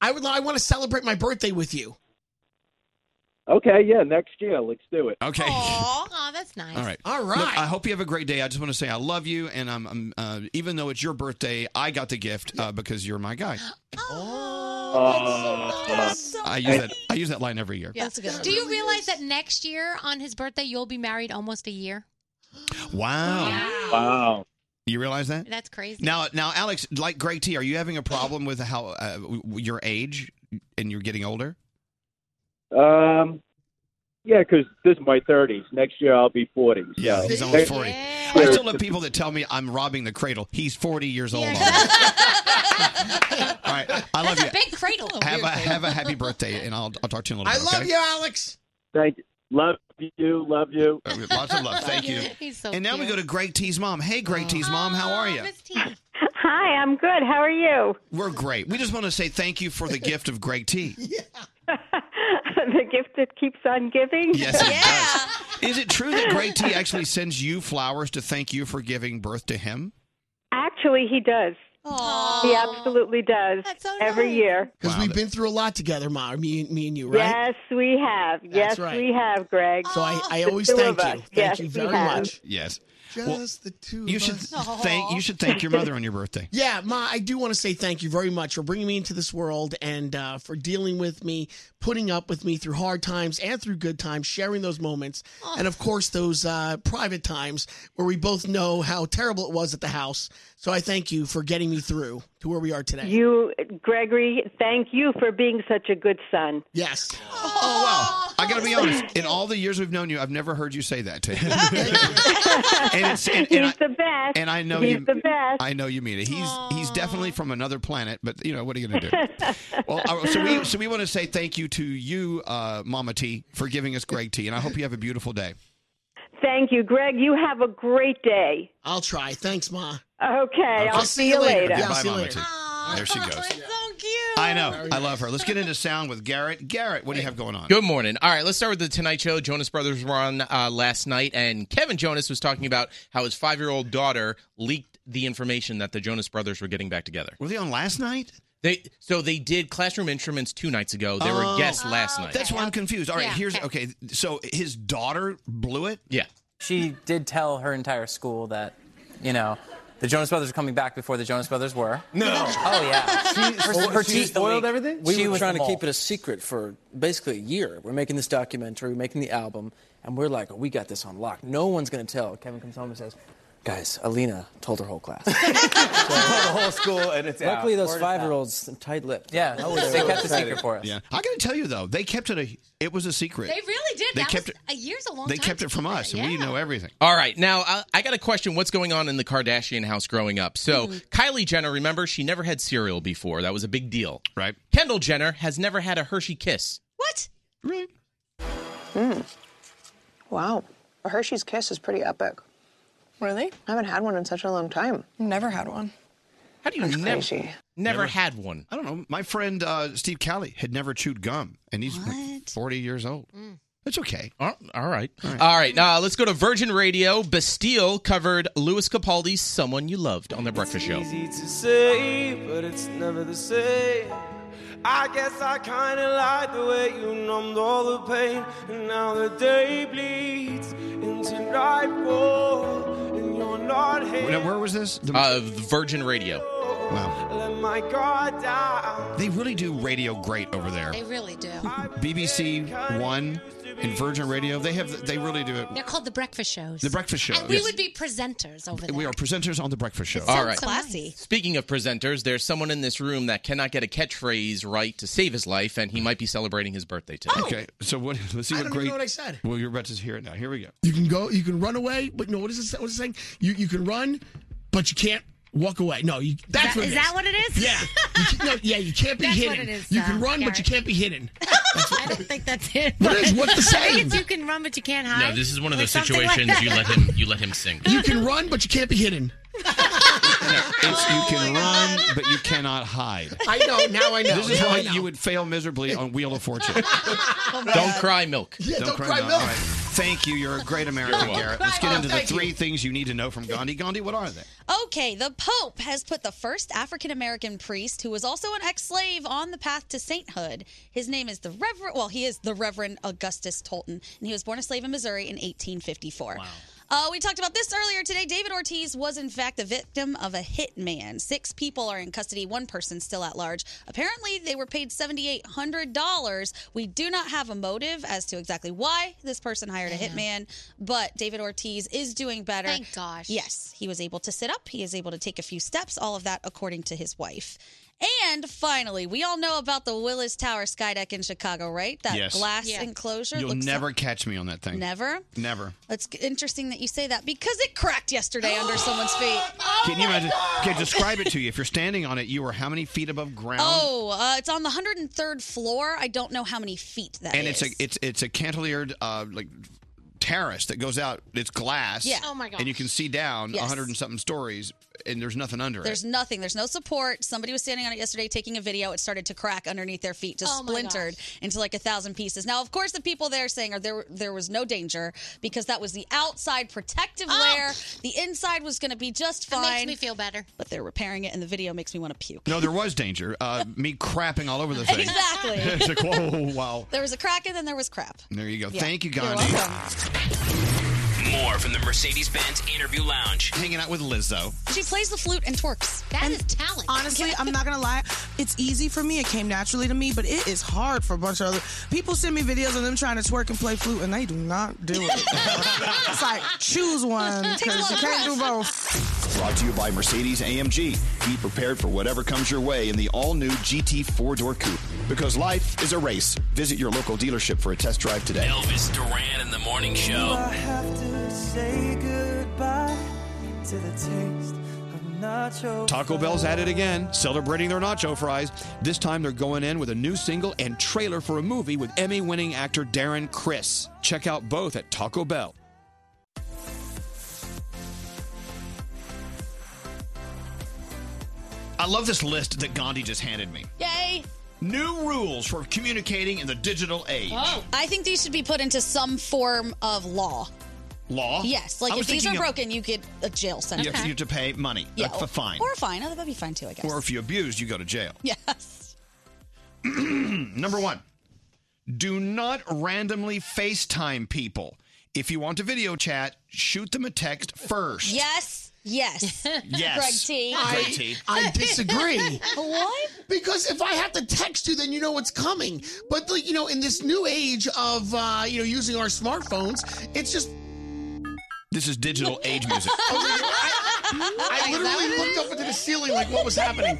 S11: I would. I want to celebrate my birthday with you.
S23: Okay, yeah, next year. Let's do it.
S8: Okay.
S5: Oh, that's nice.
S8: All right.
S11: All
S8: right. I hope you have a great day. I just want to say I love you, and I'm, I'm uh, even though it's your birthday, I got the gift uh, because you're my
S5: [gasps]
S8: guy.
S24: Uh,
S23: Oh,
S8: uh, I use that. I use that line every year.
S5: That's good. Do you realize that next year on his birthday you'll be married almost a year?
S8: Wow.
S5: Wow.
S23: Wow.
S8: You realize that?
S5: That's crazy.
S8: Now, now, Alex, like Greg T, are you having a problem with how uh, w- w- your age and you're getting older?
S23: Um, yeah, because this is my 30s. Next year I'll be 40. So.
S8: Yeah, he's almost forty. I still have people that tell me I'm robbing the cradle. He's forty years old. [laughs] already. All right, I love
S5: That's
S8: you.
S5: a big cradle.
S8: Have a have a happy birthday, and I'll I'll talk to you in a little
S23: I
S8: bit.
S23: love
S8: okay?
S23: you.
S11: Alex.
S23: Thank you. Love you. Love you.
S8: Uh, Lots of [laughs] love. Thank you. and now we go to Greg T's mom. Hey, Greg T's mom, how are you?
S7: [laughs] Hi, I'm good. How are you?
S8: We're great. We just want to say thank you for the gift of Greg
S7: [laughs]
S8: T.
S7: the gift that keeps on giving.
S8: Yes, it does. Is it true that Greg T actually sends you flowers to thank you for giving birth to him?
S7: Actually, he does. He absolutely does. every year.
S11: Because we've been through a lot together, Ma. Me, me and you, right?
S7: Yes, we have. yes,
S11: right.
S7: we have, Greg.
S11: So I, I
S7: The
S11: always
S7: two
S11: thank
S7: of
S11: you.
S7: us.
S11: Thank
S7: yes,
S11: you
S7: we
S11: very
S7: have.
S11: much.
S8: Yes.
S11: Just
S8: Well,
S11: the two.
S8: you
S11: of
S8: should
S11: us.
S8: thank you should thank your mother on your
S11: [laughs]
S8: birthday.
S11: Yeah, Ma, I do want to say thank you very much for bringing me into this world and uh, for dealing with me, putting up with me through hard times and through good times, sharing those moments, and of course those uh, private times where we both know how terrible it was at the house. So I thank you for getting me through to where we are today.
S7: You, Gregory, thank you for being such a good son.
S11: Yes.
S8: Oh wow! I got to be honest. In all the years we've known you, I've never heard you say that to
S7: [laughs]
S8: him. [laughs] and it's, and, and
S7: He's the best.
S8: And I know
S7: He's
S8: you.
S7: the best. [laughs]
S8: I know you mean it. He's he's definitely from another planet, but you know what are you going to
S7: [laughs]
S8: do? well, I- so we so we want to say thank you to you, uh, Mama T, for giving us Greg T, and I hope you have a beautiful day.
S7: Thank you, Greg. You have a great day.
S11: I'll try. Thanks, Ma. Okay,
S7: I'll, see, you later.
S8: Yeah, bye, Mama T. There she goes. so cute. I know. I love her. Let's get into sound with Garrett. Garrett, what do you have going on?
S25: Good morning. All right, let's start with the Tonight Show. Jonas Brothers were on uh, last night, and Kevin Jonas was talking about how his five year old daughter leaked the information that the Jonas Brothers were getting back together.
S8: Were they on last night?
S25: They so they did Classroom Instruments two nights ago. They
S8: Oh.
S25: were guests last night.
S8: That's why I'm confused. All right,
S25: Yeah,
S8: here's okay. So his daughter blew it.
S25: Yeah.
S18: She did tell her entire school that, you know, the Jonas Brothers are coming back before the Jonas Brothers were. No. Oh yeah.
S24: Oh, she
S18: teeth
S24: spoiled
S18: leak.
S24: everything?
S18: We
S24: We
S18: were
S24: were trying to keep
S18: it a secret for basically a year. We're making this documentary, we're making the album, and we're like, we got this on lock. No one's gonna tell. Kevin comes home and [laughs] says, Guys, Alina told her whole class.
S24: the whole school, and it's
S18: Luckily,
S24: out.
S18: those
S24: Word of
S18: five
S24: mouth.
S18: year olds tight lipped. Yeah,
S24: I was
S18: they
S24: so
S18: kept the secret
S24: excited.
S18: for us.
S8: Yeah, I got to tell you though, they kept it a. It was a secret.
S5: They really did.
S8: They
S5: that
S8: kept
S5: was
S8: it-
S5: a year's a long
S8: They
S5: time.
S8: kept it from us, and we know everything.
S25: All right, now I, I got a question. What's going on in the Kardashian house growing up?
S5: Hmm.
S25: So Kylie Jenner, remember she never had cereal before. That was a big deal,
S8: right?
S25: Kendall Jenner has never had a Hershey Kiss.
S26: What?
S8: Really?
S26: Mm. Wow. A Hershey's Kiss is pretty epic. Really? I haven't had one in such a long time. Never had one.
S25: How do you
S26: That's
S25: never,
S26: crazy.
S25: never had one?
S8: I don't know. My friend uh, Steve Cowley had never chewed gum, and he's like, forty years old.
S5: Mm.
S8: That's okay.
S25: Oh, all right. All right, uh, let's go to Virgin Radio. Bastille covered Louis Capaldi's "Someone You Loved" on the Breakfast Show.
S24: easy to say, but it's never the same. I guess I kinda like the way you numbed all the pain, and now the day bleeds into nightfall, and you're not here.
S8: where was this?
S25: Uh, Virgin Radio.
S8: Wow.
S24: Let my guard down.
S8: They really do radio great over there.
S5: They really do.
S8: BBC One and Virgin Radio. They have. They really do it.
S5: They're called the breakfast shows.
S8: The Breakfast Show.
S5: And we
S8: yes.
S5: would be presenters over there.
S8: We are presenters on the Breakfast Show.
S25: All right.
S5: classy.
S25: Speaking of presenters, there's someone in this room that cannot get a catchphrase right to save his life, and he might be celebrating his birthday today.
S8: Okay, so what? Let's see
S11: I
S8: what
S11: don't
S8: great.
S11: even know what I said.
S8: Well, you're about to hear it now. Here we
S5: [laughs]
S8: go.
S11: You can go. You can run away, but no. What is it? What is it saying? You you can run, but you can't walk away. No, you. That's
S5: that-
S11: what it
S5: is that what it is?
S11: Yeah.
S5: [laughs]
S11: You can- no, yeah, you can't be
S5: That's
S11: hidden.
S5: what it is,
S11: you can
S5: uh,
S11: run, but you can't be hidden.
S5: [laughs] I don't think that's it.
S11: What is- what's the
S5: [laughs] I think
S11: saying?
S5: it's you can run, but you can't hide.
S27: No, this is one of
S5: Or
S27: those
S5: something like [laughs]
S27: situations
S11: [laughs]
S5: that.
S27: you let him you let him sing.
S11: You can run, but you can't be hidden.
S8: It's you
S5: Oh
S8: can run, but you cannot hide.
S11: I know. Now I know.
S8: This is
S11: Now
S8: how
S11: I know.
S8: you would fail miserably on Wheel of
S10: [laughs]
S8: Fortune.
S10: Oh,
S17: Don't cry milk.
S8: Yeah, don't, cry, milk. All right. Thank you. You're a great American,
S17: welcome.
S8: Garrett. Let's get
S10: Oh,
S8: into the
S10: thank you.
S8: three things you need to know from Gandhi. Gandhi, what are they?
S10: Okay, the Pope has put the first African American priest, who was also an ex slave, on the path to sainthood. His name is the Reverend, well, he is the Reverend Augustus Tolton, and he was born a slave in Missouri in 1854. Uh, we talked about this earlier today. David Ortiz was, in fact, the victim of a hitman. Six people are in custody, one person still at large. Apparently, they were paid $7,800. We do not have a motive as to exactly why this person hired a hitman, but David Ortiz is doing better.
S5: Thank gosh.
S10: Yes, he was able to sit up, he is able to take a few steps, all of that according to his wife. And finally, we all know about the Willis Tower skydeck in Chicago, right? That
S8: Yes.
S10: glass enclosure.
S8: You'll
S10: looks like-
S8: never catch me on that thing.
S10: Never?
S8: Never.
S10: It's interesting that you say that because it cracked yesterday under someone's
S8: [gasps]
S10: feet.
S8: Can you imagine? Okay, describe it to you. If you're standing on it, you are how many feet above ground?
S10: Oh, uh, it's on the 103rd floor. I don't know how many feet that is.
S8: and it's a it's it's a cantilevered uh, like terrace that goes out. It's glass.
S10: Yeah. Oh, my
S8: And you can see down a
S10: Yes.
S8: hundred and something stories, and there's nothing under
S10: There's
S8: it.
S10: nothing. There's no support. Somebody was standing on it yesterday taking a video. It started to crack underneath their feet, just
S5: Oh my
S10: splintered into like a thousand pieces. Now, of course, the people there saying are there there was no danger because that was the outside protective layer. The inside was going to be just fine.
S5: Oh! me feel better.
S10: But they're repairing it, and the video makes me want to puke.
S8: No, there was danger. Uh, me crapping all over
S10: [laughs]
S8: the thing. [laughs]
S10: Exactly.
S8: it's like whoa, wow.
S10: There was a crack, and then there was crap.
S8: There you go.
S10: Yeah.
S8: Thank you,
S10: You're
S8: Gandhi.
S3: More from the Mercedes Benz Interview Lounge.
S8: Hanging out with Lizzo.
S10: She plays the flute and twerks. That is
S5: talent.
S12: Honestly, I'm not gonna lie. It's easy for me. It came naturally to me, but it is hard for a bunch of other people. Send me videos of them trying to twerk and play flute, and they do not do
S10: [laughs]
S12: it. it's like choose one
S10: Takes a
S12: because
S10: lot
S12: you
S10: of
S12: can't do both.
S8: Brought to you by Mercedes AMG. Be prepared for whatever comes your way in the all new GT four door coupe. Because life is a race. Visit your local dealership for a test drive today.
S3: Elvis Duran in the Morning Show.
S15: I have to say goodbye to the taste of nacho.
S8: Taco Bell's at it again, celebrating their nacho fries. This time they're going in with a new single and trailer for a movie with Emmy winning actor Darren Chris. Check out both at Taco Bell. I love this list that Gandhi just handed me.
S10: Yay!
S8: New rules for communicating in the digital age.
S10: I think these should be put into some form of law.
S8: Law?
S10: Yes, like
S8: Oh. I
S10: if
S8: was
S10: these are
S8: thinking of-
S10: broken, you get a jail
S8: You,
S10: sentence.
S8: have, you have to pay money,
S10: Yeah,
S8: like a fine.
S10: Or a fine. Oh, that would be fine too, I guess.
S8: Or if you abuse, you go to jail.
S10: [laughs] Yes.
S8: [clears throat] Number one, do not randomly FaceTime people. If you want to video chat, shoot them a text first.
S10: Yes. Yes.
S8: Yes.
S10: Greg T.
S8: Greg T.
S11: I
S5: [laughs]
S11: disagree.
S10: what?
S11: Because if I have to text you, then you know what's coming. But like, you know, in this new age of uh, you know using our smartphones, it's [laughs] just.
S8: This is digital age
S5: [laughs]
S8: music.
S11: I, was like, I- I
S12: Is that what
S11: literally
S12: it
S11: looked up into the ceiling like what was happening.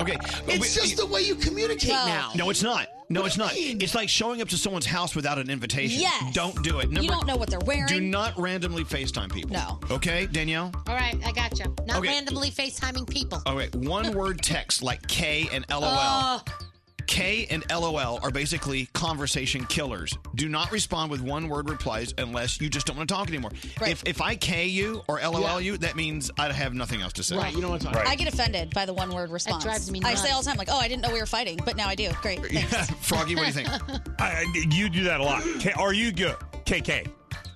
S8: Okay.
S11: It's just the way you communicate now.
S8: No, it's not. No, it's not. It's like showing up to someone's house without an invitation.
S5: Yes.
S8: Don't do it.
S5: You don't know what they're wearing.
S8: Do not randomly FaceTime people.
S5: No.
S8: Okay, Danielle?
S5: All right, I got you. Not
S8: Okay.
S5: randomly FaceTiming people.
S8: All right, one word text like K and LOL.
S10: Uh.
S5: Oh.
S8: K and LOL are basically conversation killers. Do not respond with one word replies unless you just don't want to talk anymore. If, if I K you or LOL you, that means I have nothing else to say.
S10: Right, you
S8: know what I'm
S10: I get offended by the one word response.
S5: drives me
S10: I say
S5: nuts.
S10: all the time, like, oh, I didn't know we were fighting, but now I do. Great. thanks.
S8: [laughs] Froggy, what do you think?
S19: I, I- you do that a lot. K, are you good? KK.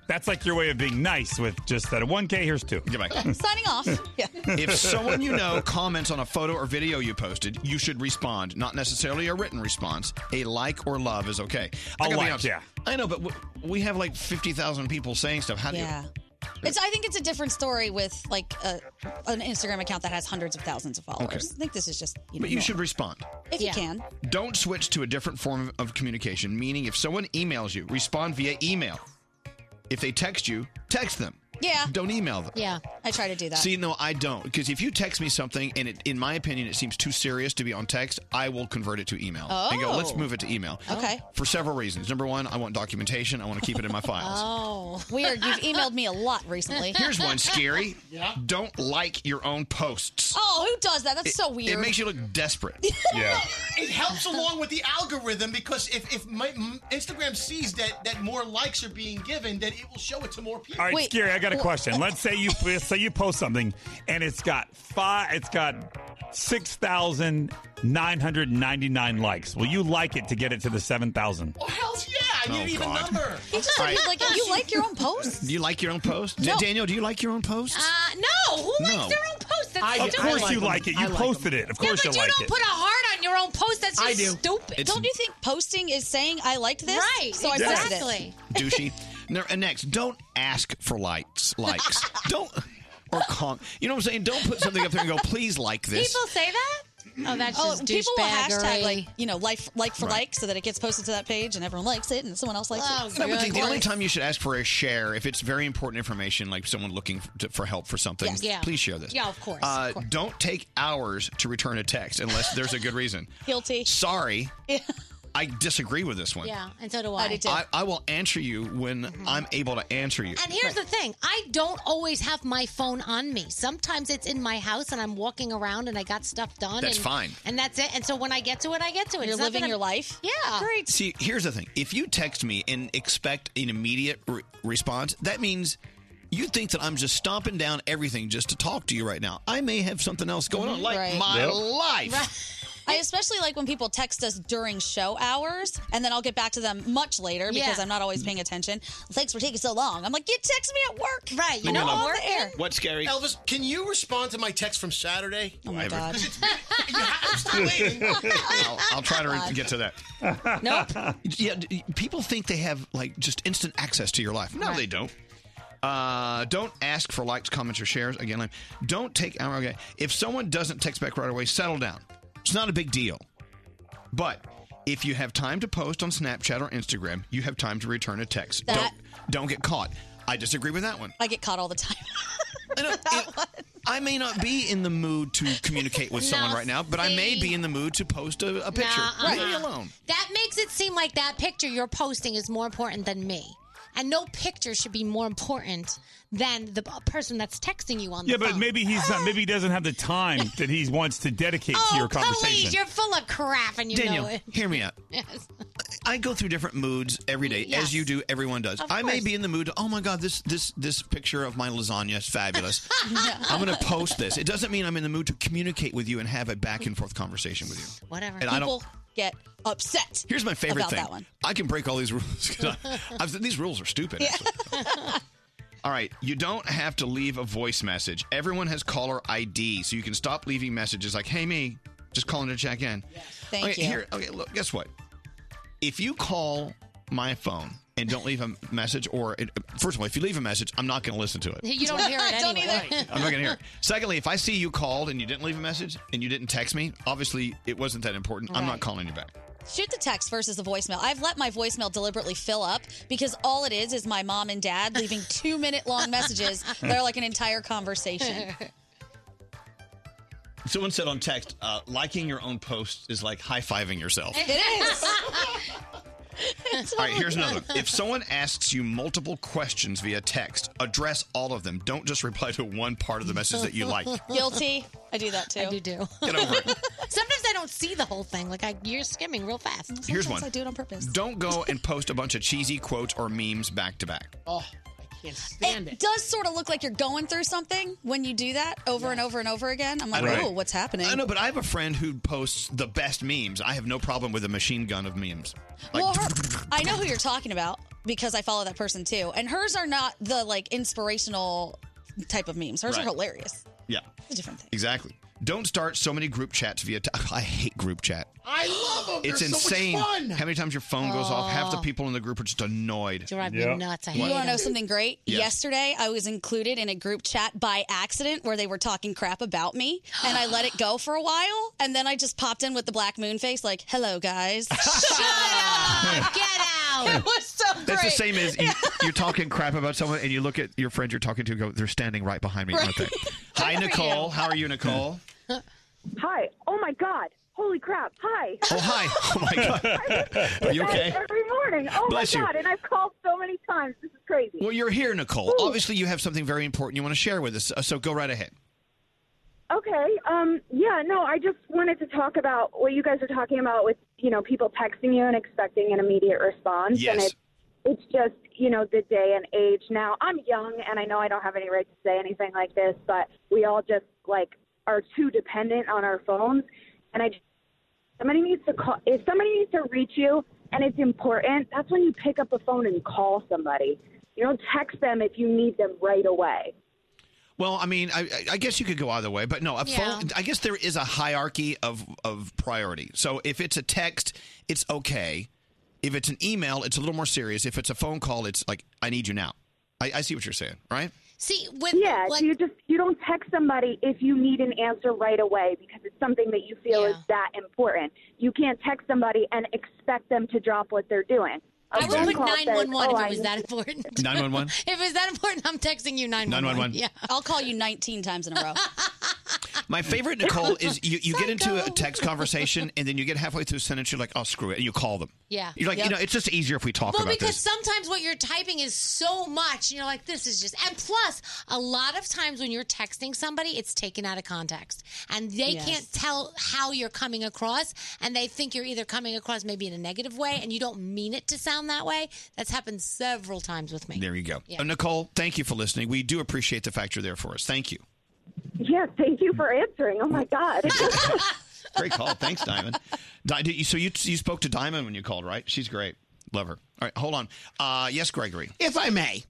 S19: That's like your way of being nice with just that. 1K, here's two.
S8: Goodbye.
S10: [laughs] Signing
S8: [laughs]
S10: off. Yeah.
S19: [laughs]
S8: If someone you know comments on a photo or video you posted, you should respond. Not necessarily a written response. A like or love is okay. I
S19: A
S8: gotta be
S19: like,
S8: honest.
S19: yeah.
S8: I know, but w- we have like 50,000 people saying stuff. How do
S10: Yeah.
S8: you.
S10: [laughs] It's, I think it's a different story with like a, an Instagram account that has hundreds of thousands of followers.
S8: Okay.
S10: I think this is just you know,
S8: But you
S10: normal.
S8: should respond.
S10: if you can.
S8: Don't switch to a different form of communication, meaning if someone emails you, respond via email. If they text you, text them.
S10: Yeah.
S8: Don't email them.
S10: Yeah. I try to do that.
S8: See, no, I don't. Because if you text me something and it, in my opinion, it seems too serious to be on text, I will convert it to email and go,
S10: Oh.
S8: let's move it to email.
S10: Okay.
S8: For several reasons. Number one, I want documentation, I want to keep it in my
S10: [laughs]
S8: files.
S10: Oh, weird. You've emailed me a lot recently.
S8: Here's one
S10: [laughs]
S8: scary. Don't like your own posts.
S10: Oh, who does that? That's
S8: It-
S10: so weird.
S8: It makes you look desperate.
S10: [laughs]
S19: Yeah.
S20: It helps along with the algorithm because if, if my, m- Instagram sees that, that more likes are being given, then it will show it to more people.
S19: All right, Scary, I got a question. Let's say you let's say you post something and it's got five, it's got six thousand nine hundred ninety nine likes. Will you like it to get it to the seven thousand?
S20: Hells yeah! I need
S19: Oh,
S20: an even
S19: God.
S20: number.
S10: He just
S8: All right.
S10: said, like, you like your own post?
S8: Do you like your own post?
S10: No.
S8: Daniel, do you like your own post?
S5: Uh, no, who
S8: No.
S5: likes their own post? That's
S8: I-
S5: stupid.
S8: of course you like it. You I like
S19: Posted it. Of
S5: yeah,
S19: course
S5: but
S19: you
S5: you
S19: like
S5: don't
S19: it.
S5: put a heart on your own post. That's just
S8: I do.
S5: stupid.
S8: It's- Don't you
S10: think posting is saying I liked this?
S5: Right.
S10: So I posted it.
S5: exactly.
S8: douchey. No, and next, don't ask for likes. Likes. don't or con. You know what I'm saying? Don't put something up there and go, please like this.
S5: People say that? Oh, that's just
S10: people will hashtag
S5: douchebaggery.
S10: like you know life like for
S8: Right.
S10: like so that it gets posted to that page and everyone likes it and someone else likes it.
S8: And I would think the only time you should ask for a share if it's very important information, like someone looking for, to- for help for something.
S10: Yes. Yeah.
S8: Please share this.
S10: Yeah, of course,
S8: Uh,
S10: of course.
S8: Don't take hours to return a text unless there's a good reason.
S10: Guilty.
S8: Sorry, I disagree with this one.
S5: Yeah, and so do I.
S8: I, I will answer you when I'm able to answer you.
S5: And here's the thing I don't always have my phone on me. Sometimes it's in my house and I'm walking around and I got stuff done.
S8: That's
S5: and,
S8: fine.
S5: And that's it. And so when I get to it, I get to it.
S10: You're
S5: It's not
S10: living
S5: that I'm-
S10: your life?
S5: Yeah.
S10: Great.
S8: See, here's the thing. If you text me and expect an immediate re- response, that means you think that I'm just stomping down everything just to talk to you right now. I may have something else going on, like my life.
S10: [laughs] I especially like when people text us during show hours, and then I'll get back to them much later because
S8: Yeah.
S10: I'm not always paying attention. Thanks for taking so long. I'm like, you text me at work, right?
S8: Leave me alone.
S10: on the air.
S8: What's scary?
S20: Elvis, can you respond to my text from Saturday? Oh
S8: my Ever. God. [laughs]
S20: I'm still waiting.
S8: I'll, I'll try to re- get to that.
S10: Nope.
S8: Yeah, d- people think they have like just instant access to your life. No,
S20: Right.
S8: they don't. Uh, don't ask for likes, comments, or shares. Again, like, don't take. I'm Okay, if someone doesn't text back right away, settle down. It's not a big deal. But if you have time to post on Snapchat or Instagram, you have time to return a text.
S10: That-
S8: don't, don't get caught. I disagree with that one.
S10: I get caught all the time.
S8: I may not be in the mood to communicate with
S5: No,
S8: someone right now, but I may
S5: see.
S8: be in the mood to post a, a picture.
S5: Nuh-uh.
S10: uh-huh.
S8: Leave me alone.
S5: uh-uh. That makes it seem like that picture you're posting is more important than me. And no picture should be more important than the person that's texting you on the
S19: Yeah,
S5: phone.
S19: but maybe he's not. Maybe he doesn't have the time
S5: [laughs]
S19: that he wants to dedicate to your conversation.
S5: Please, Oh, you're full of crap and you
S8: Daniel,
S5: know it.
S8: hear me out.
S5: [laughs] Yes.
S8: I go through different moods every day,
S5: Yes.
S8: as you do. Everyone does.
S5: Of
S8: I may
S5: course.
S8: be in the mood. To, oh my god, this this this picture of my lasagna is fabulous. [laughs] I'm going to post
S10: [laughs]
S8: this. It doesn't mean I'm in the mood to communicate with you and have a back and forth conversation with you.
S10: Whatever.
S8: And
S10: People
S8: I don't-
S10: get upset.
S8: Here's my favorite
S10: about
S8: thing.
S10: that one.
S8: I can break all these rules. [laughs] 'cause I- I've said these rules are stupid.
S10: [laughs] Yeah.
S8: All right, you don't have to leave a voice message. Everyone has caller ID, so you can stop leaving messages like, "Hey, me, just calling to check in."
S10: Thank
S8: okay,
S10: you.
S8: Here, okay, look, guess what? If you call my phone and don't leave a message, or first of all, if you leave a message, I'm not going to listen to it.
S5: You don't hear
S10: [laughs]
S5: it
S10: Don't
S5: anyway.
S8: I'm not going to hear it. Secondly, if I see you called and you didn't leave a message and you didn't text me, obviously it wasn't that important. I'm not
S10: Right.
S8: calling you back.
S10: Shoot the text versus the voicemail. I've let my voicemail deliberately fill up because all it is is my mom and dad leaving two minute long messages. They're like an entire [laughs] conversation.
S8: Someone said on text, uh, liking your own post is like high fiving
S10: [laughs]
S8: yourself.
S26: [laughs]
S8: All right, here's another [laughs] one.
S10: [laughs]
S8: If someone asks you multiple questions via text, address all of them. Don't just reply to one part of the message that you like.
S10: [laughs]
S5: [laughs]
S10: Guilty. I do that too. I do
S5: do.
S8: Get over it.
S5: [laughs] Sometimes I don't see the whole thing. Like I, you're skimming real fast.
S8: Here's Sometimes one. I
S10: do it on purpose.
S8: Don't go and post a bunch of cheesy quotes or memes back to back.
S10: Oh, I can't stand it. It does sort of look like you're going through something when you do that over and over and over again. I'm like,
S8: Right.
S10: oh, what's happening?
S8: I know, but I have a friend who posts the best memes. I have no problem with a machine gun of memes. Like,
S10: well, her, I know who you're talking about because I follow that person too. And hers are not the like inspirational type of memes. Hers
S8: Right.
S10: are hilarious.
S8: yeah,
S10: It's a different thing.
S8: exactly. Don't start so many group chats via. T- [laughs] I hate group chat.
S10: I love them.
S8: It's insane how many times your phone goes off. Half the
S10: Oh.
S8: people in the group are just annoyed.
S10: Drive
S5: me Yep. nuts. I
S10: You want to know something great?
S8: Yes.
S10: Yesterday, I was included in a group chat by accident where they were talking crap about me, and I let it go for a while, and then I just popped in with the black moon face, like, "Hello, guys."
S5: [laughs]
S10: Shut up!
S5: Get out!
S10: It was so great.
S8: That's the same as you, you're talking crap about someone and you look at your friend you're talking to and go, they're standing right behind me. aren't they?"
S10: Right.
S8: Hi,
S10: Good for
S8: Nicole.
S10: you.
S8: How are you, [laughs] Nicole?
S22: Hi. Oh my God. Holy crap. Hi.
S8: Oh, hi. [laughs] Oh, my God. Are [laughs] you okay?
S22: Every morning. Oh
S8: Bless you.
S22: my God. And I've called so many times. This is crazy.
S8: Well, you're here, Nicole.
S22: Ooh.
S8: Obviously, you have something very important you want to share with us, uh, so go right ahead.
S22: Okay. Um, yeah, no, I just wanted to talk about what you guys are talking about with, you know, people texting you and expecting an immediate response. And
S8: Yes.
S22: it's,
S2: It's just, you know, the day and age now. I'm young and I know I don't have any right to say anything like this, but we all just like are too dependent on our phones and I just somebody needs to call if somebody needs to reach you and it's important, that's when you pick up the phone and call somebody. You don't text them if you need them right away.
S8: Well, I mean, I, I- I guess you could go either way, but no, a
S2: Yeah.
S8: phone. I guess there is a hierarchy of of priority. So if it's a text, it's okay. If it's an email, it's a little more serious. If it's a phone call, it's like I need you now. I, I see what you're saying, right?
S5: See, with
S2: yeah, you just you don't text somebody if you need an answer right away because it's something that you feel is that important. You can't text somebody and expect them to drop what they're doing. A
S5: I would
S2: phone
S5: put
S2: call says,
S5: 911
S2: "Oh,
S5: if
S2: I
S5: it was
S2: need
S5: that
S2: you."
S5: important.
S8: Nine one one.
S5: If it was that important, I'm texting you 911.
S8: 911.
S5: Yeah.
S10: I'll call you 19 times in a
S5: [laughs]
S10: row.
S8: My
S11: [laughs]
S8: favorite Nicole is you, you get into a text conversation and then you get halfway through a sentence, you're like, oh screw it, and you call them.
S5: Yeah.
S8: You're like, you
S5: Yep.
S8: know, it's just easier if we talk
S5: well,
S8: about
S5: because
S8: this.
S5: sometimes what you're typing is so much, and you're like, this is just. And plus, a lot of times when you're texting somebody, it's taken out of context, and they
S7: Yes.
S5: can't tell how you're coming across, and they think you're either coming across maybe in a negative way, and you don't mean it to sound that way. That's happened several times with me.
S8: There you go.
S5: Yeah.
S8: Uh, Nicole, thank you for listening. We do appreciate the fact you're there for us. Thank you.
S2: [laughs] Yeah, thank you for answering. Oh my
S5: [laughs]
S2: god. [laughs]
S8: Great call.
S11: [laughs]
S8: Thanks, Diamond. Di- did you, so you you spoke to Diamond when you called, right? She's great. Love her. All right, hold on. Uh, yes, Gregory.
S11: If I may,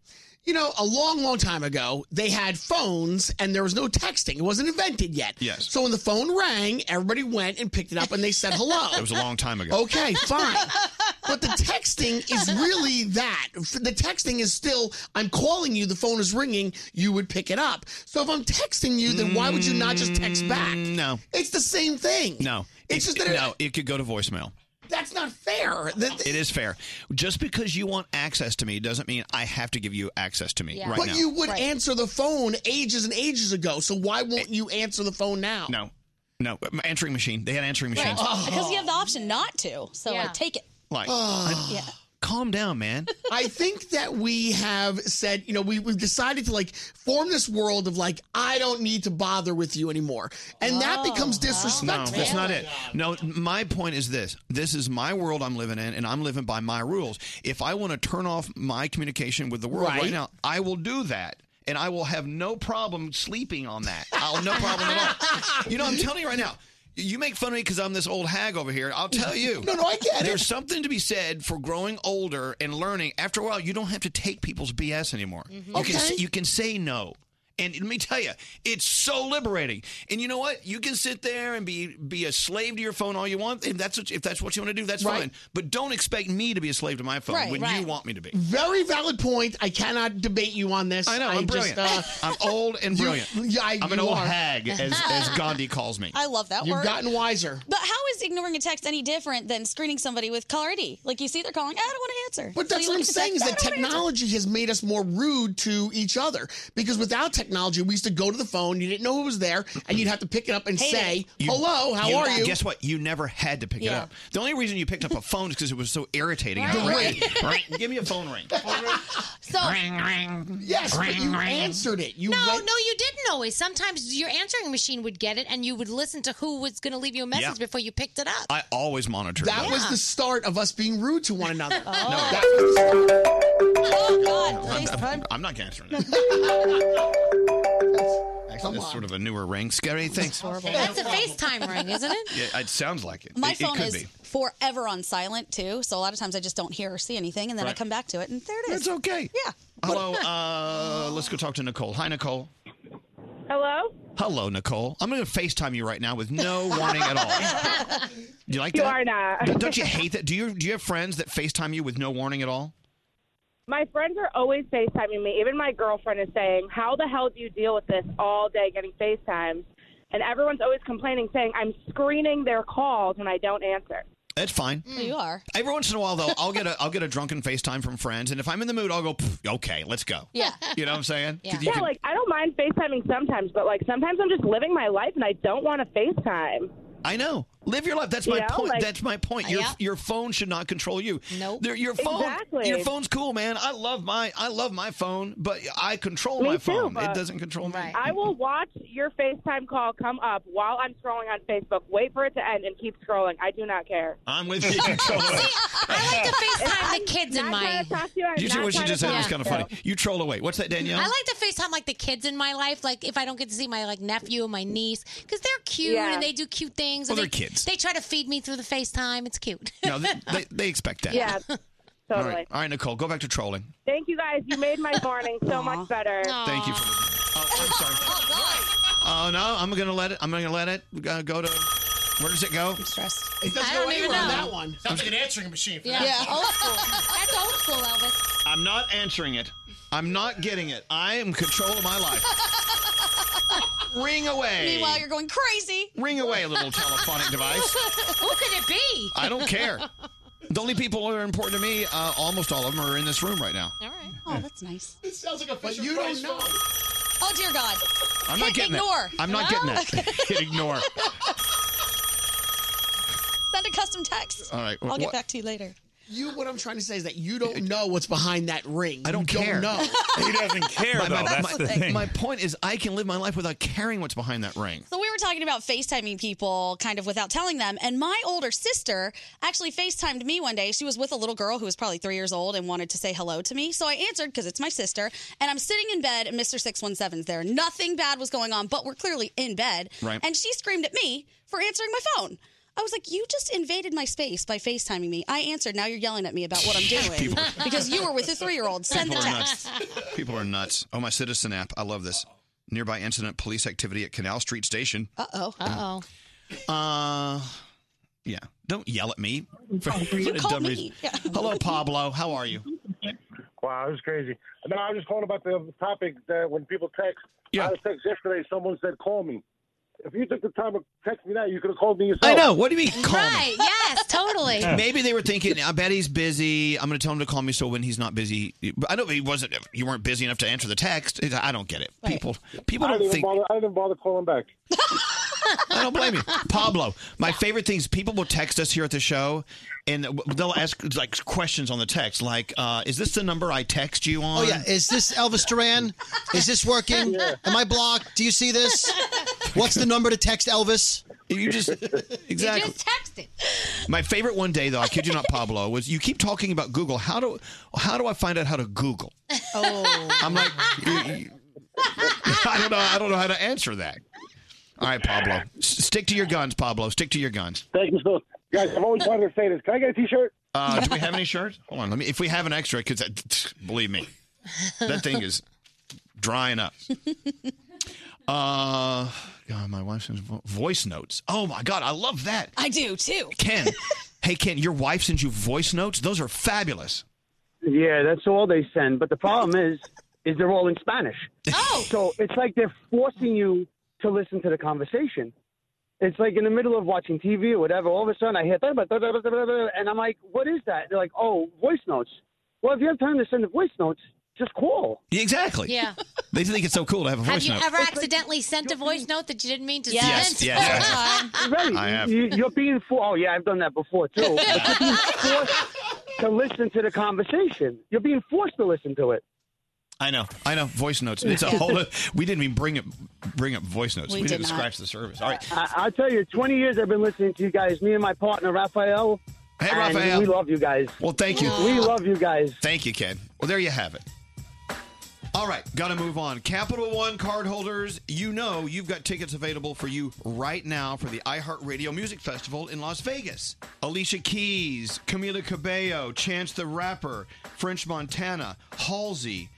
S11: you know, a long, long time ago, they had phones and there was no texting. It wasn't invented yet.
S8: Yes.
S11: So when the phone rang, everybody went and picked it up and they said
S8: [laughs]
S11: hello.
S8: That was a long time ago.
S11: Okay, fine. But the texting is really that. The texting is still, I'm calling you, the phone is ringing, you would pick it up. So if I'm texting you, then why would you not just text back?
S8: Mm, No.
S11: It's the same thing.
S8: No.
S11: It's
S8: It-
S11: just that it-
S8: no, it could go to voicemail.
S11: That's not fair. The-
S8: It is fair. Just because you want access to me doesn't mean I have to give you access to me right
S11: but
S8: now.
S11: you would answer the phone ages and ages ago, so why won't you answer the phone now?
S8: no, no. Answering machine. They had answering machines.
S10: Oh.
S11: Oh.
S10: Because you have the option not to. So I take it.
S8: Like,
S11: Oh.
S8: I- calm down, man.
S11: I think that we have said, you know, we, we've decided to like form this world of like, I don't need to bother with you anymore. And that
S10: Oh,
S11: becomes
S8: No,
S11: disrespectful.
S8: that's not it. No, my point is this. This is my world I'm living in, and I'm living by my rules. If I want to turn off my communication with the world right,
S11: Right.
S8: now, I will do that. And I will have no problem sleeping on that. I'll no problem at
S11: [laughs]
S8: all. You know, I'm telling you right now. You make fun of me because I'm this old hag over here. I'll tell you.
S11: No, no, I get it.
S8: There's something to be said for growing older and learning. After a while, you don't have to take people's BS anymore. You,
S11: Mm-hmm. Okay.
S8: can, say- you can say no. And let me tell you, it's so liberating. And you know what? You can sit there and be be a slave to your phone all you want. If that's what, if that's what you want to do, that's
S11: Right.
S8: fine. But don't expect me to be a slave to my phone
S11: Right,
S8: when
S11: right.
S8: you want me to be.
S11: Very valid point. I cannot debate you on this.
S8: I know. I'm
S11: just, uh,
S8: brilliant. [laughs] I'm old and
S11: [laughs] you-
S8: brilliant.
S11: yeah, I-
S8: I'm an
S11: you
S8: old
S11: are.
S8: hag, as,
S11: [laughs]
S8: as Gandhi calls me.
S10: I love that
S11: You've
S10: word.
S11: gotten wiser.
S10: But how is ignoring a text any different than screening somebody with caller ID? Like you see they're calling, I don't want to answer.
S11: But
S10: So
S11: that's
S10: you
S11: what
S10: look
S11: I'm
S10: at the
S11: saying is
S10: text,
S11: that
S10: "I don't wanna answer."
S11: technology has made us more rude to each other. Because without technology, we used to go to the phone, you didn't know who was there, and you'd have to pick it up and
S10: Hate
S11: say,
S10: it.
S8: You-
S11: "Hello, how
S8: you-
S11: are you?"
S8: Guess what? You never had to pick it
S11: Yeah.
S8: up. The only reason you picked up a phone is because it was so irritating.
S11: Right. [laughs]
S8: Right. Right. Give me a phone ring.
S5: So
S11: Yes, but you answered it. You
S5: no,
S11: went-
S5: no, you didn't always. Sometimes your answering machine would get it, and you would listen to who was going to leave you a message
S8: Yeah.
S5: before you picked it up.
S8: I always monitor.
S11: That
S8: that.
S11: was the start of us being rude to one
S10: [laughs]
S11: another.
S5: Oh.
S11: That was the
S8: [laughs]
S11: start.
S8: I'm, I'm- I'm not
S11: [laughs]
S8: answering that. Actually, that's sort of a newer ring. Scary. Thanks.
S5: That's a FaceTime ring, isn't it?
S8: Yeah, it sounds like it.
S10: My
S8: it, it
S10: phone
S8: could
S10: is
S8: be.
S10: forever on silent too, so a lot of times I just don't hear or see anything, and then I
S8: Right.
S10: come back to it, and there it is.
S8: It's okay.
S10: Yeah.
S11: [laughs]
S8: Hello. Uh, let's go talk to Nicole. Hi, Nicole.
S2: Hello?
S8: Hello, Nicole. I'm going to FaceTime you right now with no warning at
S2: [laughs]
S8: all. Do you like
S2: You
S8: that?
S2: are not.
S8: Don't- Don't you hate that? Do you do you have friends that FaceTime you with no warning at all?
S2: My friends are always FaceTiming me. Even my girlfriend is saying, How the hell do you deal with this all day getting FaceTimes? And everyone's always complaining, saying, I'm screening their calls and I don't answer.
S8: That's fine.
S1: Mm.
S10: You are.
S8: Every once in a while, though, I'll get a I'll get a drunken FaceTime from friends, and if I'm in the mood, I'll go. "Pff, Okay, let's go.
S10: [laughs]
S2: Yeah.
S8: You know what I'm saying?
S2: Yeah,
S8: 'Cause you can-
S2: like I don't mind FaceTiming sometimes, but like sometimes I'm just living my life and I don't want to FaceTime.
S8: I know. Live your life. That's my
S28: You know,
S8: point.
S28: like-
S8: That's my point. Your
S28: Yeah.
S8: your phone should not control you.
S28: Nope.
S8: There- Your phone.
S28: Exactly.
S8: Your phone's cool, man. I love my I love my phone, but I control
S1: Me
S8: my
S1: too,
S8: phone.
S1: but
S8: it doesn't control me.
S1: I will watch your FaceTime call come up while I'm scrolling on Facebook. Wait for it to end and keep scrolling. I do not care.
S8: I'm with you.
S5: I like to FaceTime the kids in my.
S8: You see what she just said? It was kind of funny. You troll away. What's that, Danielle?
S5: I like to FaceTime like the kids in my life, like if I don't get to see my like nephew and my niece, because they're cute
S8: Yeah.
S5: and they do cute things.
S8: Well,
S5: and
S8: they're kids.
S5: They try to feed me through the FaceTime. It's cute.
S8: [laughs] no,
S5: [laughs]
S8: they, they, they expect that.
S5: Yeah,
S8: All
S5: totally.
S8: right. All right, Nicole, go back to trolling.
S1: Thank you guys. You made my morning so much better.
S8: Thank you. For- oh no, I'm gonna let it. I'm gonna let it uh, go to. Where does it go? I'm
S10: stressed.
S11: It doesn't
S5: [laughs] I
S11: go
S5: don't even
S11: anywhere on
S5: know.
S11: that one. Sounds like an answering machine
S5: Yeah, Oh, old school. That's old school, Elvis.
S8: I'm not answering it. I'm not getting it. I am control of my
S10: [laughs]
S8: life. Ring away.
S10: Meanwhile, you're going crazy.
S8: Ring away, little telephonic device.
S5: [laughs] Who could it be?
S8: I don't
S5: [laughs]
S8: care. The only people who are important to me, uh, almost all of them, are in this room right now.
S5: All right.
S10: Oh, that's nice.
S11: It sounds like a
S10: But
S11: Fisher
S10: you don't
S11: Price
S10: know.
S11: phone.
S10: Oh dear God.
S8: I'm not getting
S10: Ignore.
S8: it. I'm not getting
S10: No? [laughs]
S8: it. [laughs]
S5: [laughs]
S8: Hit ignore.
S10: Send a custom text.
S8: All right,
S10: I'll get
S8: what-
S10: back to you later.
S11: You, what I'm trying to say is that you don't know what's behind that ring. I
S8: don't
S11: you
S8: care.
S11: Don't
S10: [laughs]
S11: know.
S8: He doesn't
S19: [laughs] care,
S8: my,
S19: though. That's the thing.
S8: my point is, I can live my life without caring what's behind that ring.
S10: So we were talking about FaceTiming people kind of without telling them. And my older sister actually FaceTimed me one day. She was with a little girl who was probably three years old and wanted to say hello to me. So I answered because it's my sister. And I'm sitting in bed and Mr. 617's there. Nothing bad was going on, but we're clearly in bed.
S7: Right.
S10: And she screamed at me for answering my phone. I was like, you just invaded my space by FaceTiming me. I answered. Now you're yelling at me about
S8: [laughs]
S10: what I'm doing
S8: People-
S10: because you were with a three year old. Send the
S8: People are
S10: text.
S8: nuts. People are nuts. Oh, my Citizen app. I love this. Nearby incident police activity at Canal Street Station.
S10: Uh oh. Uh
S5: oh.
S8: Uh, yeah. Don't yell at me. For, [laughs]
S10: You
S8: a
S10: called
S8: dumb
S10: me.
S8: reason.
S21: [laughs]
S8: Hello, Pablo. How are you?
S29: Wow, it was crazy. No, I was just calling about the topic that when people text.
S8: Yeah.
S29: I was text yesterday. Someone said, "Call me." If you took the time to text me now, you could have called me yourself.
S8: I know. What do you mean? Call me?
S5: Right. Yes. Totally.
S8: Maybe they were thinking, I bet he's busy. I'm going to tell him to call me so when he's not busy. But I know he wasn't. You weren't busy enough to answer the text. It's- I don't get it. People, [laughs] people
S29: I
S8: don't
S29: didn't
S8: think.
S29: Bother, I didn't bother calling back.
S8: [laughs] I
S21: [laughs]
S8: don't
S4: [laughs]
S8: blame you, Pablo. My favorite thing is people will text us here at the show, and they'll ask like questions on the text, like, uh, "Is this the number I text you
S21: [laughs]
S8: on?"
S21: Oh yeah, is this Elvis Duran? Is this working? Am I blocked? Do you see this? What's the number to text Elvis?
S8: You
S29: [laughs]
S8: just exactly. My favorite one day, though, I kid you not, Pablo, was you keep talking about Google. How do how do I find out how to Google?
S10: Oh.
S8: I'm like, you- I don't know. I don't know how to answer that. All right, Pablo, S- stick to your guns, Pablo. Stick to your guns.
S29: Thank you, so guys. I've always wanted to say this. Can I get a T-shirt?
S8: Uh, do we have any shirts? Hold on, let me. If we have an extra, because [sniffs] believe me, that thing is drying up. Uh, God, my wife sends vo- voice notes. Oh my God, I love that.
S10: I do too.
S8: Ken, hey Ken, your wife sends you voice notes. Those are fabulous.
S30: Yeah, that's all they send. But the problem is, is they're all in Spanish. Oh. So it's like they're forcing you to listen to the conversation. It's like in the middle of watching TV or whatever. All of a sudden, I hear and I'm like, "What is that?" They're like, "Oh, voice notes." Well, if you have time to send the voice notes, just call.
S8: Exactly.
S5: Yeah.
S8: They think it's so cool to have a
S5: Have
S8: voice
S5: you
S8: note.
S5: ever accidentally sent a voice note that you didn't mean to
S8: Yes,
S5: send?
S8: yes, yes.
S30: Right.
S8: I have.
S30: You, you're being for. Oh yeah, I've done that before
S8: [laughs]
S30: too. But you're being forced to listen to the conversation. You're being forced to listen to it.
S8: I know, I know. Voice notes. It's a whole. we didn't even bring up bring up voice notes.
S30: We
S8: We,
S30: did
S8: didn't
S30: not.
S8: scratch the surface. All right.
S30: I, I'll tell you, 20 years I've been listening to you guys, me and my partner, Raphael.
S8: Hey,
S30: and
S8: Raphael.
S30: We love you guys.
S8: Well, thank you.
S30: We love you guys.
S8: Thank you, Ken. Well, there you have it. All right, got to move on. Capital One card holders, you know you've got tickets available for you right now for the iHeartRadio Music Festival in Las Vegas. Alicia Keys, Camila Cabello, Chance the Rapper, French Montana, Halsey,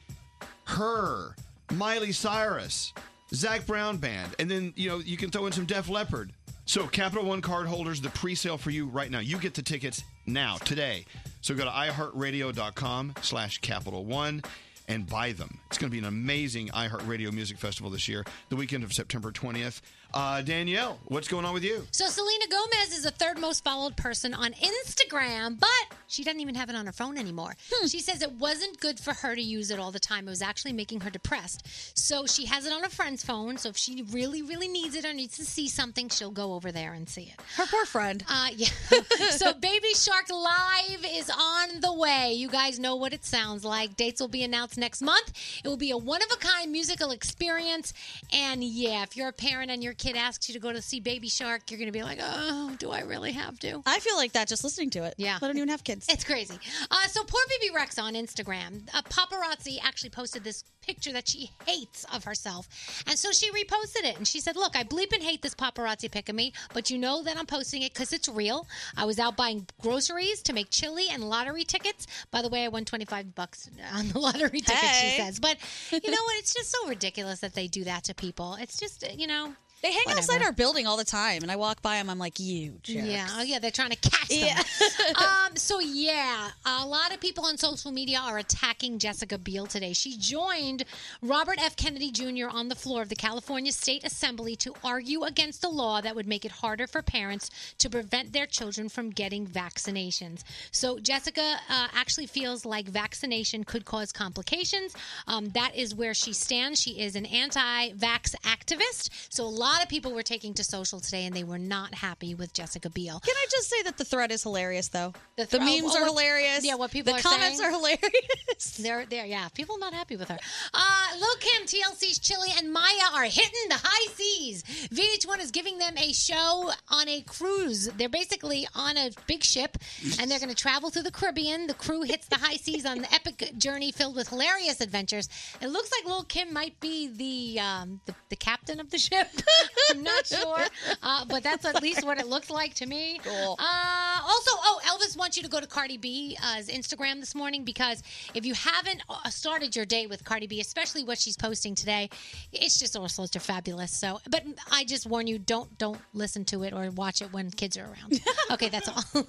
S8: Her, Miley Cyrus, Zach Brown Band, and then you know you can throw in some Def Leppard. So Capital One card holders, the pre-sale for you right now. You get the tickets now today. So go to iHeartRadio.com/slash Capital One and buy them. It's going to be an amazing iHeartRadio Music Festival this year, the weekend of September 20th. Uh, Danielle, what's going on with you?
S5: [laughs] So Selena Gomez is the third most followed person on Instagram, but she doesn't even have it on her phone anymore. She says it wasn't good for her to use it all the time. It was actually making her depressed. So she has it on a friend's phone. So if she really, really needs it or needs to see something, she'll go over there and see it.
S10: Her poor friend.
S5: Uh, yeah. so Baby Shark Live is on the way. You guys know what it sounds like. Dates will be announced next month. It will be a one of a kind musical experience. And yeah, if you're a parent and your kid asks you to go to see Baby Shark, you're going to be like, oh, do I really have to?
S10: I feel like that just listening to it. Yeah. I don't even have kids.
S5: It's crazy. Uh, so poor BB Rex on Instagram, a paparazzi actually posted this picture that she hates of herself, and so she reposted it and she said, "Look, I bleep and hate this paparazzi pic of me, but you know that I'm posting it because it's real. I was out buying groceries to make chili and lottery tickets. By the way, I won 25 bucks on the [laughs] lottery ticket." She
S10: Hey.
S5: says, "But you know
S10: [laughs]
S5: what? It's just so ridiculous that they do that to people. It's just you know."
S10: They hang
S5: Whatever.
S10: outside our building all the time, and I walk by them. I'm like, you jerks.
S5: Yeah, oh yeah, they're trying to catch them. um, so yeah, a lot of people on social media are attacking Jessica Biel today. She joined Robert F. Kennedy Jr. on the floor of the California State Assembly to argue against a law that would make it harder for parents to prevent their children from getting vaccinations. So Jessica uh, actually feels like vaccination could cause complications. Um, that is where she stands. She is an anti-vax activist. So a lot of people were taking to social today, and they were not happy with Jessica Biel.
S10: Can I just say that the thread is hilarious, though? The,
S5: thro-
S10: memes
S5: oh,
S10: are
S5: what-
S10: hilarious.
S5: Yeah, what people
S10: the
S5: are
S10: comments
S5: saying.
S10: are hilarious.
S5: [laughs] They're, they're, yeah, people not happy with her. Uh, Lil Kim, TLC's Chili, and Maya are hitting the high seas. VH1 is giving them a show on a cruise. They're basically on a big ship, and they're going to travel through the Caribbean. The crew hits the high seas on the epic journey filled with hilarious adventures. It looks like Lil Kim might be the um, the, the captain of the ship. [laughs] I'm not sure, [laughs] uh, but that's at least what it looks like to me.
S10: Cool.
S5: Uh, also, oh, Elvis wants you to go to Cardi B's Instagram this morning because if you haven't uh, started your day with Cardi B, especially what she's posting today, it's just all sorts of fabulous. So, but I just warn you, don't don't listen to it or watch it when kids are [laughs] around. okay, that's all.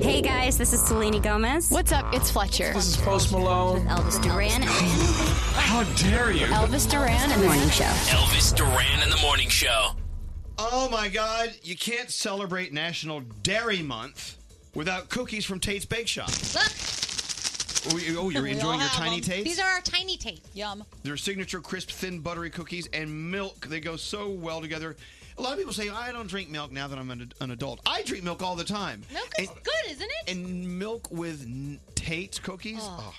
S4: Hey guys, this is Selene Gomez. What's up? It's Fletcher. This is Post Malone. With Elvis Duran.
S19: How dare you?
S4: Elvis Duran and the Morning Show.
S3: Elvis Duran in the Morning Show.
S8: Oh my God, you can't celebrate National Dairy Month without cookies from Tate's Bake Shop. Oh, you- oh, you're enjoying your tiny Tate's?
S5: These are our tiny Tates.
S10: Yum.
S8: Their signature crisp, thin, buttery cookies and milk. They go so well together. A lot of people say, I don't drink milk now that I'm an, an adult. I drink milk all the time.
S5: Milk is good, isn't it?
S8: And milk with n- Tate's cookies? Oh.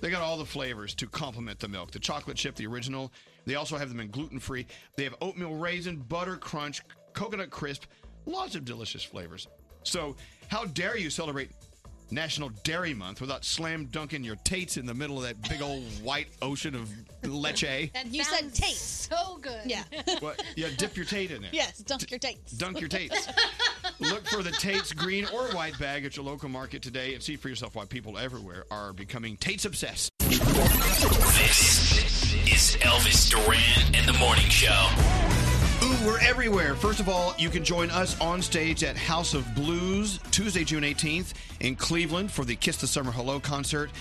S8: They got all the flavors to complement the milk the chocolate chip, the original. They also have them in gluten free. They have oatmeal raisin, butter crunch, coconut crisp, lots of delicious flavors. So, how dare you celebrate National Dairy Month without slam dunking your tates in the middle of that big old white ocean of leche?
S5: you said Tate. So good. [laughs]
S10: Yeah.
S8: What? Yeah, dip your tate in there.
S10: yes, dunk your dates.
S8: Dunk
S10: [laughs]
S8: your tates. Look for the Tate's green or white bag at your local market today and see for yourself why people everywhere are becoming Tate's obsessed.
S3: This is Elvis Duran and the Morning Show.
S8: Ooh, we're everywhere. First of all, you can join us on stage at House of Blues Tuesday, June 18th in Cleveland for the Kiss the Summer Hello concert.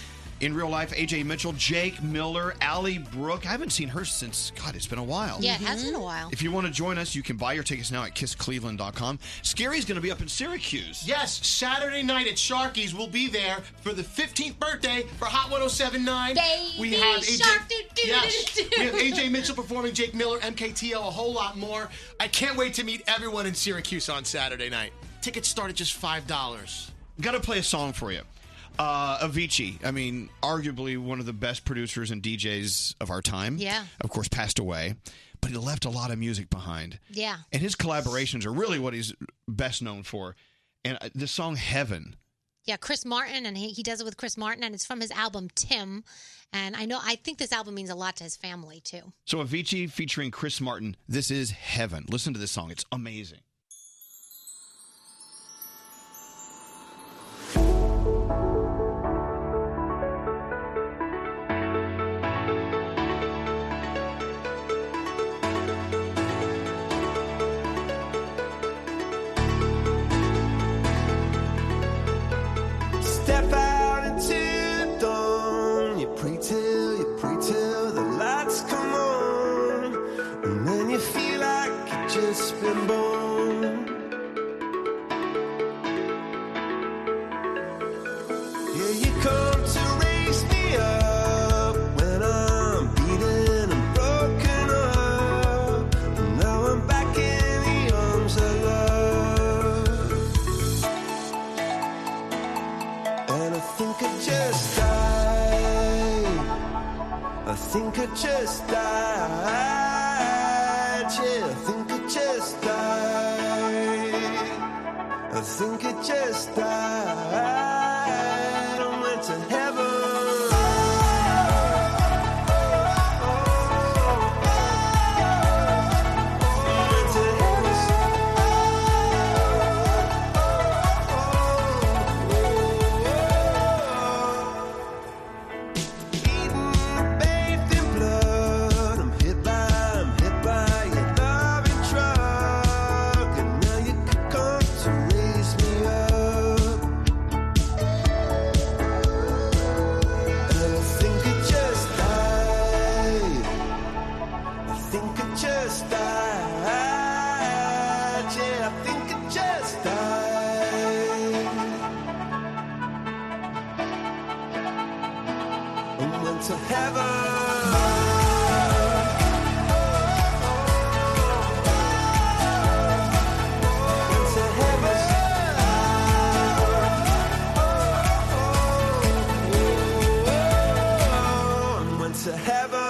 S8: In real life, AJ Mitchell, Jake Miller, Allie Brooke. I haven't seen her since, God, it's been a while.
S5: Yeah, it has been a while.
S8: If you want to join us, you can buy your tickets now at kisscleveland.com. Scary's going to be up in Syracuse.
S20: Yes, Saturday night at Sharky's. We'll be there for the 15th birthday for Hot 1079. we
S5: Baby
S20: have AJ,
S5: Shark, do, do,
S20: yes,
S5: do, do.
S20: we have AJ Mitchell performing, Jake Miller, MKTO, a whole lot more. I can't wait to meet everyone in Syracuse on Saturday night. Tickets start at just five dollars.
S8: Got to play a song for you. Uh, Avicii, I mean, arguably one of the best producers and DJs of our time.
S5: Yeah.
S8: Of course, passed away, but he left a lot of music behind.
S5: Yeah.
S8: And his collaborations are really what he's best known for. And uh, the song Heaven.
S5: Yeah, Chris Martin, and he, he does it with Chris Martin, and it's from his album Tim. And I know, I think this album means a lot to his family too.
S8: So Avicii featuring Chris Martin, this is Heaven. Listen to this song, it's amazing.
S31: Step out into dawn. You pray till, you pray till the lights come on. And then you Yeah, you come to raise me up when I'm beaten and broken up. And now I'm back in the arms of love. And I think I just died. I think I just died. Yeah, I think I just died. I think it just died and went to heaven. Bathed in blood, I'm hit by, I'm hit by your loving truck, and now you come to raise me up. And I think I just died. I think I just died. Yeah, I think I just died. and went to heaven. Went to heaven.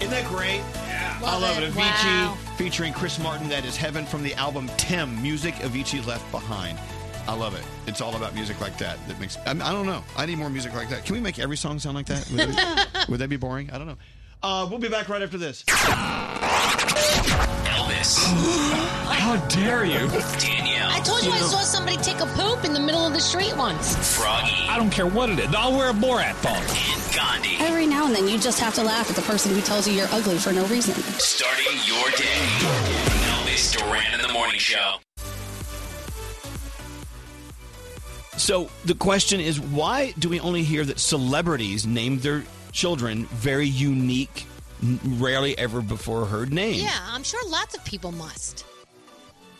S8: Isn't that great? Yeah. I
S5: Love
S8: love
S5: it.
S8: it. Avicii
S5: Wow.
S8: featuring Chris Martin. That is Heaven from the album Tim. Music Avicii Left Behind. I love it. It's all about music like that. That makes I, I don't know. I need more music like that. Can we make every song sound like that? Would that be,
S5: [laughs]
S8: would that be boring? I don't know. Uh, we'll be back right after this.
S3: Elvis.
S8: How dare you?
S3: Danielle.
S6: I told you I saw somebody take a poop in the middle of the street once.
S3: Froggy.
S6: I don't care what it is. I'll wear a Borat phone.
S3: Gandhi.
S10: Every now and then, you just have to laugh at the person who tells you you're ugly for no reason.
S3: Starting your day. Elvis Duran in the Morning Show.
S8: So the question is, why do we only hear that celebrities name their children very unique, n- rarely ever before heard names?
S5: Yeah, I'm sure lots of people must.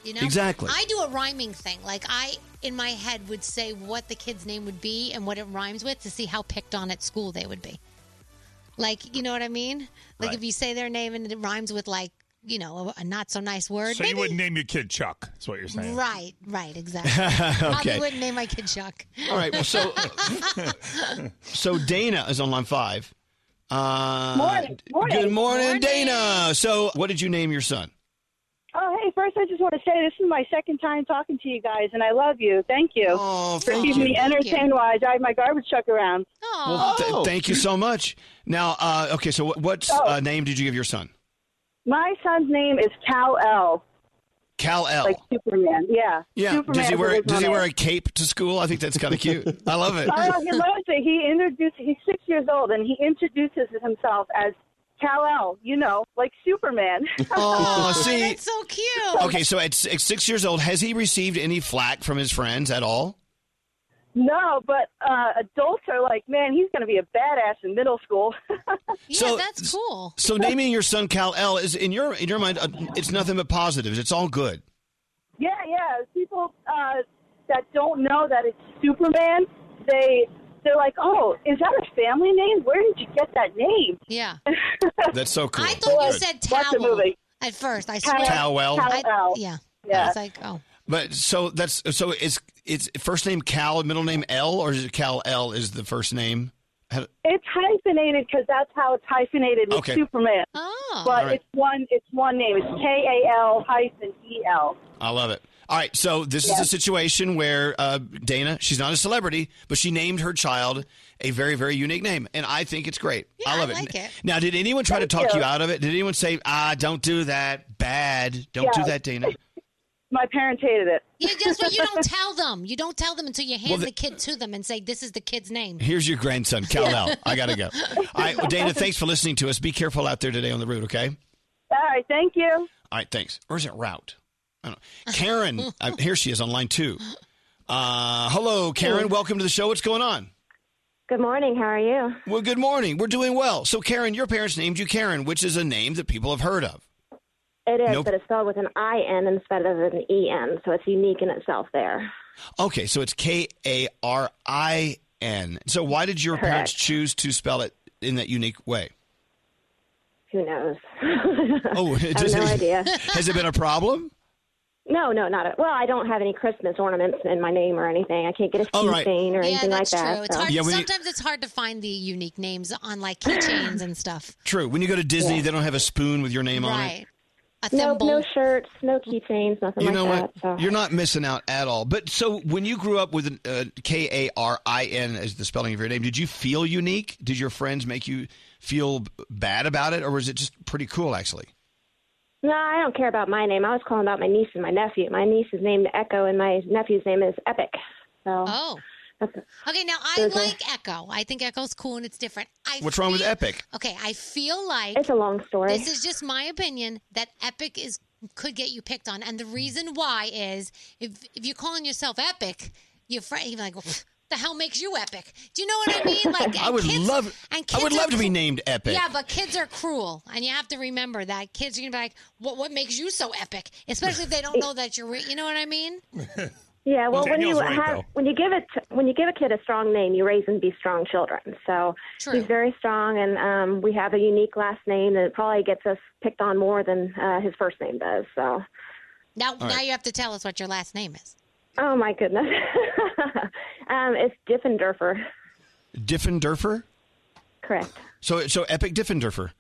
S5: You know?
S8: Exactly.
S5: I do a rhyming thing. Like I in my head would say what the kid's name would be and what it rhymes with to see how picked on at school they would be. Like, you know what I mean? Like
S19: Right.
S5: if you say their name and it rhymes with like, you know, a, a not so nice word.
S19: So you
S5: maybe-
S19: wouldn't name your kid Chuck. That's what you're saying.
S5: Right, right, exactly. Probably
S8: Okay.
S5: wouldn't name my kid Chuck. [laughs]
S8: All right, well, so- So Dana is on line five. Uh,
S7: Morning, morning.
S8: Good morning, Dana. So, what did you name your son?
S7: Oh, hey, first I just want to say this is my second time talking to you guys, and I love you. Thank you.
S8: Oh,
S7: For
S8: thank
S7: keeping
S8: you.
S7: me entertained while I drive my garbage truck around.
S8: Well, th-
S7: Oh.
S4: Oh.
S8: thank you so much. Now, uh, okay, so what, what uh, name did you give your son?
S7: My son's name is Cal L.
S8: Cal L.
S7: Like Superman. Yeah.
S8: yeah.
S7: Superman
S8: does he
S7: is
S8: wear
S7: original
S8: Does he
S7: name.
S8: wear a cape to school? I think that's kind of cute. I love
S7: [laughs]
S8: it.
S7: Oh, he loves it. He introduces. He's six years old, and he introduces himself as Cal El. You know, like Superman. [laughs]
S8: Oh, see. That's
S7: so cute.
S8: Okay, so at, s- at six years old, has he received any flack from his friends at all?
S7: No, but uh, adults are like, man, he's going to be a badass in middle school. [laughs] yeah,
S8: So-
S7: that's cool.
S8: So naming your son Cal L is in your in your mind, uh, it's nothing but positives. It's all good.
S7: Yeah, yeah. People uh, that don't know that it's Superman, they they're like, oh, is that a family name? Where did you get that name?
S5: Yeah.
S8: That's so cool.
S5: [laughs] I thought you
S8: Good.
S5: said
S7: Watch the
S5: towel at first. I swear.
S8: Towel.
S5: I-
S7: Towel.
S5: yeah.
S7: Yeah.
S5: It's like, oh.
S8: But so that's so it's it's first name Cal, middle name L, or is it Cal L is the first name? How-
S7: It's hyphenated because that's how it's hyphenated with
S8: Okay.
S7: Superman.
S5: Oh.
S7: But
S8: All right.
S7: it's one it's one name. It's K A L hyphen E L.
S8: I love it. All right, so this is a situation where uh, Dana, she's not a celebrity, but she named her child a very, very unique name, and I think it's great. I love
S7: I
S8: it.
S7: like it.
S8: Now, did anyone try to
S7: Thank
S8: talk you.
S7: you.
S8: out of it? Did anyone say, "Ah, don't do that, bad, don't do
S7: Yeah.
S8: that, Dana"?
S7: My parents hated it.
S5: Yeah, that's what you don't tell them. You don't tell them until you hand
S8: Well,
S5: the,
S8: the-
S5: kid to them and say, "This is the kid's name."
S8: Here's your grandson, Cal L. I gotta go. All right, well, Dana, thanks for listening to us. Be careful out there today on the road, okay?
S7: All right, thank you.
S8: All right, thanks. Or is it route? I don't
S13: [laughs]
S8: know. Karen, uh, here she is on line two. Uh, hello, Karen. Welcome to the show. What's going on?
S13: Good morning. How are you?
S8: Well, good morning. We're doing well. So, Karen, your parents named you Karen, which is a name that people have heard of.
S13: It is,
S8: Nope.
S13: but it's spelled with an I N instead of an E N, so it's unique in itself there.
S8: Okay, so it's K A R I N. So, why did your parents choose to spell it in that unique way?
S13: Who knows? [laughs]
S8: Oh, [laughs]
S13: I have no idea.
S8: Has it been a problem?
S13: No, no, not at Well, I don't have any Christmas ornaments in my name or anything. I can't get a
S8: Oh,
S13: key
S8: right.
S13: chain or
S5: Yeah,
S13: anything
S5: that's
S13: like that.
S5: true. It's
S13: so-
S5: hard.
S8: Yeah, we-
S5: Sometimes it's hard to find the unique names on like keychains and stuff.
S8: True. When you go to Disney, they don't have a spoon with your name on it.
S5: Right. A
S13: Nope,
S5: thimble.
S13: no shirts, no keychains, nothing
S8: You
S13: like
S8: know
S13: that.
S8: what? You're not missing out at all. But so when you grew up with uh, K A R I N as the spelling of your name, did you feel unique? Did your friends make you feel b- bad about it, or was it just pretty cool actually?
S13: No, I don't care about my name. I was calling about my niece and my nephew. My niece is named Echo, and my nephew's name is Epic. So
S5: oh,
S13: that's
S5: Okay, now I
S13: There's a-
S5: like Echo. I think Echo's cool and it's different. I
S8: What's wrong with Epic?
S5: okay, I feel like
S13: it's a long story.
S5: This is just my opinion that Epic is could get you picked on, and the reason why is if if you're calling yourself Epic, your friend you're like. "What The hell makes you epic? Do you know what I mean? Like,
S8: I
S5: and
S8: would
S5: kids-
S8: love.
S5: and
S8: I would
S5: kids are
S8: love to be
S5: cru-
S8: named [laughs] Epic.
S5: Yeah, but kids are cruel, and you have to remember that kids are gonna be like, "What? What makes you so epic?" Especially if they don't know that you're. Re- you know what I mean?
S13: Yeah, well, when you
S5: Danielle's right,
S13: have
S5: though.
S13: when you give it when you give a kid a strong name, you raise and be strong children. So
S5: True.
S13: he's very strong, and um, we have a unique last name that probably gets us picked on more than uh, his first name does. So,
S5: Now,
S13: All
S5: now
S13: right.
S5: you have to tell us what your last name is.
S13: oh my goodness, [laughs] um, it's Diffenderfer,
S8: Diffenderfer.
S13: correct?
S8: So so Epic Diffenderfer.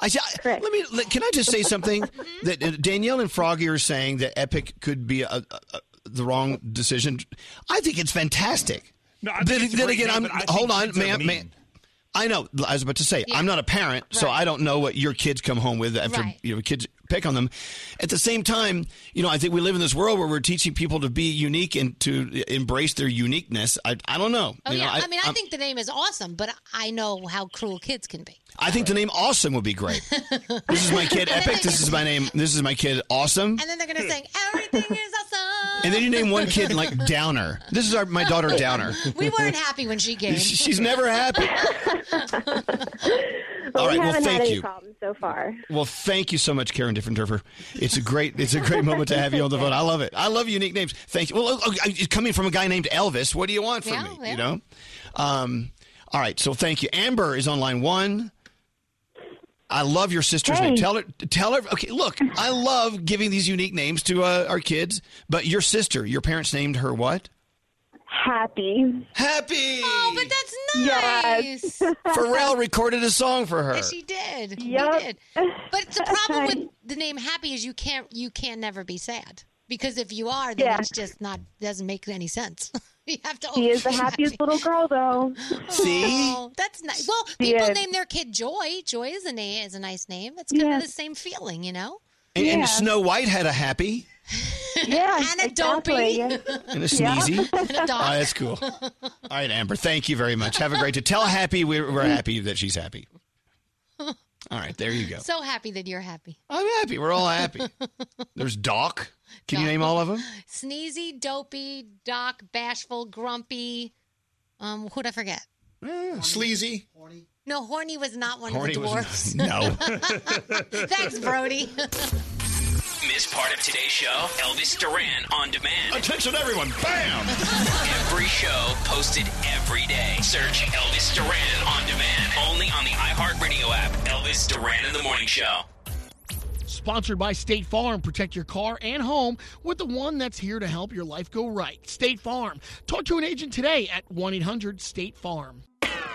S8: I, see- I- let me. let- Can I just say
S5: [laughs]
S8: something that uh, Danielle and Froggy are saying that Epic could be a, a, a, the wrong decision. I think it's fantastic.
S19: No, I think
S8: then
S19: it's a
S8: then
S19: great
S8: again,
S19: name,
S8: I'm
S19: but I think
S8: hold on,
S19: kids are
S8: ma'am, ma'am.
S19: mean.
S8: I know. I was about to say I'm not a parent, so I don't know what your kids come home with after
S13: Right.
S8: you know kids pick on them. At the same time, you know, I think we live in this world where we're teaching people to be unique and to embrace their uniqueness. I, I don't know.
S5: Oh
S8: You know,
S5: yeah, I, mean, I
S8: I'm-
S5: think the name is awesome, but I know how cruel kids can be.
S8: I think the name Awesome would be great. this is my kid Epic. This is my name. This is my kid Awesome.
S5: And then they're gonna "Eh, sing
S8: And then you name one kid like Downer. This is our my daughter Downer.
S5: We weren't happy when she came.
S8: She's never
S13: [laughs]
S8: happy. All
S13: we
S8: right. Well,
S13: haven't had
S8: thank
S13: any
S8: you.
S13: problems so far.
S8: Well, thank you so much, Karen Diffenderfer. It's a great it's a great moment to have you on the phone. I love it. I love unique names. Thank you. Well, look, look, it's coming from a guy named Elvis. What do you want from
S13: Yeah,
S8: me?
S13: yeah.
S8: You know. Um, all right. So thank you. Amber is on line one. I love your sister's name. Tell her. Tell her. Okay. Look, I love giving these unique names to uh, our kids. But your sister, your parents named her what?
S7: Happy.
S8: Happy.
S5: Oh, but that's nice.
S7: Yes. [laughs]
S8: Pharrell recorded a song for her.
S5: She did. We
S7: Yep.
S5: did. But
S13: [laughs]
S5: the problem with the name happy is you can't you can never be sad. Because if you are, then
S7: Yeah.
S5: it's just not doesn't make any sense. [laughs] you have to
S7: She is the
S5: always be
S7: happiest little girl, though.
S5: Oh, that's nice. Well,
S7: She
S5: people
S7: is.
S5: name their kid Joy. Joy is a na- is a nice name. It's kind
S7: Yeah.
S5: of the same feeling, you know.
S8: And, and
S5: Yeah.
S8: Snow White had a happy
S12: [laughs]
S7: Yeah,
S5: and a dopey.
S8: and a sneezy.
S5: [laughs] And a dog.
S8: Oh, that's
S5: [laughs]
S8: cool. All right, Amber. Thank you very much. Have a great day. Tell Happy we're, we're happy that she's happy. All right, there you go.
S5: So happy that you're happy.
S8: I'm happy. We're all happy. There's Doc. Can you
S5: Doc.
S8: name all of them?
S5: Sneezy, dopey, doc, bashful, grumpy. Um, who'd I forget?
S20: Sleazy.
S5: No, horny was not one
S8: Mm, Horny
S5: of the
S8: was
S5: dwarfs.
S8: no.
S5: [laughs]
S8: [laughs]
S5: Thanks, Brody.
S3: Miss part of today's show? Elvis Duran on
S8: [laughs]
S3: demand.
S8: Attention, everyone! Bam!
S3: every show posted every day. Search Elvis Duran on demand. Only on the iHeartRadio app. Elvis Duran in the Morning Show.
S11: Sponsored by State Farm. Protect your car and home with the one that's here to help your life go right. State Farm. Talk to an agent today at 1 800 State Farm.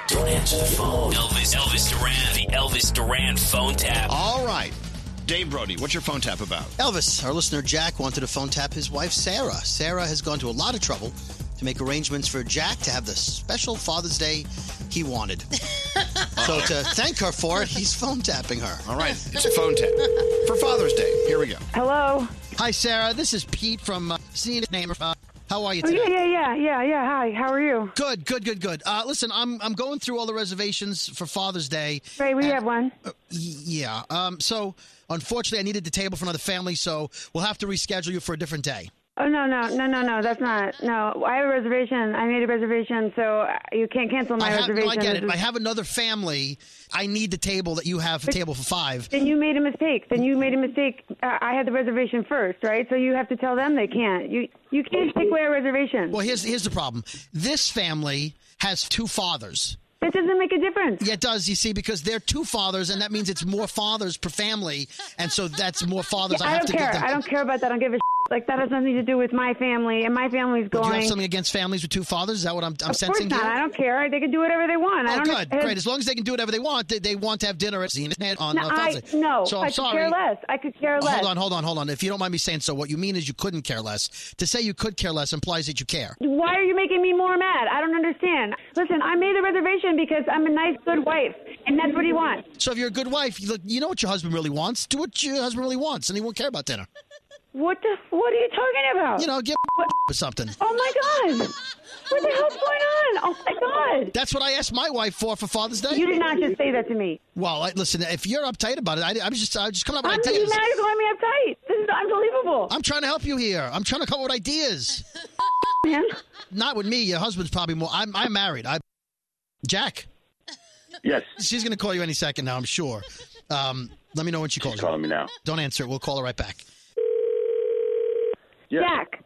S3: Don't answer the phone. Elvis, Elvis Duran, the Elvis Duran phone tap.
S8: All right. Dave Brody, what's your phone tap about?
S21: Elvis, our listener Jack wanted to phone tap his wife Sarah. Sarah has gone to a lot of trouble to make arrangements for Jack to have the special Father's Day he wanted. so to thank her for it, he's phone tapping her.
S8: All right, it's a phone tap for Father's Day. Here we go.
S21: Hello. Hi, Sarah. This is Pete from uh, Zenith Name. Uh, how are you
S7: Oh,
S21: today?
S7: yeah,
S21: yeah, yeah, yeah. Hi, how are you? Good, good, good, good. Uh, listen, I'm I'm going through all the reservations for Father's Day. Right, we have one. yeah. Um. So unfortunately, I needed the table for another family, so we'll have to reschedule you for a different day.
S22: Oh no no no no no that's not no I have a reservation I made a reservation so uh, you can't cancel my
S21: I have, no,
S22: reservation.
S21: I get
S22: This
S21: it.
S22: is-
S21: I have another family. I need the table that you have, a table for five.
S22: Then you made a mistake. Then you made a mistake. Uh, I had the reservation first, right? So you have to tell them they can't. You you can't take away a reservation.
S21: Well, here's here's the problem. This family has two fathers.
S22: That doesn't make a difference.
S21: Yeah, it does. You see, because they're two fathers, and that means it's more fathers per family, and so that's more fathers.
S22: Yeah,
S21: I
S22: I,
S21: have
S22: don't
S21: to
S22: care.
S21: give them.
S22: I don't care about that. I don't give a shit. like that has nothing to do with my family and my family's
S21: Do
S22: going.
S21: you have something against families with two fathers? Is that what I'm, I'm
S22: of course
S21: sensing
S22: not.
S21: here?
S22: I don't care. They can do whatever they want. I
S21: Oh,
S22: don't
S21: good,
S22: it-
S21: great. As long as they can do whatever they want, they, they want to have dinner at Zenith on
S22: No,
S21: uh,
S22: I,
S21: Father's Day.
S22: no,
S21: so
S22: I
S21: I'm
S22: could
S21: sorry.
S22: care less. I could care less.
S21: Hold on, hold on, hold on. If you don't mind me saying so, what you mean is you couldn't care less. To say you could care less implies that you care.
S22: Why are you making me more mad? I don't understand. Listen, I made the reservation because I'm a nice, good wife, and that's what he wants.
S21: So if you're a good wife, you, look, you know what your husband really wants. Do what your husband really wants, and he won't care about dinner.
S22: What the? What are you talking about?
S21: You know, give or something.
S22: Oh my God! What the hell's going on? Oh my God!
S21: That's what I asked my wife for for Father's Day.
S22: You did not just say that to me.
S21: Well, I, listen, if you're uptight about it, I, I'm just I'm just coming up with
S22: I'm
S21: ideas.
S22: now you're calling me uptight. This is unbelievable.
S21: I'm trying to help you here. I'm trying to come up with
S22: [laughs]
S21: ideas. Not with me. Your husband's probably more. I'm I'm married. I, Jack.
S23: Yes.
S21: She's going to call you any second now. I'm sure. Um, let me know when she calls. She's
S23: calling me now.
S21: Don't answer it. We'll call her right back.
S22: Jack,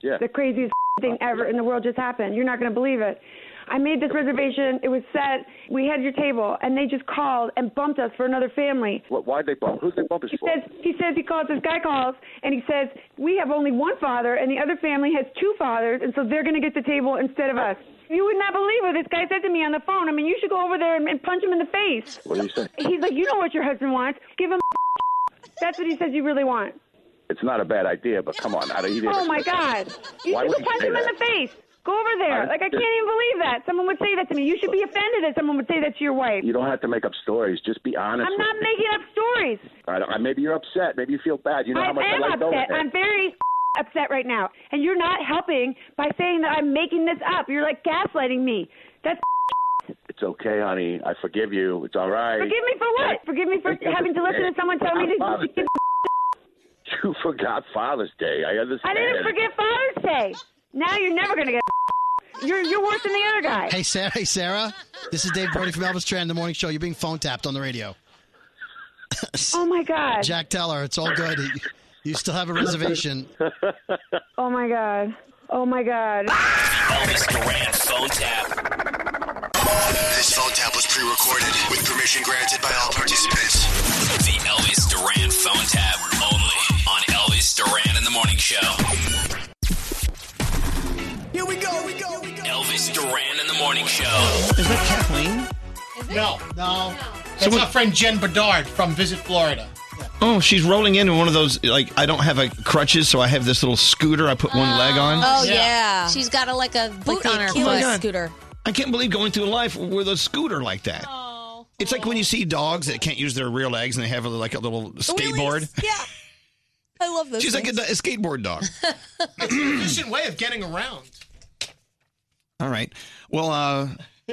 S23: Yeah. Oh,
S22: the craziest [laughs] thing ever in the world just happened. You're not going to believe it. I made this reservation. It was set. We had your table, and they just called and bumped us for another family.
S23: What, why'd they bump? Who's they bump us
S22: He
S23: for?
S22: says he says he calls this guy calls and he says we have only one father and the other family has two fathers and so they're going to get the table instead of us. You would not believe what this guy said to me on the phone. I mean, you should go over there and, and punch him in the face.
S23: What do you say?
S22: He's like, you know what your husband wants. Give him. [laughs] That's what he says you really want.
S23: It's not a bad idea, but come on. I don't, he didn't
S22: Oh my
S23: expect that.
S22: God! You
S23: Why
S22: should
S23: would
S22: go
S23: you
S22: punch
S23: say
S22: him in
S23: that?
S22: the face. Go over there.
S23: I-
S22: Like I can't even believe that someone would say that to me. You should be offended that someone would say that to your wife.
S23: You don't have to make up stories. Just be honest.
S22: I'm
S23: with
S22: not
S23: me.
S22: making up stories.
S23: I don't, I- maybe you're upset. Maybe you feel bad. You know
S22: I
S23: how much
S22: am
S23: I like going
S22: upset.
S23: there.
S22: I'm very [laughs] upset right now, and you're not helping by saying that I'm making this up. You're like gaslighting me. That's
S23: It's okay, honey. I forgive you. It's all right.
S22: forgive me for what? Forgive me for having to listen to someone tell me
S23: [laughs]
S22: to.
S23: You forgot Father's Day. I
S22: I
S23: understand.
S22: didn't forget Father's Day. Now you're never gonna get. [laughs] You're you're worse than the other guy.
S21: Hey Sarah, hey Sarah. This is Dave Brody from Elvis Duran, the morning show. You're being phone tapped on the radio.
S22: Oh my God.
S21: Jack Teller, it's all good. You- You still have a reservation.
S22: [laughs] Oh my God. Oh my God.
S3: Elvis Duran phone tap.
S32: This phone tap was pre-recorded with permission granted by all participants.
S3: The Elvis Duran phone tap only on Elvis Duran in the Morning Show.
S33: Here we go, we go,
S3: Elvis Duran in the morning show.
S8: Is that Kathleen?
S2: No, no. That's our friend Jen Bedard from Visit Florida.
S8: Oh, she's rolling into one of those like I don't have a crutches, so I have this little scooter. I put one leg on.
S10: Oh yeah. she's got a like a boot on her
S8: Oh, my
S10: foot.
S8: God.
S10: scooter.
S8: I can't believe going through life with a scooter like that.
S10: Oh.
S8: It's like when you see dogs that can't use their rear legs and they have a, like a little skateboard.
S10: Yeah, I love those.
S8: She's like a, a skateboard dog.
S5: [laughs]
S2: It's an efficient way of getting around.
S8: All right. Well, uh,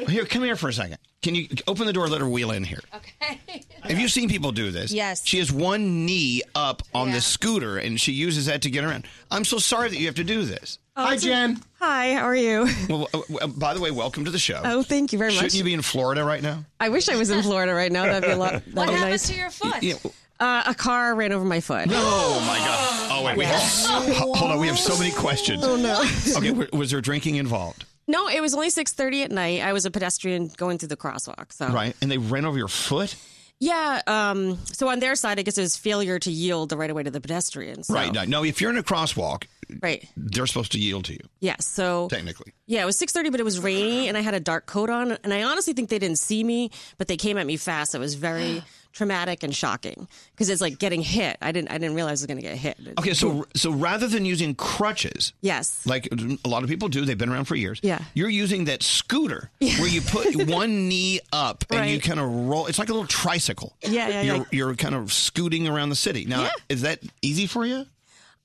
S8: here, come here for a second. Can you open the door? Let her wheel in here.
S10: Okay.
S8: Have you seen people do this?
S10: Yes.
S8: She has one knee up on the scooter and she uses that to get around. I'm so sorry that you have to do this.
S12: Oh, Hi, Jen. Hi, how are you? [laughs]
S8: Well, uh, uh, by the way, welcome to the show.
S12: Oh, thank you very much.
S8: Shouldn't you be in Florida right now?
S12: I wish I was in Florida right now. That'd be a lot. That'd
S8: What
S12: be
S8: happened
S12: nice.
S8: to your foot? Yeah.
S12: Uh, a car ran over my foot.
S8: Oh my God! Oh wait, we have, ho- hold on. We have so many questions.
S12: Oh, no.
S8: okay, w- was there drinking involved?
S12: No, it was only six thirty at night. I was a pedestrian going through the crosswalk. So
S8: Right, and they ran over your foot.
S12: yeah. Um. So on their side, I guess it was failure to yield the right of way to the pedestrians. So.
S8: Right. No, if you're in a crosswalk,
S12: Right.
S8: they're supposed to yield to you.
S12: Yeah. So
S8: Technically,
S12: Yeah, it was six thirty, but it was rainy, and I had a dark coat on, and I honestly think they didn't see me, but they came at me fast. It
S8: [gasps]
S12: was very traumatic and shocking because it's like getting hit. I didn't, I didn't realize I was going to get hit.
S8: Okay, so so rather than using crutches,
S12: Yes.
S8: like a lot of people do, they've been around for years.
S12: Yeah.
S8: you're using that
S12: [laughs]
S8: scooter where you put one knee up and you
S12: Right.
S8: kind of roll. It's like a little tricycle.
S12: Yeah, yeah,
S8: You're
S12: yeah.
S8: you're kind of scooting around the city. Now,
S12: Yeah.
S8: is that easy for you?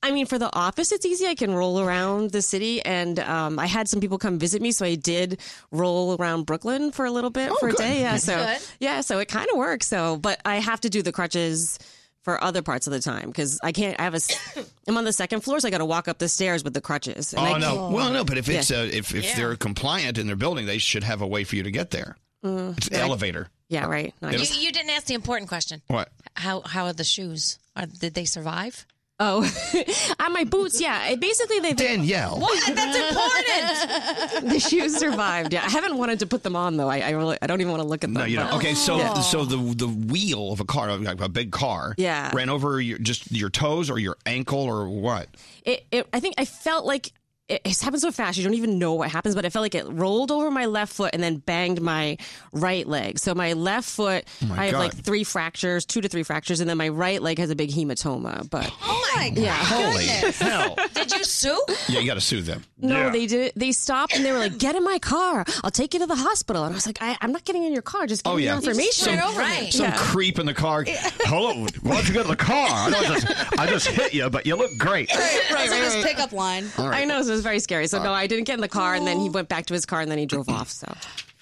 S12: I mean, for the office, it's easy. I can roll around the city, and um, I had some people come visit me, so I did roll around Brooklyn for a little bit
S8: Oh,
S12: for
S17: good.
S12: a day. Yeah,
S17: That's
S12: so
S17: good.
S12: yeah, so it kind of works. So, but I have to do the crutches for other parts of the time because I can't. I have a. s- [coughs] I'm on the second floor, so I got to walk up the stairs with the crutches. and I
S8: oh no.
S12: can't-
S8: Well, no, but if it's
S12: Yeah.
S8: uh, if if
S12: Yeah.
S8: they're compliant in their building, they should have a way for you to get there.
S12: Mm.
S8: It's an
S12: Yeah, I-
S8: elevator.
S12: Yeah, right.
S8: No, I
S5: you,
S8: just-
S5: you didn't ask the important question.
S8: What?
S5: How how are the shoes? Are, did they survive?
S12: Oh, [laughs] on my boots. Yeah, it basically they
S8: Danielle.
S5: What? That's
S12: important. [laughs] the shoes survived. Yeah, I haven't wanted to put them on though. I, I really, I don't even want to look at them.
S8: No, you don't.
S12: but-
S8: Okay, so
S12: Yeah.
S8: so the the wheel of a car, like a big car,
S12: Yeah.
S8: ran over your, just your toes or your ankle or what?
S12: it, it I think I felt like it, it's happened so fast you don't even know what happens, but I felt like it rolled over my left foot and then banged my right leg. So my left foot,
S17: Oh, my
S12: I have
S17: God.
S12: like three fractures, two to three fractures, and then my right leg has a big hematoma. But
S5: Oh my
S12: Yeah.
S8: Holy [laughs] hell!
S5: Did you sue?
S8: Yeah, you got to sue them.
S12: No, they did. They stopped and they were like, "Get in my car. I'll take you to the hospital." And I was like, I, "I'm not getting in your car. Just give
S8: Oh
S12: me
S8: yeah,
S12: your information."
S8: Some, some creep in the car. [laughs] Hello, why'd you go to the car? I, know I just, I just hit you, but you look great.
S12: Right,
S10: That's
S12: right,
S10: like his
S12: right.
S10: pickup line.
S8: All right.
S12: I know so it was very scary. So no, I didn't get in the car, and then he went back to his car, and then he drove off. So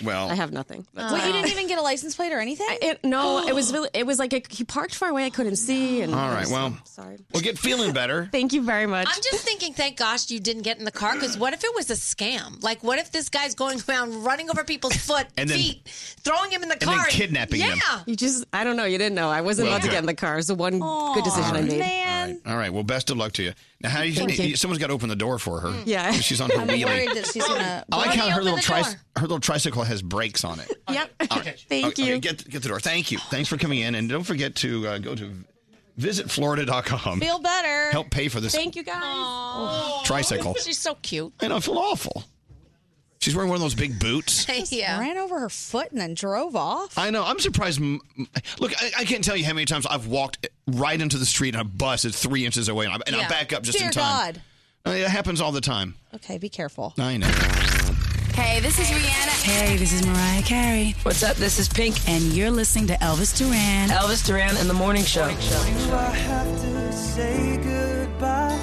S8: Well,
S12: I have nothing. That's
S10: Wait,
S12: all.
S10: you
S5: Ah.
S10: didn't even get a license plate or anything?
S12: it, no,
S10: [gasps]
S12: it was really, it was like a, he parked far away. I couldn't see. And
S8: All right, well,
S12: sorry.
S8: Well, get feeling better.
S12: [laughs] Thank you very much.
S5: I'm just thinking, thank gosh you didn't get in the car because what if it was a scam? Like, what if this guy's going around running over people's foot,
S8: And then-
S5: feet, throwing him in the
S8: and then
S5: car,
S8: kidnapping
S5: yeah.
S8: them.
S12: You just, I don't know. You didn't know. I wasn't
S8: Well,
S12: about to
S8: good.
S12: get in the car. It was the one good decision I made.
S8: All right. Well, best of luck to you. Now, how do you,
S12: Thank you.
S8: someone's got to open the door for her?
S12: Yeah.
S8: she's on her
S12: I'm
S8: wheelie.
S12: worried that she's gonna-
S8: I like
S12: Why
S8: how
S12: do you
S8: her little
S12: open
S8: tri-
S12: the door?
S8: her little tricycle has brakes on it.
S12: Yep.
S5: [laughs]
S8: Thank you. get get the door. Thank you. Thanks for coming in, and don't forget to uh, go to visitflorida.com.
S12: Feel better.
S8: Um, Help pay for this
S12: Thank you guys.
S8: tricycle.
S5: [laughs] She's so cute.
S8: And I
S5: [laughs]
S8: feel awful. She's wearing one of those big boots.
S5: yeah.
S10: Ran over her foot and then drove off.
S8: I know. I'm surprised. m- m- Look, I, I can't tell you how many times I've walked right into the street and a bus is three inches away, and I, and I
S10: Yeah.
S8: back up just
S10: Dear
S8: in time.
S10: God.
S8: I mean, it happens all the time.
S10: Okay, be careful.
S8: I know.
S18: Hey, this is Rihanna. Hey, this is Mariah Carey. What's up? This is Pink, and you're listening to Elvis Duran.
S26: Elvis Duran in the morning show.
S25: Do I have to say goodbye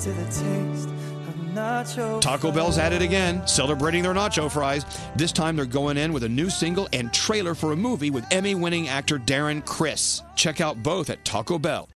S25: to the taste of nacho?
S8: Taco Bell's at it again, celebrating their nacho fries. This time they're going in with a new single and trailer for a movie with Emmy winning actor Darren Chris. Check out both at Taco Bell.